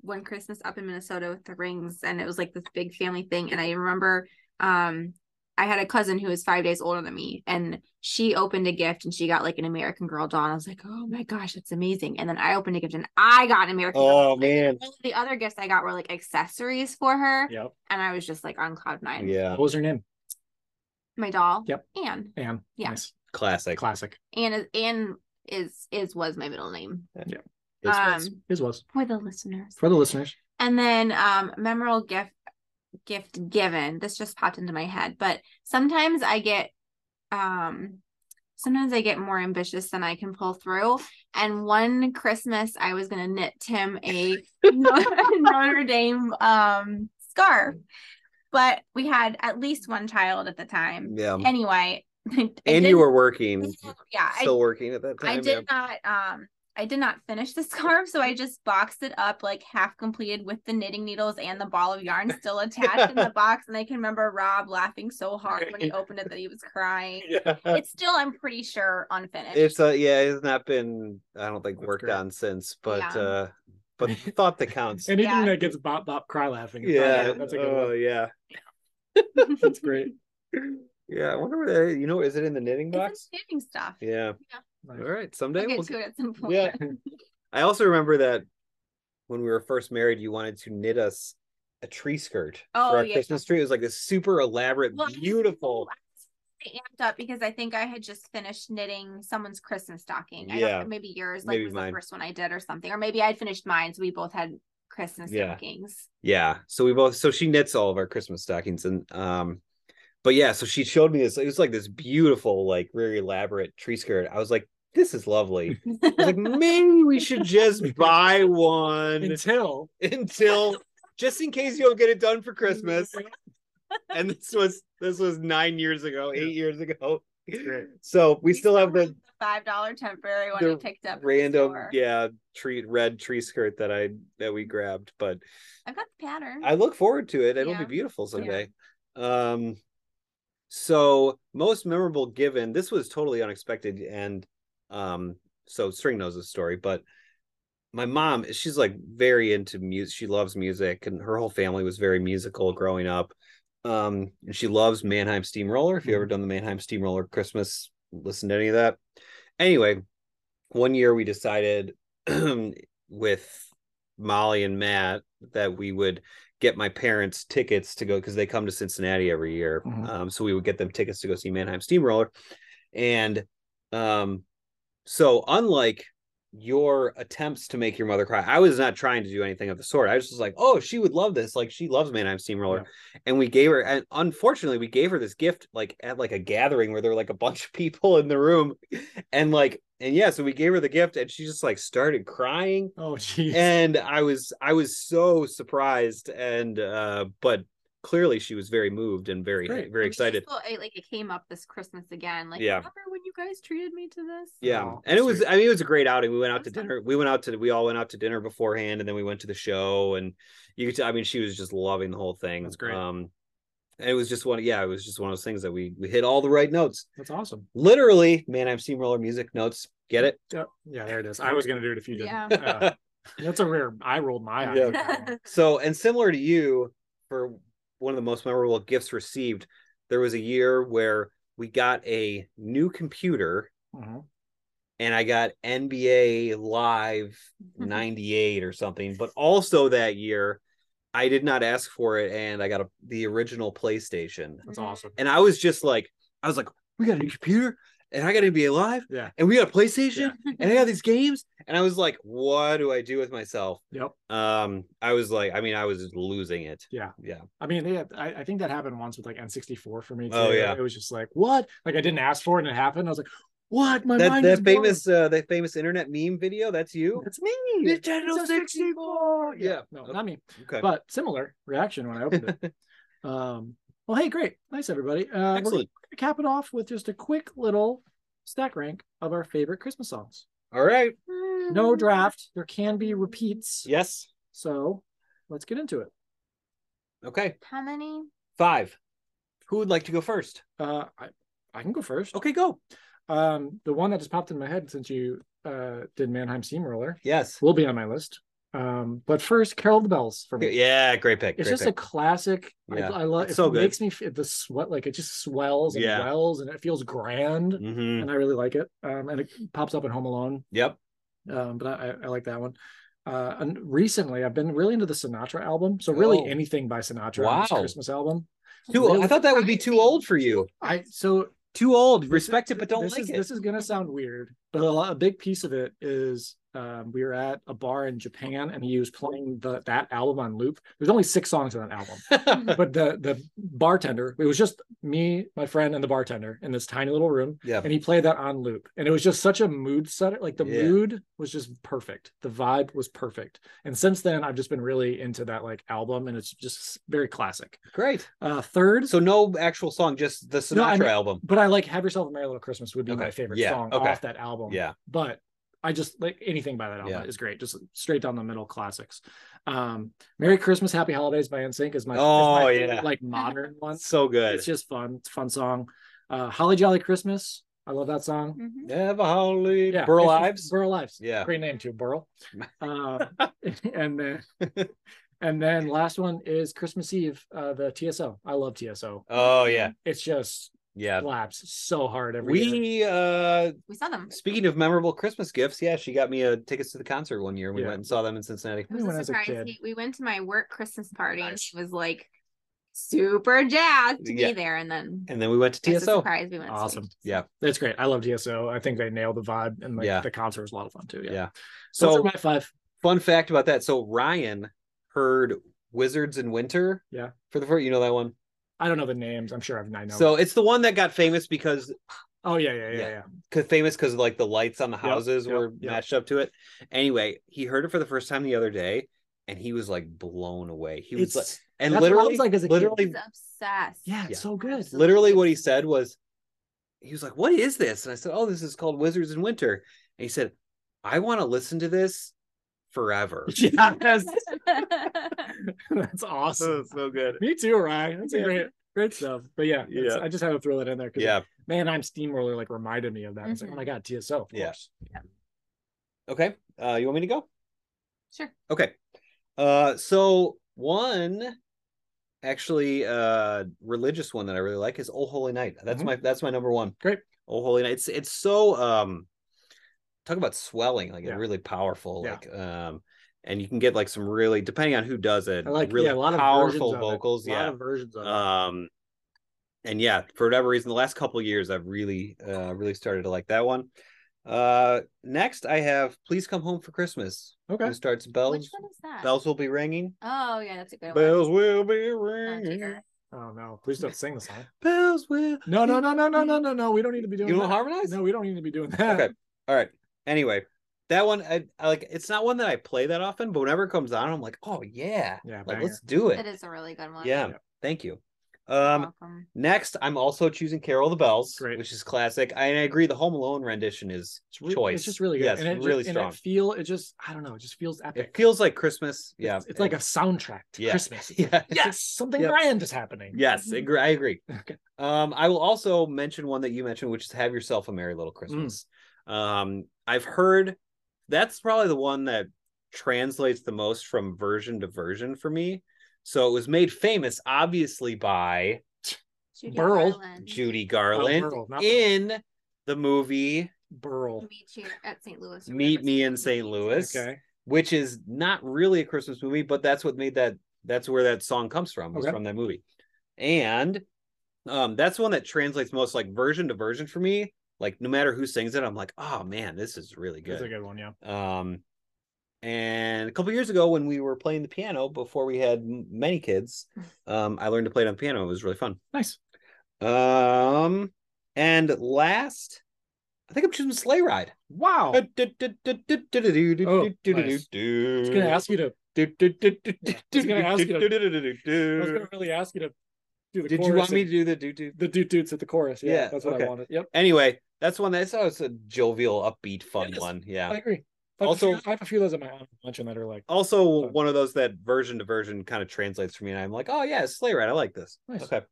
[SPEAKER 3] one Christmas up in Minnesota with the rings, and it was like this big family thing. And I remember, um, I had a cousin who was five days older than me, and she opened a gift and she got like an American Girl doll. And I was like, oh my gosh, that's amazing. And then I opened a gift and I got an American Girl.
[SPEAKER 2] Oh man.
[SPEAKER 3] All of the other gifts I got were like accessories for her,
[SPEAKER 1] Yep.
[SPEAKER 3] and I was just like on cloud nine.
[SPEAKER 2] Yeah.
[SPEAKER 1] What was her name?
[SPEAKER 3] My doll,
[SPEAKER 1] Yep.
[SPEAKER 3] Anne.
[SPEAKER 1] Anne.
[SPEAKER 3] Yeah.
[SPEAKER 1] Nice.
[SPEAKER 2] Classic.
[SPEAKER 1] Classic.
[SPEAKER 3] Anne is Anne is is was my middle name.
[SPEAKER 2] This was-
[SPEAKER 3] um,
[SPEAKER 1] His was.
[SPEAKER 3] for the listeners.
[SPEAKER 1] For the listeners.
[SPEAKER 3] And then um memorable gift gift given. This just popped into my head, but sometimes I get um sometimes I get more ambitious than I can pull through. And one Christmas I was gonna knit Tim a Notre Dame um scarf. But we had at least one child at the time.
[SPEAKER 2] yeah.
[SPEAKER 3] Anyway, I
[SPEAKER 2] And you
[SPEAKER 3] didn't-
[SPEAKER 2] were working.
[SPEAKER 3] yeah, I
[SPEAKER 2] Still working at that time.
[SPEAKER 3] I did not um I did not finish the scarf, so I just boxed it up like half completed with the knitting needles and the ball of yarn still attached in the box. And I can remember Rob laughing so hard when he opened it that he was crying.
[SPEAKER 2] Yeah. Yeah.
[SPEAKER 3] It's still, I'm pretty sure, unfinished.
[SPEAKER 2] It's uh yeah, it's not been I don't think
[SPEAKER 1] That's
[SPEAKER 2] worked
[SPEAKER 1] great.
[SPEAKER 2] on since, but
[SPEAKER 3] Yeah.
[SPEAKER 2] uh but thought that counts.
[SPEAKER 1] Anything
[SPEAKER 3] Yeah.
[SPEAKER 1] that gets bop bop cry laughing. is probably-
[SPEAKER 2] yeah.
[SPEAKER 1] That's a good
[SPEAKER 2] oh
[SPEAKER 1] one.
[SPEAKER 2] yeah.
[SPEAKER 1] That's great.
[SPEAKER 2] Yeah. I wonder where that, you know, is it in the knitting
[SPEAKER 3] It's in
[SPEAKER 2] box?
[SPEAKER 3] knitting stuff.
[SPEAKER 2] Yeah.
[SPEAKER 1] Nice.
[SPEAKER 2] All right. Someday
[SPEAKER 3] We'll get
[SPEAKER 2] we'll
[SPEAKER 3] to it at some point.
[SPEAKER 2] Yeah.
[SPEAKER 3] Yeah.
[SPEAKER 2] I also remember that when we were first married, you wanted to knit us a tree skirt
[SPEAKER 3] Oh,
[SPEAKER 2] for our
[SPEAKER 3] yeah.
[SPEAKER 2] Christmas tree. It was like this super elaborate,
[SPEAKER 3] Well, I-
[SPEAKER 2] beautiful.
[SPEAKER 3] I amped up because I think I had just finished knitting someone's Christmas stocking. I
[SPEAKER 2] Yeah.
[SPEAKER 3] don't, maybe yours, like
[SPEAKER 2] Maybe
[SPEAKER 3] was
[SPEAKER 2] mine.
[SPEAKER 3] the first one I did or something, or maybe I'd finished mine, so we both had Christmas
[SPEAKER 2] Yeah.
[SPEAKER 3] stockings.
[SPEAKER 2] Yeah. So we both so she knits all of our Christmas stockings and um but yeah, so she showed me this. It was like this beautiful, like very elaborate tree skirt. I was like, this is lovely. I was like, maybe we should just buy one
[SPEAKER 1] Until
[SPEAKER 2] until just in case you don't get it done for Christmas. And this was this was nine years ago, eight years ago.
[SPEAKER 1] great.
[SPEAKER 2] So we still have the
[SPEAKER 3] five dollar temporary one
[SPEAKER 2] the
[SPEAKER 3] I picked up. at the
[SPEAKER 2] random
[SPEAKER 3] store.
[SPEAKER 2] yeah tree red tree skirt that i that we grabbed but
[SPEAKER 3] I've got the pattern.
[SPEAKER 2] i look forward to it it'll
[SPEAKER 3] Yeah.
[SPEAKER 2] be beautiful someday um so most memorable given this was totally unexpected and um so string knows this story but my mom she's like very into music she loves music and her whole family was very musical growing up um and she loves mannheim steamroller if you
[SPEAKER 3] Mm-hmm.
[SPEAKER 2] ever done the mannheim steamroller christmas listen to any of that anyway one year we decided with molly and matt that we would get my parents tickets to go because they come to cincinnati every year
[SPEAKER 1] Mhm.
[SPEAKER 2] um, so we would get them tickets to go see mannheim steamroller and um so unlike your attempts to make your mother cry i was not trying to do anything of the sort i was just like oh she would love this like she loves mannheim steamroller and we gave her and unfortunately we gave her this gift like at like a gathering where there were like a bunch of people in the room and like and yeah so we gave her the gift and she just like started crying
[SPEAKER 1] Oh jeez.
[SPEAKER 2] and i was i was so surprised and uh but clearly she was very moved and very
[SPEAKER 1] Great.
[SPEAKER 2] very
[SPEAKER 3] I mean, it's
[SPEAKER 2] excited
[SPEAKER 3] still- I- like it came up this Christmas again. Like,
[SPEAKER 2] Yeah.
[SPEAKER 3] remember when you guys treated me to this?
[SPEAKER 2] Yeah.
[SPEAKER 1] Oh,
[SPEAKER 2] and it was
[SPEAKER 1] sweet.
[SPEAKER 2] I mean it was a great outing. We went out to
[SPEAKER 3] Awesome.
[SPEAKER 2] dinner. We went out to we all went out to dinner beforehand and then we went to the show and you could tell I mean she was just loving the whole thing.
[SPEAKER 1] That's great.
[SPEAKER 2] Um It was just one. Yeah, it was just one of those things that we we hit all the right notes.
[SPEAKER 1] That's awesome.
[SPEAKER 2] Literally, man, I've seen roller music notes. Get it?
[SPEAKER 1] Yeah, yeah, there it is. I was gonna do it if you didn't.
[SPEAKER 3] Yeah.
[SPEAKER 1] Uh, that's a rare. I rolled my Uh-huh. eye.
[SPEAKER 2] Yeah.
[SPEAKER 1] Yeah.
[SPEAKER 2] So, and similar to you, for one of the most memorable gifts received, there was a year where we got a new computer
[SPEAKER 1] Uh-huh.
[SPEAKER 2] and I got NBA Live
[SPEAKER 3] Mm-hmm.
[SPEAKER 2] 98 or something. But also that year, I did not ask for it and I got a, the original PlayStation.
[SPEAKER 1] That's
[SPEAKER 3] Mm-hmm.
[SPEAKER 1] awesome.
[SPEAKER 2] And I was just like, I was like, we got a new computer and I got NBA Live
[SPEAKER 1] Yeah.
[SPEAKER 2] and we got a PlayStation and I got these games. And I was like, what do I do with myself?
[SPEAKER 1] Yep.
[SPEAKER 2] Um, I was like, I mean, I was just losing it.
[SPEAKER 1] I mean, yeah, I, I think that happened once with like N64 for me. Too.
[SPEAKER 2] Oh, yeah.
[SPEAKER 1] It was just like, what? Like I didn't ask for it and it happened. I was like, what? My
[SPEAKER 2] That
[SPEAKER 1] mind is
[SPEAKER 2] that
[SPEAKER 1] blown.
[SPEAKER 2] famous uh, that famous internet meme video, that's you.
[SPEAKER 1] It's me.
[SPEAKER 2] Nintendo
[SPEAKER 1] 64. Yeah.
[SPEAKER 2] Yeah.
[SPEAKER 1] No, not me.
[SPEAKER 2] Okay.
[SPEAKER 1] But similar reaction when I opened it. um, well, hey, great. Nice, everybody. Uh, We're going
[SPEAKER 2] Excellent.
[SPEAKER 1] to cap it off with just a quick little stack rank of our favorite Christmas songs.
[SPEAKER 2] All right.
[SPEAKER 3] Mm-hmm.
[SPEAKER 1] No draft. There can be repeats.
[SPEAKER 2] Yes.
[SPEAKER 1] So let's get into it.
[SPEAKER 2] Okay.
[SPEAKER 3] How many?
[SPEAKER 2] Five. Who would like to go first?
[SPEAKER 1] Uh, I, I can go first.
[SPEAKER 2] Okay, go.
[SPEAKER 1] Um, the one that just popped in my head since you uh did Mannheim Steam Roller
[SPEAKER 2] Yes.
[SPEAKER 1] will be on my list. Um, but first, Carol of the Bells for me.
[SPEAKER 2] Yeah, great pick.
[SPEAKER 1] It's
[SPEAKER 2] great
[SPEAKER 1] just a
[SPEAKER 2] pick.
[SPEAKER 1] classic.
[SPEAKER 2] Yeah,
[SPEAKER 1] I, I love
[SPEAKER 2] it's
[SPEAKER 1] it.
[SPEAKER 2] so good.
[SPEAKER 1] Makes me f- the sweat like it just swells and
[SPEAKER 2] Yeah.
[SPEAKER 1] wells and it feels grand,
[SPEAKER 2] Mhm.
[SPEAKER 1] and I really like it. Um, and it pops up in Home Alone.
[SPEAKER 2] Yep.
[SPEAKER 1] Um, but I, I, I like that one. Uh, and recently I've been really into the Sinatra album. So really
[SPEAKER 2] Oh.
[SPEAKER 1] anything by Sinatra on his
[SPEAKER 2] Wow.
[SPEAKER 1] Christmas album.
[SPEAKER 2] Too old. I thought that would be too old for you.
[SPEAKER 1] I so
[SPEAKER 2] Too old.
[SPEAKER 1] This-
[SPEAKER 2] Respect it, but don't
[SPEAKER 1] this
[SPEAKER 2] like
[SPEAKER 1] is,
[SPEAKER 2] it.
[SPEAKER 1] This is gonna sound weird, but a, lot, a big piece of it is um, we were at a bar in Japan, and he was playing the that album on loop. There's only six songs on that album, but the the bartender, it was just me, my friend, and the bartender in this tiny little room,
[SPEAKER 2] yeah.
[SPEAKER 1] and he played that on loop, and it was just such a mood setter. Like the
[SPEAKER 2] Yeah.
[SPEAKER 1] mood was just perfect, the vibe was perfect, and since then I've just been really into that like album, and it's just very classic.
[SPEAKER 2] Great.
[SPEAKER 1] Uh, third,
[SPEAKER 2] So no actual song, just the Sinatra
[SPEAKER 1] No, I mean-
[SPEAKER 2] album.
[SPEAKER 1] but I like "Have Yourself a Merry Little Christmas" would be
[SPEAKER 2] Okay.
[SPEAKER 1] my favorite
[SPEAKER 2] Yeah.
[SPEAKER 1] song
[SPEAKER 2] Okay.
[SPEAKER 1] off that album.
[SPEAKER 2] Yeah.
[SPEAKER 1] but I just like anything by that album
[SPEAKER 2] Yeah.
[SPEAKER 1] is great. Just straight down the middle classics. Um, "Merry Christmas, Happy Holidays" by NSYNC is my is
[SPEAKER 2] Oh,
[SPEAKER 1] my
[SPEAKER 2] yeah.
[SPEAKER 1] like modern one.
[SPEAKER 2] So good.
[SPEAKER 1] It's just fun. It's a fun song. Uh, "Holly Jolly Christmas," I love that song.
[SPEAKER 3] Mhm.
[SPEAKER 2] Never Holly.
[SPEAKER 1] Yeah,
[SPEAKER 2] Burl
[SPEAKER 1] it's just-
[SPEAKER 2] Ives.
[SPEAKER 1] Burl Ives.
[SPEAKER 2] Yeah.
[SPEAKER 1] great name too, Burl. Um, and then and then last one is Christmas Eve. Uh, the TSO. I love TSO.
[SPEAKER 2] Oh yeah.
[SPEAKER 1] It's just
[SPEAKER 2] Yeah.
[SPEAKER 1] slaps so hard every year.
[SPEAKER 2] We uh
[SPEAKER 3] We saw them.
[SPEAKER 2] Speaking of memorable Christmas gifts, yeah, she got me uh, tickets to the concert one year. We
[SPEAKER 1] Yeah.
[SPEAKER 2] went and saw them in Cincinnati.
[SPEAKER 3] It was
[SPEAKER 1] When I
[SPEAKER 3] a
[SPEAKER 1] was a
[SPEAKER 3] surprise.
[SPEAKER 1] kid.
[SPEAKER 3] He- we went to my work Christmas party and
[SPEAKER 1] Nice.
[SPEAKER 3] she was like super jazzed to
[SPEAKER 2] Yeah.
[SPEAKER 3] be there. And then
[SPEAKER 2] And then we went to
[SPEAKER 3] as a
[SPEAKER 2] TSO.
[SPEAKER 3] surprise we went. to
[SPEAKER 1] Awesome.
[SPEAKER 3] see.
[SPEAKER 2] Yeah.
[SPEAKER 1] That's great. I love DSO. I think they nailed the vibe, and like
[SPEAKER 2] Yeah.
[SPEAKER 1] the concert was a lot of fun too. Yeah.
[SPEAKER 2] Yeah.
[SPEAKER 1] So
[SPEAKER 2] So,
[SPEAKER 1] my five.
[SPEAKER 2] fun fact about that. So, Ryan heard Wizards in Winter.
[SPEAKER 1] Yeah.
[SPEAKER 2] For the first, you know that one.
[SPEAKER 1] I don't know the names. I'm sure I've I know.
[SPEAKER 2] So, it's the one that got famous because
[SPEAKER 1] oh yeah, yeah, yeah, yeah.
[SPEAKER 2] Yeah. cause famous because like the lights on the
[SPEAKER 1] Yep,
[SPEAKER 2] houses
[SPEAKER 1] yep,
[SPEAKER 2] were
[SPEAKER 1] yep.
[SPEAKER 2] matched up to it. Anyway, he heard it for the first time the other day and he was like blown away. He
[SPEAKER 1] It's
[SPEAKER 2] was like, and
[SPEAKER 1] that's what I
[SPEAKER 2] literally,
[SPEAKER 1] was like as a kid.
[SPEAKER 2] literally,
[SPEAKER 3] He's obsessed.
[SPEAKER 1] yeah, it's
[SPEAKER 2] Yeah.
[SPEAKER 1] so good.
[SPEAKER 3] Absolutely.
[SPEAKER 2] literally what he said was he was like what is this and i said oh this is called wizards in winter and he said i want to listen to this forever
[SPEAKER 1] Yes, that's awesome.
[SPEAKER 2] so good
[SPEAKER 1] Me too, Ryan. That's a
[SPEAKER 2] Yeah.
[SPEAKER 1] great, great stuff. But yeah, it's-
[SPEAKER 2] Yeah.
[SPEAKER 1] I just had to throw that in there because
[SPEAKER 2] yeah
[SPEAKER 1] man, I'm Steamroller like reminded me of that. It's like,
[SPEAKER 3] Mhm.
[SPEAKER 1] oh my god, TSO. Of
[SPEAKER 2] Yeah.
[SPEAKER 1] course.
[SPEAKER 2] okay uh you want me to go
[SPEAKER 3] sure.
[SPEAKER 2] okay uh so one actually uh religious one that i really like is oh holy night that's
[SPEAKER 1] Mhm.
[SPEAKER 2] my that's my number one
[SPEAKER 1] Great.
[SPEAKER 2] oh holy night it's it's so um talk about swelling like
[SPEAKER 1] Yeah.
[SPEAKER 2] really powerful
[SPEAKER 1] Yeah.
[SPEAKER 2] like um and you can get like some really depending on who does it
[SPEAKER 1] I like
[SPEAKER 2] really
[SPEAKER 1] yeah, a lot of
[SPEAKER 2] powerful
[SPEAKER 1] versions
[SPEAKER 2] vocals
[SPEAKER 1] Of it. A
[SPEAKER 2] yeah
[SPEAKER 1] lot of versions of it.
[SPEAKER 2] um and yeah for whatever reason the last couple years i've really uh really started to like that one uh next i have please come home for christmas
[SPEAKER 1] Okay.
[SPEAKER 2] who starts
[SPEAKER 3] Which
[SPEAKER 2] bells
[SPEAKER 3] one is that?
[SPEAKER 2] bells will be ringing
[SPEAKER 3] Oh yeah, that's a good
[SPEAKER 2] bells will be
[SPEAKER 3] one. Oh,
[SPEAKER 2] ringing
[SPEAKER 3] dear.
[SPEAKER 1] Oh no, please don't sing the song.
[SPEAKER 2] bells will
[SPEAKER 1] No, no, no, no, no, no, no, no. We don't need to be
[SPEAKER 2] you
[SPEAKER 1] doing.
[SPEAKER 2] don't
[SPEAKER 1] that.
[SPEAKER 2] harmonize
[SPEAKER 1] No, we don't need to be doing that.
[SPEAKER 2] Okay. all right anyway that one I, I like it's not one that i play that often but whenever it comes on i'm like oh yeah
[SPEAKER 1] Yeah,
[SPEAKER 2] like
[SPEAKER 1] banger.
[SPEAKER 2] let's do it
[SPEAKER 3] That is a really good one.
[SPEAKER 2] yeah
[SPEAKER 1] Yeah.
[SPEAKER 2] thank you Um,
[SPEAKER 3] Welcome.
[SPEAKER 2] next, I'm also choosing Carol the Bells,
[SPEAKER 1] Great.
[SPEAKER 2] which is classic. I, and I agree, the Home Alone rendition is
[SPEAKER 1] It's re-
[SPEAKER 2] choice.
[SPEAKER 1] It's just really good.
[SPEAKER 2] Yes,
[SPEAKER 1] and it ju-
[SPEAKER 2] really
[SPEAKER 1] and
[SPEAKER 2] strong.
[SPEAKER 1] It feel it just I don't know. It just feels epic.
[SPEAKER 2] It feels like Christmas.
[SPEAKER 1] It's-
[SPEAKER 2] Yeah,
[SPEAKER 1] it's, like a soundtrack to
[SPEAKER 2] Yeah.
[SPEAKER 1] Christmas. It's
[SPEAKER 2] Yeah.
[SPEAKER 1] like, yes, something
[SPEAKER 2] Yep.
[SPEAKER 1] grand is happening.
[SPEAKER 2] Yes, I agree. I agree.
[SPEAKER 1] Okay.
[SPEAKER 2] Um, I will also mention one that you mentioned, which is "Have Yourself a Merry Little Christmas." Um, I've heard that's probably the one that translates the most from version to version for me. So it was made famous, obviously, by
[SPEAKER 3] Judy
[SPEAKER 1] Burl.
[SPEAKER 3] Garland.
[SPEAKER 2] Judy
[SPEAKER 1] Oh,
[SPEAKER 2] Garland
[SPEAKER 1] Merle, not
[SPEAKER 2] in the movie
[SPEAKER 1] Burl.
[SPEAKER 3] Meet you at St. Louis. or
[SPEAKER 2] Meet
[SPEAKER 3] whatever
[SPEAKER 2] Me
[SPEAKER 3] it's
[SPEAKER 2] in
[SPEAKER 3] called.
[SPEAKER 2] St. Louis,
[SPEAKER 1] Okay.
[SPEAKER 2] which is not really a Christmas movie, but that's what made that that's where that song comes from, was
[SPEAKER 1] Okay.
[SPEAKER 2] from that movie. And um that's one that translates most like version to version for me. Like no matter who sings it, I'm like, oh man, this is really good.
[SPEAKER 1] That's a good one, yeah.
[SPEAKER 2] Um and a couple years ago when we were playing the piano before we had m- many kids, um, I learned to play it on piano. It was really fun.
[SPEAKER 1] Nice.
[SPEAKER 2] Um and last, I think I'm choosing Sleigh Ride. Uh,
[SPEAKER 1] Wow. I nice. was gonna ask you to I was gonna ask you I was gonna really ask you to do the
[SPEAKER 2] Did
[SPEAKER 1] chorus
[SPEAKER 2] you want me
[SPEAKER 1] and
[SPEAKER 2] to do the do do?
[SPEAKER 1] the dude dudes at the chorus? Yeah,
[SPEAKER 2] Yeah,
[SPEAKER 1] that's what
[SPEAKER 2] okay.
[SPEAKER 1] I wanted. Yep.
[SPEAKER 2] Anyway, that's one that's oh, it's a jovial, upbeat, fun
[SPEAKER 1] It is.
[SPEAKER 2] one.
[SPEAKER 1] I
[SPEAKER 2] Yeah.
[SPEAKER 1] agree. I have a
[SPEAKER 2] Also-
[SPEAKER 1] few- I have a few of those in my honorable mention that are like
[SPEAKER 2] Also,
[SPEAKER 1] Fun.
[SPEAKER 2] one of those that version to version kind of translates for me, and I'm like, oh yeah, Sleigh Ride. I like this.
[SPEAKER 1] Nice.
[SPEAKER 2] Okay.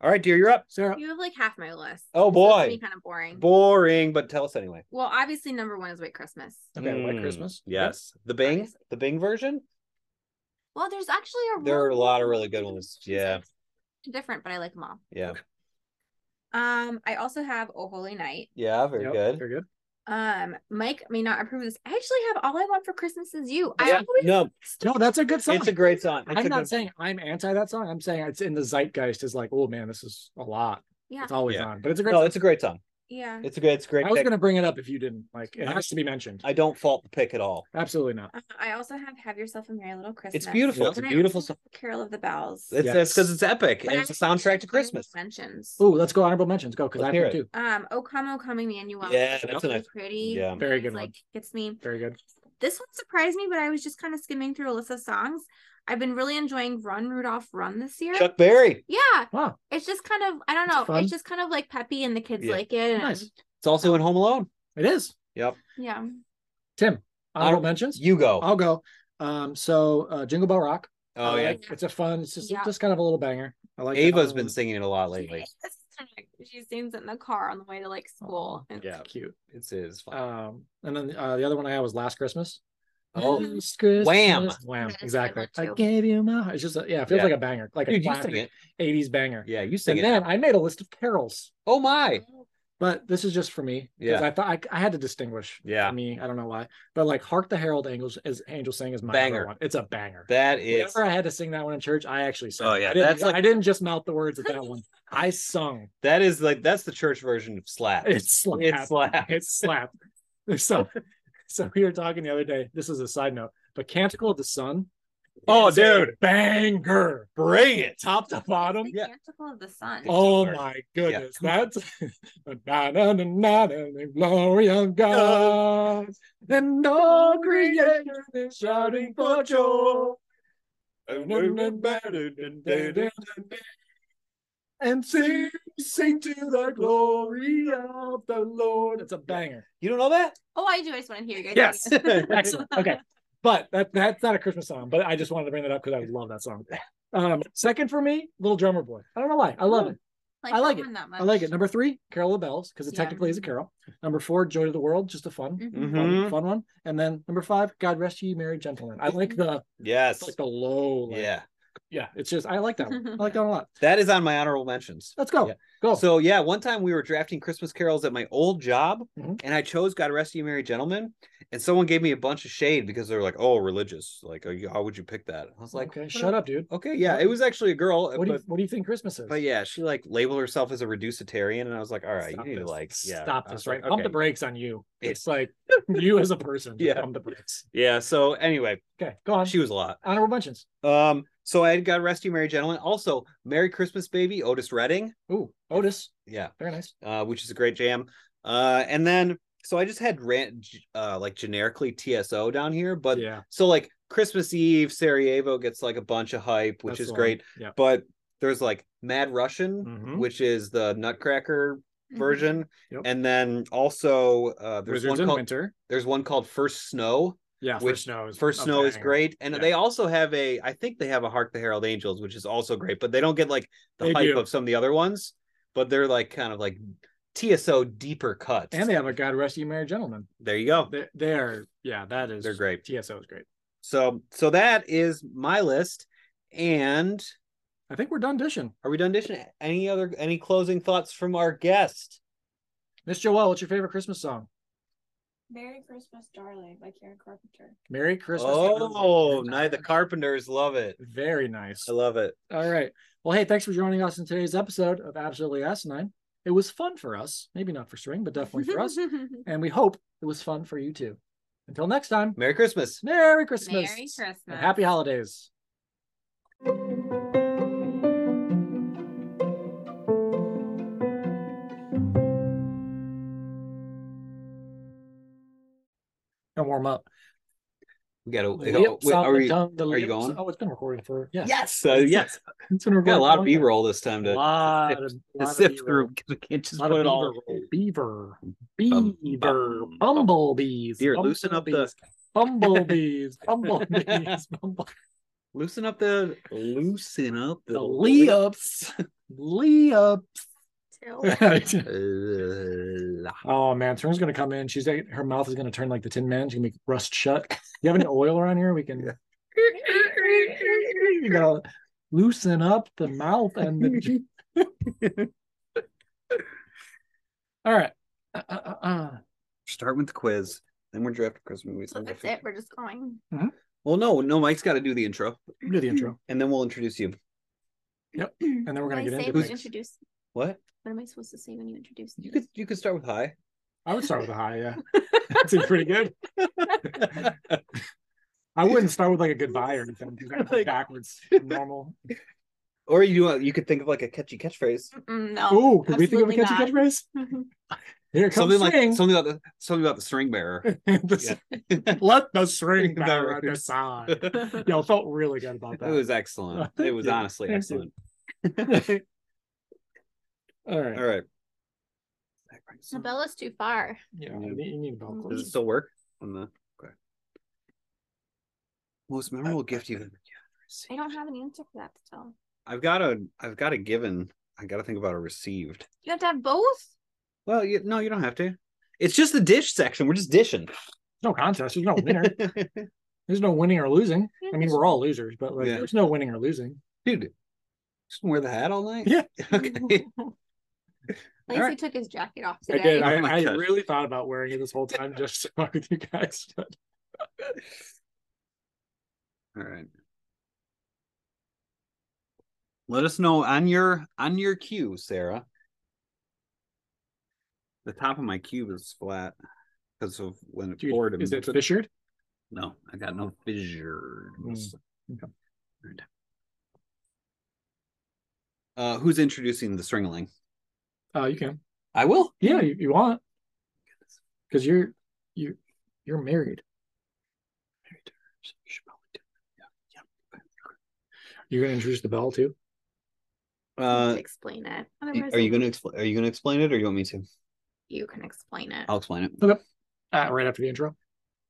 [SPEAKER 2] All right, dear, you're up.
[SPEAKER 1] Sarah.
[SPEAKER 3] You have like half my list.
[SPEAKER 2] Oh,
[SPEAKER 3] So it's
[SPEAKER 2] boy.
[SPEAKER 3] gonna be kind of boring.
[SPEAKER 2] Boring, but tell us anyway.
[SPEAKER 3] well, obviously, number one is White Christmas.
[SPEAKER 1] Okay, White
[SPEAKER 2] Mm,
[SPEAKER 1] Christmas. Okay.
[SPEAKER 2] Yes, the Bing,
[SPEAKER 3] Obviously.
[SPEAKER 2] the Bing version.
[SPEAKER 3] Well, there's actually a
[SPEAKER 2] There are a
[SPEAKER 3] really
[SPEAKER 2] lot of really
[SPEAKER 3] good
[SPEAKER 2] good
[SPEAKER 3] one.
[SPEAKER 2] ones. Yeah,
[SPEAKER 3] different, but I like them all.
[SPEAKER 2] yeah,
[SPEAKER 3] Um, I also have Oh Holy Night.
[SPEAKER 2] yeah. Very
[SPEAKER 1] Yep,
[SPEAKER 2] good.
[SPEAKER 1] Very good.
[SPEAKER 3] Um, Mike may not approve of this. I actually have All I Want for Christmas Is You.
[SPEAKER 2] Yeah,
[SPEAKER 3] I always
[SPEAKER 2] no,
[SPEAKER 1] No, that's a good song.
[SPEAKER 2] it's a great song. It's
[SPEAKER 1] I'm
[SPEAKER 2] a
[SPEAKER 1] not
[SPEAKER 2] good-
[SPEAKER 1] saying I'm anti that song. I'm saying it's in the zeitgeist. Is like, oh man, this is a lot.
[SPEAKER 3] Yeah.
[SPEAKER 1] It's always
[SPEAKER 2] Yeah.
[SPEAKER 1] on, but it's a great.
[SPEAKER 2] No,
[SPEAKER 1] song.
[SPEAKER 2] it's a great song.
[SPEAKER 3] yeah.
[SPEAKER 2] It's a great. It's a great.
[SPEAKER 1] I was
[SPEAKER 2] pick.
[SPEAKER 1] gonna bring it up if you didn't. Like, it has to be mentioned.
[SPEAKER 2] I don't fault the pick at all.
[SPEAKER 1] Absolutely not.
[SPEAKER 3] Uh, I also have Have Yourself a Merry Little Christmas.
[SPEAKER 2] It's beautiful. It's a
[SPEAKER 3] And I
[SPEAKER 2] beautiful
[SPEAKER 3] also
[SPEAKER 2] song.
[SPEAKER 3] have Carol of the Bells.
[SPEAKER 2] It's
[SPEAKER 1] Yes.
[SPEAKER 2] that's because it's epic
[SPEAKER 3] But
[SPEAKER 2] and
[SPEAKER 3] I
[SPEAKER 2] it's a
[SPEAKER 3] have
[SPEAKER 2] soundtrack to
[SPEAKER 3] honorable
[SPEAKER 2] Christmas.
[SPEAKER 3] Mentions.
[SPEAKER 1] Ooh, let's go honorable mentions. Go because
[SPEAKER 2] Let's
[SPEAKER 1] I
[SPEAKER 2] hear
[SPEAKER 1] have
[SPEAKER 2] it.
[SPEAKER 1] two.
[SPEAKER 3] Um, O Come, O Come, Emmanuel.
[SPEAKER 2] Yeah,
[SPEAKER 3] It's
[SPEAKER 2] that's a
[SPEAKER 3] really
[SPEAKER 2] nice-
[SPEAKER 3] pretty.
[SPEAKER 2] Yeah,
[SPEAKER 1] Very
[SPEAKER 3] It's
[SPEAKER 1] good
[SPEAKER 3] Like
[SPEAKER 1] one.
[SPEAKER 3] gets me.
[SPEAKER 1] Very good.
[SPEAKER 3] This one surprised me, but I was just kind of skimming through Alyssa's songs. I've been really enjoying Run Rudolph Run this year.
[SPEAKER 2] Chuck Berry.
[SPEAKER 3] yeah,
[SPEAKER 1] Wow.
[SPEAKER 3] it's just kind of I don't
[SPEAKER 1] That's
[SPEAKER 3] know.
[SPEAKER 1] fun.
[SPEAKER 3] It's just kind of like peppy, and the kids
[SPEAKER 2] Yeah.
[SPEAKER 3] like it. and-
[SPEAKER 1] Nice.
[SPEAKER 2] It's also in Home Alone.
[SPEAKER 1] It is.
[SPEAKER 3] Yeah.
[SPEAKER 1] Tim, honorable
[SPEAKER 2] Honor-
[SPEAKER 1] mentions.
[SPEAKER 2] You go.
[SPEAKER 1] I'll go. Um, so uh, Jingle Bell Rock.
[SPEAKER 2] oh
[SPEAKER 1] I
[SPEAKER 2] yeah,
[SPEAKER 1] like- it's a fun. It's just,
[SPEAKER 3] Yeah.
[SPEAKER 1] just kind of a little banger. I like. um,
[SPEAKER 2] Ava's
[SPEAKER 1] Ava's
[SPEAKER 2] been singing it a lot lately.
[SPEAKER 3] She- She sings it in the car on the way to like school. and-
[SPEAKER 2] Yeah,
[SPEAKER 1] cute.
[SPEAKER 2] it's it's fun.
[SPEAKER 1] Um, and then uh, the other one I had was Last Christmas.
[SPEAKER 2] Oh.
[SPEAKER 1] Last Christmas.
[SPEAKER 2] Wham.
[SPEAKER 1] Wham!
[SPEAKER 3] That is a good
[SPEAKER 1] Exactly.
[SPEAKER 3] one,
[SPEAKER 1] I
[SPEAKER 3] too.
[SPEAKER 1] gave you my. heart. It's just a, yeah, it feels
[SPEAKER 2] Yeah.
[SPEAKER 1] like a banger, like
[SPEAKER 2] Dude,
[SPEAKER 1] a
[SPEAKER 2] you sing
[SPEAKER 1] classic
[SPEAKER 2] it.
[SPEAKER 1] '80s banger.
[SPEAKER 2] Yeah, you sing
[SPEAKER 1] And
[SPEAKER 2] it.
[SPEAKER 1] then I made a list of carols,
[SPEAKER 2] oh my.
[SPEAKER 1] but this is just for me. 'cause
[SPEAKER 2] Yeah.
[SPEAKER 1] I thought I, I had to distinguish.
[SPEAKER 2] Yeah.
[SPEAKER 1] For me, I don't know why, but like "Hark the Herald Angels" as Angel Sing is my number
[SPEAKER 2] Banger.
[SPEAKER 1] One. It's a banger.
[SPEAKER 2] That is
[SPEAKER 1] Whenever I had to sing that one in church, I actually sang.
[SPEAKER 2] Oh,
[SPEAKER 1] it.
[SPEAKER 2] yeah,
[SPEAKER 1] I didn't,
[SPEAKER 2] that's like-
[SPEAKER 1] I didn't just mouth the words at that one. I sung.
[SPEAKER 2] that is like that's the church version of slap.
[SPEAKER 1] It's slap.
[SPEAKER 2] It's slap.
[SPEAKER 1] It's slap. So, so we were talking the other day. This is a side note, but Canticle of the Sun.
[SPEAKER 2] Oh,
[SPEAKER 1] is a
[SPEAKER 2] dude.
[SPEAKER 1] banger,
[SPEAKER 2] Bring it.
[SPEAKER 1] top to
[SPEAKER 3] It's
[SPEAKER 1] bottom.
[SPEAKER 3] the
[SPEAKER 2] yeah.
[SPEAKER 3] Canticle of the Sun.
[SPEAKER 1] Oh
[SPEAKER 2] Yeah.
[SPEAKER 1] my goodness, that's na, na, na, na, na, the glory of God, and all creation is shouting for joy. And sing, sing to the glory of the Lord. It's a banger.
[SPEAKER 2] You don't know that?
[SPEAKER 3] Oh, I do. I just want to hear you guys.
[SPEAKER 1] Yes.
[SPEAKER 3] sing it.
[SPEAKER 1] Excellent. Okay. But that that's not a Christmas song, but I just wanted to bring that up because I love that song. Um, second for me, Little Drummer Boy. I don't know why. I love it.
[SPEAKER 3] Like
[SPEAKER 1] I
[SPEAKER 3] that
[SPEAKER 1] like it.
[SPEAKER 3] one That much.
[SPEAKER 1] I like it. Number three, Carol of the Bells, because it
[SPEAKER 3] Yeah.
[SPEAKER 1] technically is a carol. Number four, Joy to the World, just a fun,
[SPEAKER 3] Mhm.
[SPEAKER 1] fun,
[SPEAKER 2] Mhm.
[SPEAKER 1] fun one. And then number five, God Rest You Merry Gentlemen. I like the it's
[SPEAKER 2] Yes.
[SPEAKER 1] like the low. Like,
[SPEAKER 2] Yeah.
[SPEAKER 1] yeah. It's just I like that one. I
[SPEAKER 2] Mm-hmm.
[SPEAKER 1] like that one a lot.
[SPEAKER 2] That is on my honorable mentions.
[SPEAKER 1] Let's go.
[SPEAKER 2] Yeah.
[SPEAKER 1] Go.
[SPEAKER 2] So yeah, one time we were drafting Christmas carols at my old job,
[SPEAKER 1] Mhm.
[SPEAKER 2] and I chose "God Rest You Merry Gentlemen," and someone gave me a bunch of shade because they were like, "Oh, religious! Like, are you, how would you pick that?" I was like,
[SPEAKER 1] okay,
[SPEAKER 2] "What
[SPEAKER 1] shut up, dude.
[SPEAKER 2] a-" Okay, yeah, it was actually a girl,
[SPEAKER 1] What do you
[SPEAKER 2] but,
[SPEAKER 1] what do you think Christmas is?
[SPEAKER 2] but yeah, she like labeled herself as a reducitarian, and I was like, "All right,
[SPEAKER 1] Stop
[SPEAKER 2] you need
[SPEAKER 1] this.
[SPEAKER 2] to like yeah,
[SPEAKER 1] stop
[SPEAKER 2] I was
[SPEAKER 1] this, right?
[SPEAKER 2] like,
[SPEAKER 1] Pump the
[SPEAKER 2] okay.
[SPEAKER 1] brakes on you.
[SPEAKER 2] Yeah.
[SPEAKER 1] It's like you as a person. just
[SPEAKER 2] Yeah.
[SPEAKER 1] Pump the brakes.
[SPEAKER 2] Yeah. So anyway,
[SPEAKER 1] Okay, go on.
[SPEAKER 2] she was a lot.
[SPEAKER 1] Honorable mentions.
[SPEAKER 2] Um, so I had "God Rest You Merry Gentlemen." Also, "Merry Christmas, Baby," Otis Redding.
[SPEAKER 1] Ooh, Otis.
[SPEAKER 2] Yeah.
[SPEAKER 1] Very nice.
[SPEAKER 2] uh, which is a great jam. Uh, and then so I just had rant uh, like generically TSO down here, but
[SPEAKER 1] yeah,
[SPEAKER 2] so like Christmas Eve, Sarajevo gets like a bunch of hype, which
[SPEAKER 1] that's
[SPEAKER 2] is
[SPEAKER 1] the one.
[SPEAKER 2] great.
[SPEAKER 1] Yeah.
[SPEAKER 2] But There's like Mad Russian,
[SPEAKER 1] Mhm.
[SPEAKER 2] which is the Nutcracker
[SPEAKER 3] Mm-hmm.
[SPEAKER 2] version,
[SPEAKER 1] Yep.
[SPEAKER 2] and then also uh, there's
[SPEAKER 1] Wizards
[SPEAKER 2] one
[SPEAKER 1] in
[SPEAKER 2] called
[SPEAKER 1] Winter.
[SPEAKER 2] there's one called First Snow.
[SPEAKER 1] Yeah, First
[SPEAKER 2] which-
[SPEAKER 1] Snow is
[SPEAKER 2] First
[SPEAKER 1] a
[SPEAKER 2] Snow is
[SPEAKER 1] banger.
[SPEAKER 2] great, and
[SPEAKER 1] oh, Yeah.
[SPEAKER 2] they also have a I think they have a Hark the Herald Angels, which is also great, but they don't get like the
[SPEAKER 1] They
[SPEAKER 2] hype
[SPEAKER 1] do.
[SPEAKER 2] of some of the other ones. But they're like kind of like TSO deeper cuts.
[SPEAKER 1] And they have a God Rest You Merry Gentlemen.
[SPEAKER 2] there you go.
[SPEAKER 1] They, they are, yeah, that is.
[SPEAKER 2] They're great.
[SPEAKER 1] TSO is great.
[SPEAKER 2] So so that is my list. And
[SPEAKER 1] I think we're done dishing.
[SPEAKER 2] are we done dishing? Any other any closing thoughts from our guest?
[SPEAKER 1] Miss Joelle, what's your favorite Christmas song?
[SPEAKER 4] Merry Christmas, Darling by Karen Carpenter.
[SPEAKER 1] Merry Christmas.
[SPEAKER 2] Oh,
[SPEAKER 1] Darling.
[SPEAKER 2] night the Carpenters love it.
[SPEAKER 1] Very nice.
[SPEAKER 2] I love it.
[SPEAKER 1] All right. Well, hey, thanks for joining us in today's episode of Absolutely Asinine. It was fun for us, maybe not for String, but definitely for us. And we hope it was fun for you too. Until next time,
[SPEAKER 2] Merry Christmas.
[SPEAKER 1] Merry Christmas.
[SPEAKER 3] Merry Christmas.
[SPEAKER 1] And happy holidays. And warm up.
[SPEAKER 2] We gotta
[SPEAKER 1] Lips
[SPEAKER 2] wait,
[SPEAKER 1] on
[SPEAKER 2] are
[SPEAKER 1] the
[SPEAKER 2] we
[SPEAKER 1] tongue, the
[SPEAKER 2] you
[SPEAKER 1] lips-
[SPEAKER 2] going?
[SPEAKER 1] Oh, it's been recording for yeah.
[SPEAKER 2] Yes, uh, yes.
[SPEAKER 1] It's been recording
[SPEAKER 2] Got a
[SPEAKER 1] for long
[SPEAKER 2] lot of
[SPEAKER 1] time.
[SPEAKER 2] B-roll this time to,
[SPEAKER 1] A lot of,
[SPEAKER 2] to
[SPEAKER 1] lot of
[SPEAKER 2] sift
[SPEAKER 1] B-roll.
[SPEAKER 2] through. 'cause We can't just
[SPEAKER 1] A lot
[SPEAKER 2] put
[SPEAKER 1] of
[SPEAKER 2] it all.
[SPEAKER 1] beaver,
[SPEAKER 2] Bum,
[SPEAKER 1] beaver, beaver,
[SPEAKER 2] bum, bum.
[SPEAKER 1] bumblebees.
[SPEAKER 2] Dear, loosen up the
[SPEAKER 1] bumblebees, bumblebees, bumblebees, bumble-
[SPEAKER 2] loosen up the loosen up the,
[SPEAKER 1] the leaps, leaps.
[SPEAKER 2] Uh,
[SPEAKER 1] oh man, Turner's gonna come in. She's like, her mouth is gonna turn like the Tin Man. She's gonna be rust shut. You have any oil around here? We can. you gotta loosen up the mouth and the. All right. Uh, uh, uh, uh.
[SPEAKER 2] Start with the quiz, then we're drafting Christmas movies.
[SPEAKER 3] So that's it. We're just going.
[SPEAKER 2] Well, no, no, Mike's got to do the intro,
[SPEAKER 1] Do the intro,
[SPEAKER 2] and then we'll introduce you.
[SPEAKER 1] and then we're gonna
[SPEAKER 3] What do
[SPEAKER 1] get
[SPEAKER 3] I say
[SPEAKER 1] into
[SPEAKER 3] when
[SPEAKER 1] this.
[SPEAKER 3] you introduce.
[SPEAKER 2] What?
[SPEAKER 3] What am I supposed to say when you introduce me?
[SPEAKER 2] You could you could start with hi.
[SPEAKER 1] I would start with a high, yeah. That seems pretty good. I wouldn't start with like a goodbye or anything. 'cause that'd be
[SPEAKER 2] Like-
[SPEAKER 1] backwards, normal.
[SPEAKER 2] Or you uh, you could think of like a catchy catchphrase,
[SPEAKER 3] Mm, no.
[SPEAKER 1] Oh, could we think of a
[SPEAKER 3] absolutely
[SPEAKER 1] catchy
[SPEAKER 3] not.
[SPEAKER 1] catchphrase? Here comes
[SPEAKER 2] something
[SPEAKER 1] string.
[SPEAKER 2] like something about the something about the string bearer.
[SPEAKER 1] The- Let the string
[SPEAKER 2] That
[SPEAKER 1] bearer
[SPEAKER 2] works.
[SPEAKER 1] decide.
[SPEAKER 2] it
[SPEAKER 1] Yo, I felt really good about that.
[SPEAKER 2] was excellent. It was
[SPEAKER 1] Yeah.
[SPEAKER 2] honestly
[SPEAKER 1] Thank you.
[SPEAKER 2] excellent.
[SPEAKER 1] All right.
[SPEAKER 2] All right.
[SPEAKER 3] The bell is too far.
[SPEAKER 1] Yeah, you need, you need a bell
[SPEAKER 3] Mm.
[SPEAKER 2] Does it
[SPEAKER 1] cord.
[SPEAKER 2] still work on the okay. most memorable gift you've ever
[SPEAKER 3] I
[SPEAKER 2] received?
[SPEAKER 3] don't have an answer for that still.
[SPEAKER 2] I've got a I've got a given. I got to think about a received.
[SPEAKER 3] You have to have both.
[SPEAKER 2] Well, you, no, you don't have to. It's just the dish section. We're just dishing.
[SPEAKER 1] No contest. There's no winner. There's no winning or losing. I mean, we're all losers, but like,
[SPEAKER 2] Yeah.
[SPEAKER 1] there's no winning or losing.
[SPEAKER 2] Dude, just wear the hat all night.
[SPEAKER 1] Yeah.
[SPEAKER 2] Okay.
[SPEAKER 3] At least
[SPEAKER 1] All
[SPEAKER 3] he took his jacket off
[SPEAKER 1] I
[SPEAKER 3] today.
[SPEAKER 1] did.
[SPEAKER 2] Oh my
[SPEAKER 1] I, I
[SPEAKER 2] gosh.
[SPEAKER 1] really thought about wearing it this whole time just to talk with you guys. but-
[SPEAKER 2] All right. Let us know on your on your cue, Sarah. The top of my cube is flat because of when it
[SPEAKER 1] Dude,
[SPEAKER 2] poured. and
[SPEAKER 1] is it
[SPEAKER 2] took-
[SPEAKER 1] fissured?
[SPEAKER 2] No, I got no fissures.
[SPEAKER 1] Mm, okay.
[SPEAKER 2] Alright. Uh, who's introducing the stringling?
[SPEAKER 1] Uh, you can.
[SPEAKER 2] I will.
[SPEAKER 1] Yeah, you, you want. Because you're you you're married. You're gonna introduce the bell too.
[SPEAKER 3] To
[SPEAKER 2] Uh,
[SPEAKER 3] explain it.
[SPEAKER 2] y-
[SPEAKER 3] Otherwise,
[SPEAKER 2] are you gonna explain? Are you gonna explain it, or you want me to?
[SPEAKER 3] You can explain it.
[SPEAKER 2] I'll explain it.
[SPEAKER 1] Uh, right after the intro.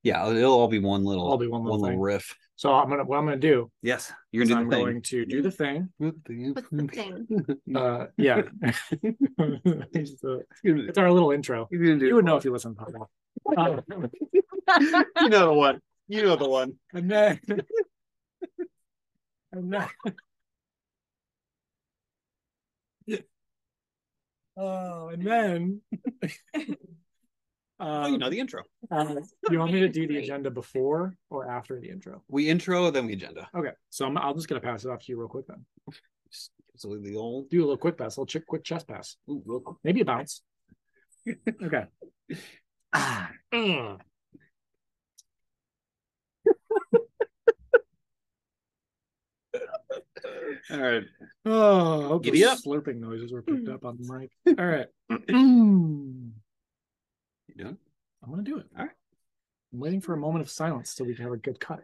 [SPEAKER 2] Yeah, it'll all be one little,
[SPEAKER 1] All be one little thing.
[SPEAKER 2] riff.
[SPEAKER 1] So I'm gonna what I'm gonna do
[SPEAKER 2] Yes, you're
[SPEAKER 1] is
[SPEAKER 2] gonna
[SPEAKER 1] I'm
[SPEAKER 2] do the
[SPEAKER 1] going to do the thing.
[SPEAKER 2] thing.
[SPEAKER 3] What's the thing?
[SPEAKER 2] Mm-hmm.
[SPEAKER 1] Uh yeah. it's, uh, it's our little intro.
[SPEAKER 2] You're gonna do
[SPEAKER 1] You would know if you listen to the podcast. Um,
[SPEAKER 2] you know the one. You know the one.
[SPEAKER 1] and then and then Oh, and then
[SPEAKER 2] Oh,
[SPEAKER 1] um,
[SPEAKER 2] you know the intro.
[SPEAKER 1] Uh, you want me to do the
[SPEAKER 3] Great.
[SPEAKER 1] agenda before or after the intro?
[SPEAKER 2] We intro, then we agenda.
[SPEAKER 1] Okay, so I'm, I'm just gonna pass it off to you real quick then.
[SPEAKER 2] Just so the old.
[SPEAKER 1] Do a little quick pass, a little ch- quick chest pass,
[SPEAKER 2] Ooh, look.
[SPEAKER 1] maybe a bounce. Okay. Ah, mm.
[SPEAKER 2] All right.
[SPEAKER 1] Oh, I hope
[SPEAKER 2] Giddy
[SPEAKER 1] those
[SPEAKER 2] up.
[SPEAKER 1] slurping noises were picked up on the mic. All right, Mm.
[SPEAKER 2] You done?
[SPEAKER 1] I'm gonna do it.
[SPEAKER 2] All right.
[SPEAKER 1] I'm waiting for a moment of silence so we can have a good cut.